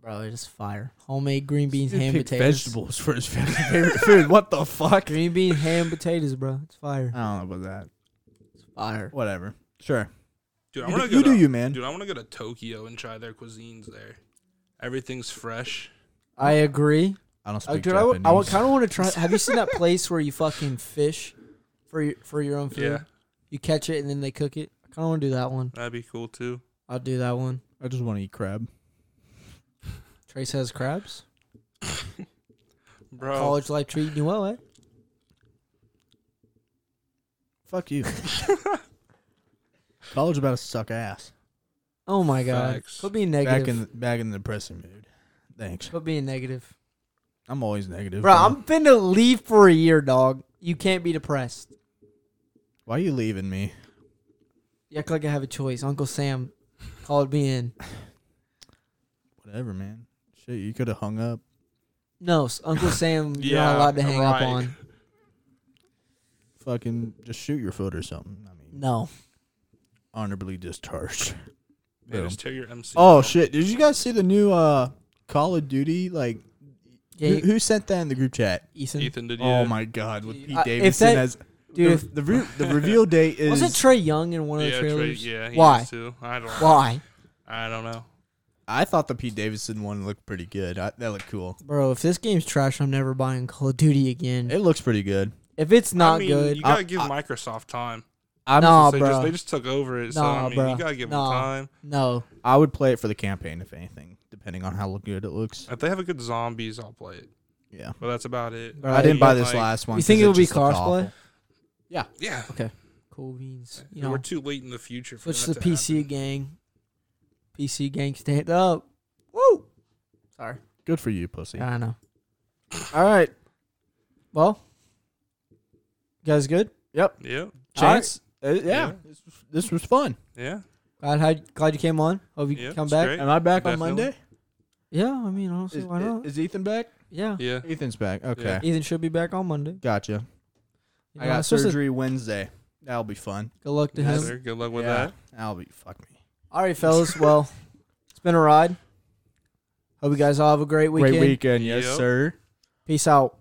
Speaker 1: Bro, it is fire. Homemade green beans,
Speaker 2: Dude
Speaker 1: ham
Speaker 2: picked
Speaker 1: potatoes.
Speaker 2: vegetables for his <laughs> favorite food. What the fuck? I
Speaker 1: Green bean, ham potatoes, bro. It's fire.
Speaker 2: don't know about that.
Speaker 1: It's fire.
Speaker 2: Whatever. Sure.
Speaker 4: Dude, I
Speaker 2: You,
Speaker 4: wanna
Speaker 2: do- you
Speaker 4: go
Speaker 2: do
Speaker 4: to,
Speaker 2: you, man.
Speaker 4: dude, I wanna go to Tokyo and try their cuisines there. Everything's fresh.
Speaker 1: I agree.
Speaker 2: I don't
Speaker 1: Uh,
Speaker 2: speak
Speaker 1: dude, I, w- I
Speaker 2: Japanese.
Speaker 1: kind of want to <laughs> try. Have you seen that place where you fucking fish for your, for your own food?
Speaker 4: Yeah,
Speaker 1: You catch it and then they cook it. I kind of want to do that one.
Speaker 4: that'd be cool too.
Speaker 1: I'll do that one.
Speaker 2: I just want to eat crab.
Speaker 1: Trace has crabs.
Speaker 4: Bro
Speaker 1: College life treating you well, eh? <laughs>
Speaker 2: Fuck you. College about to suck ass.
Speaker 1: Oh my god.
Speaker 4: Facts.
Speaker 1: Quit being negative.
Speaker 2: Back in the, back in the depressing mood. Thanks.
Speaker 1: Quit being negative.
Speaker 2: I'm always negative.
Speaker 1: Bro,
Speaker 2: man.
Speaker 1: I'm finna leave for a year, dog. You can't be depressed.
Speaker 2: Why are you leaving me?
Speaker 1: You act like I have a choice. Uncle Sam called me in.
Speaker 2: Whatever, man. Shit, you could have hung up.
Speaker 1: No, s- Uncle Sam, you're
Speaker 4: Yeah,
Speaker 1: not allowed to hang up
Speaker 4: right.
Speaker 1: on.
Speaker 2: Fucking just shoot your foot or something. I mean,
Speaker 1: No.
Speaker 2: honorably discharged.
Speaker 4: Man,
Speaker 2: Boom.
Speaker 4: just tear your MC.
Speaker 2: Oh shit! Did you guys see the new uh Call of Duty? Like,
Speaker 1: Yeah,
Speaker 2: who,
Speaker 1: you-
Speaker 2: who sent that in the group chat?
Speaker 1: Ethan.
Speaker 4: Ethan did you
Speaker 2: Oh my god, with Pete
Speaker 1: Uh, if
Speaker 2: Davidson
Speaker 1: that-
Speaker 2: as
Speaker 1: Dude,
Speaker 2: the,
Speaker 1: if,
Speaker 2: the, re- the reveal
Speaker 1: <laughs>
Speaker 2: date is
Speaker 1: wasn't Trey Young in one of the
Speaker 4: yeah, Trey-
Speaker 1: trailers?
Speaker 4: yeah, he
Speaker 1: Why?
Speaker 4: is, too. I don't
Speaker 1: Why?
Speaker 4: I don't know.
Speaker 2: I thought the Pete Davidson one looked pretty good. I, that looked cool.
Speaker 1: Bro, if this game's trash, I'm never buying Call of Duty again.
Speaker 2: It looks pretty good.
Speaker 1: If it's not
Speaker 4: I mean,
Speaker 1: good,
Speaker 4: You gotta
Speaker 2: I-
Speaker 4: give
Speaker 2: I-
Speaker 4: Microsoft time.
Speaker 2: I'm
Speaker 1: Nah,
Speaker 4: they,
Speaker 1: bro.
Speaker 4: Just, they just took over it, so
Speaker 1: Nah,
Speaker 4: I mean,
Speaker 1: bro.
Speaker 4: you gotta give
Speaker 1: Nah.
Speaker 4: them time.
Speaker 1: no.
Speaker 2: I would play it for the campaign if anything, depending on how good it looks.
Speaker 4: If they have a good zombies, I'll play it.
Speaker 2: Yeah,
Speaker 4: But that's about it.
Speaker 1: Bro,
Speaker 2: I didn't
Speaker 1: you-
Speaker 2: buy this
Speaker 4: like-
Speaker 2: last one.
Speaker 1: You think
Speaker 2: 'cause
Speaker 1: it'll be
Speaker 2: just looked awful.
Speaker 1: crossplay?
Speaker 4: Yeah,
Speaker 1: Cool beans. You know,
Speaker 4: we're too late in the future for
Speaker 1: switch
Speaker 4: that
Speaker 1: the
Speaker 4: to
Speaker 1: PC
Speaker 4: happen.
Speaker 1: gang. PC gang, stand up. Woo! Sorry.
Speaker 2: Good for you, pussy.
Speaker 1: I know.
Speaker 2: All right,
Speaker 1: Well, you guys good?
Speaker 4: Yeah,
Speaker 2: Chance. uh, yeah,
Speaker 4: Yeah.
Speaker 2: This, was, this was fun.
Speaker 4: yeah.
Speaker 1: Glad had, glad you came on. Hope you
Speaker 4: Yeah,
Speaker 1: come
Speaker 4: it's
Speaker 1: back.
Speaker 4: great.
Speaker 2: Am I back
Speaker 4: Definitely.
Speaker 2: on Monday?
Speaker 1: Yeah, I mean, honestly,
Speaker 2: Is,
Speaker 1: why not?
Speaker 2: is Ethan back?
Speaker 1: yeah.
Speaker 4: Yeah.
Speaker 2: Ethan's back. Okay,
Speaker 1: Ethan should be back on Monday.
Speaker 2: gotcha.
Speaker 1: You
Speaker 2: I
Speaker 1: know,
Speaker 2: got
Speaker 1: it's supposed to-
Speaker 2: surgery Wednesday. That'll be fun.
Speaker 1: Good luck to
Speaker 4: Yes,
Speaker 1: him.
Speaker 4: sir. Good luck with
Speaker 2: Yeah,
Speaker 4: that.
Speaker 2: That'll be fuck me.
Speaker 1: All right, fellas. Well, it's been a ride. Hope you guys all have a great weekend.
Speaker 2: Great weekend, yes
Speaker 4: Yep.
Speaker 2: sir.
Speaker 1: Peace out.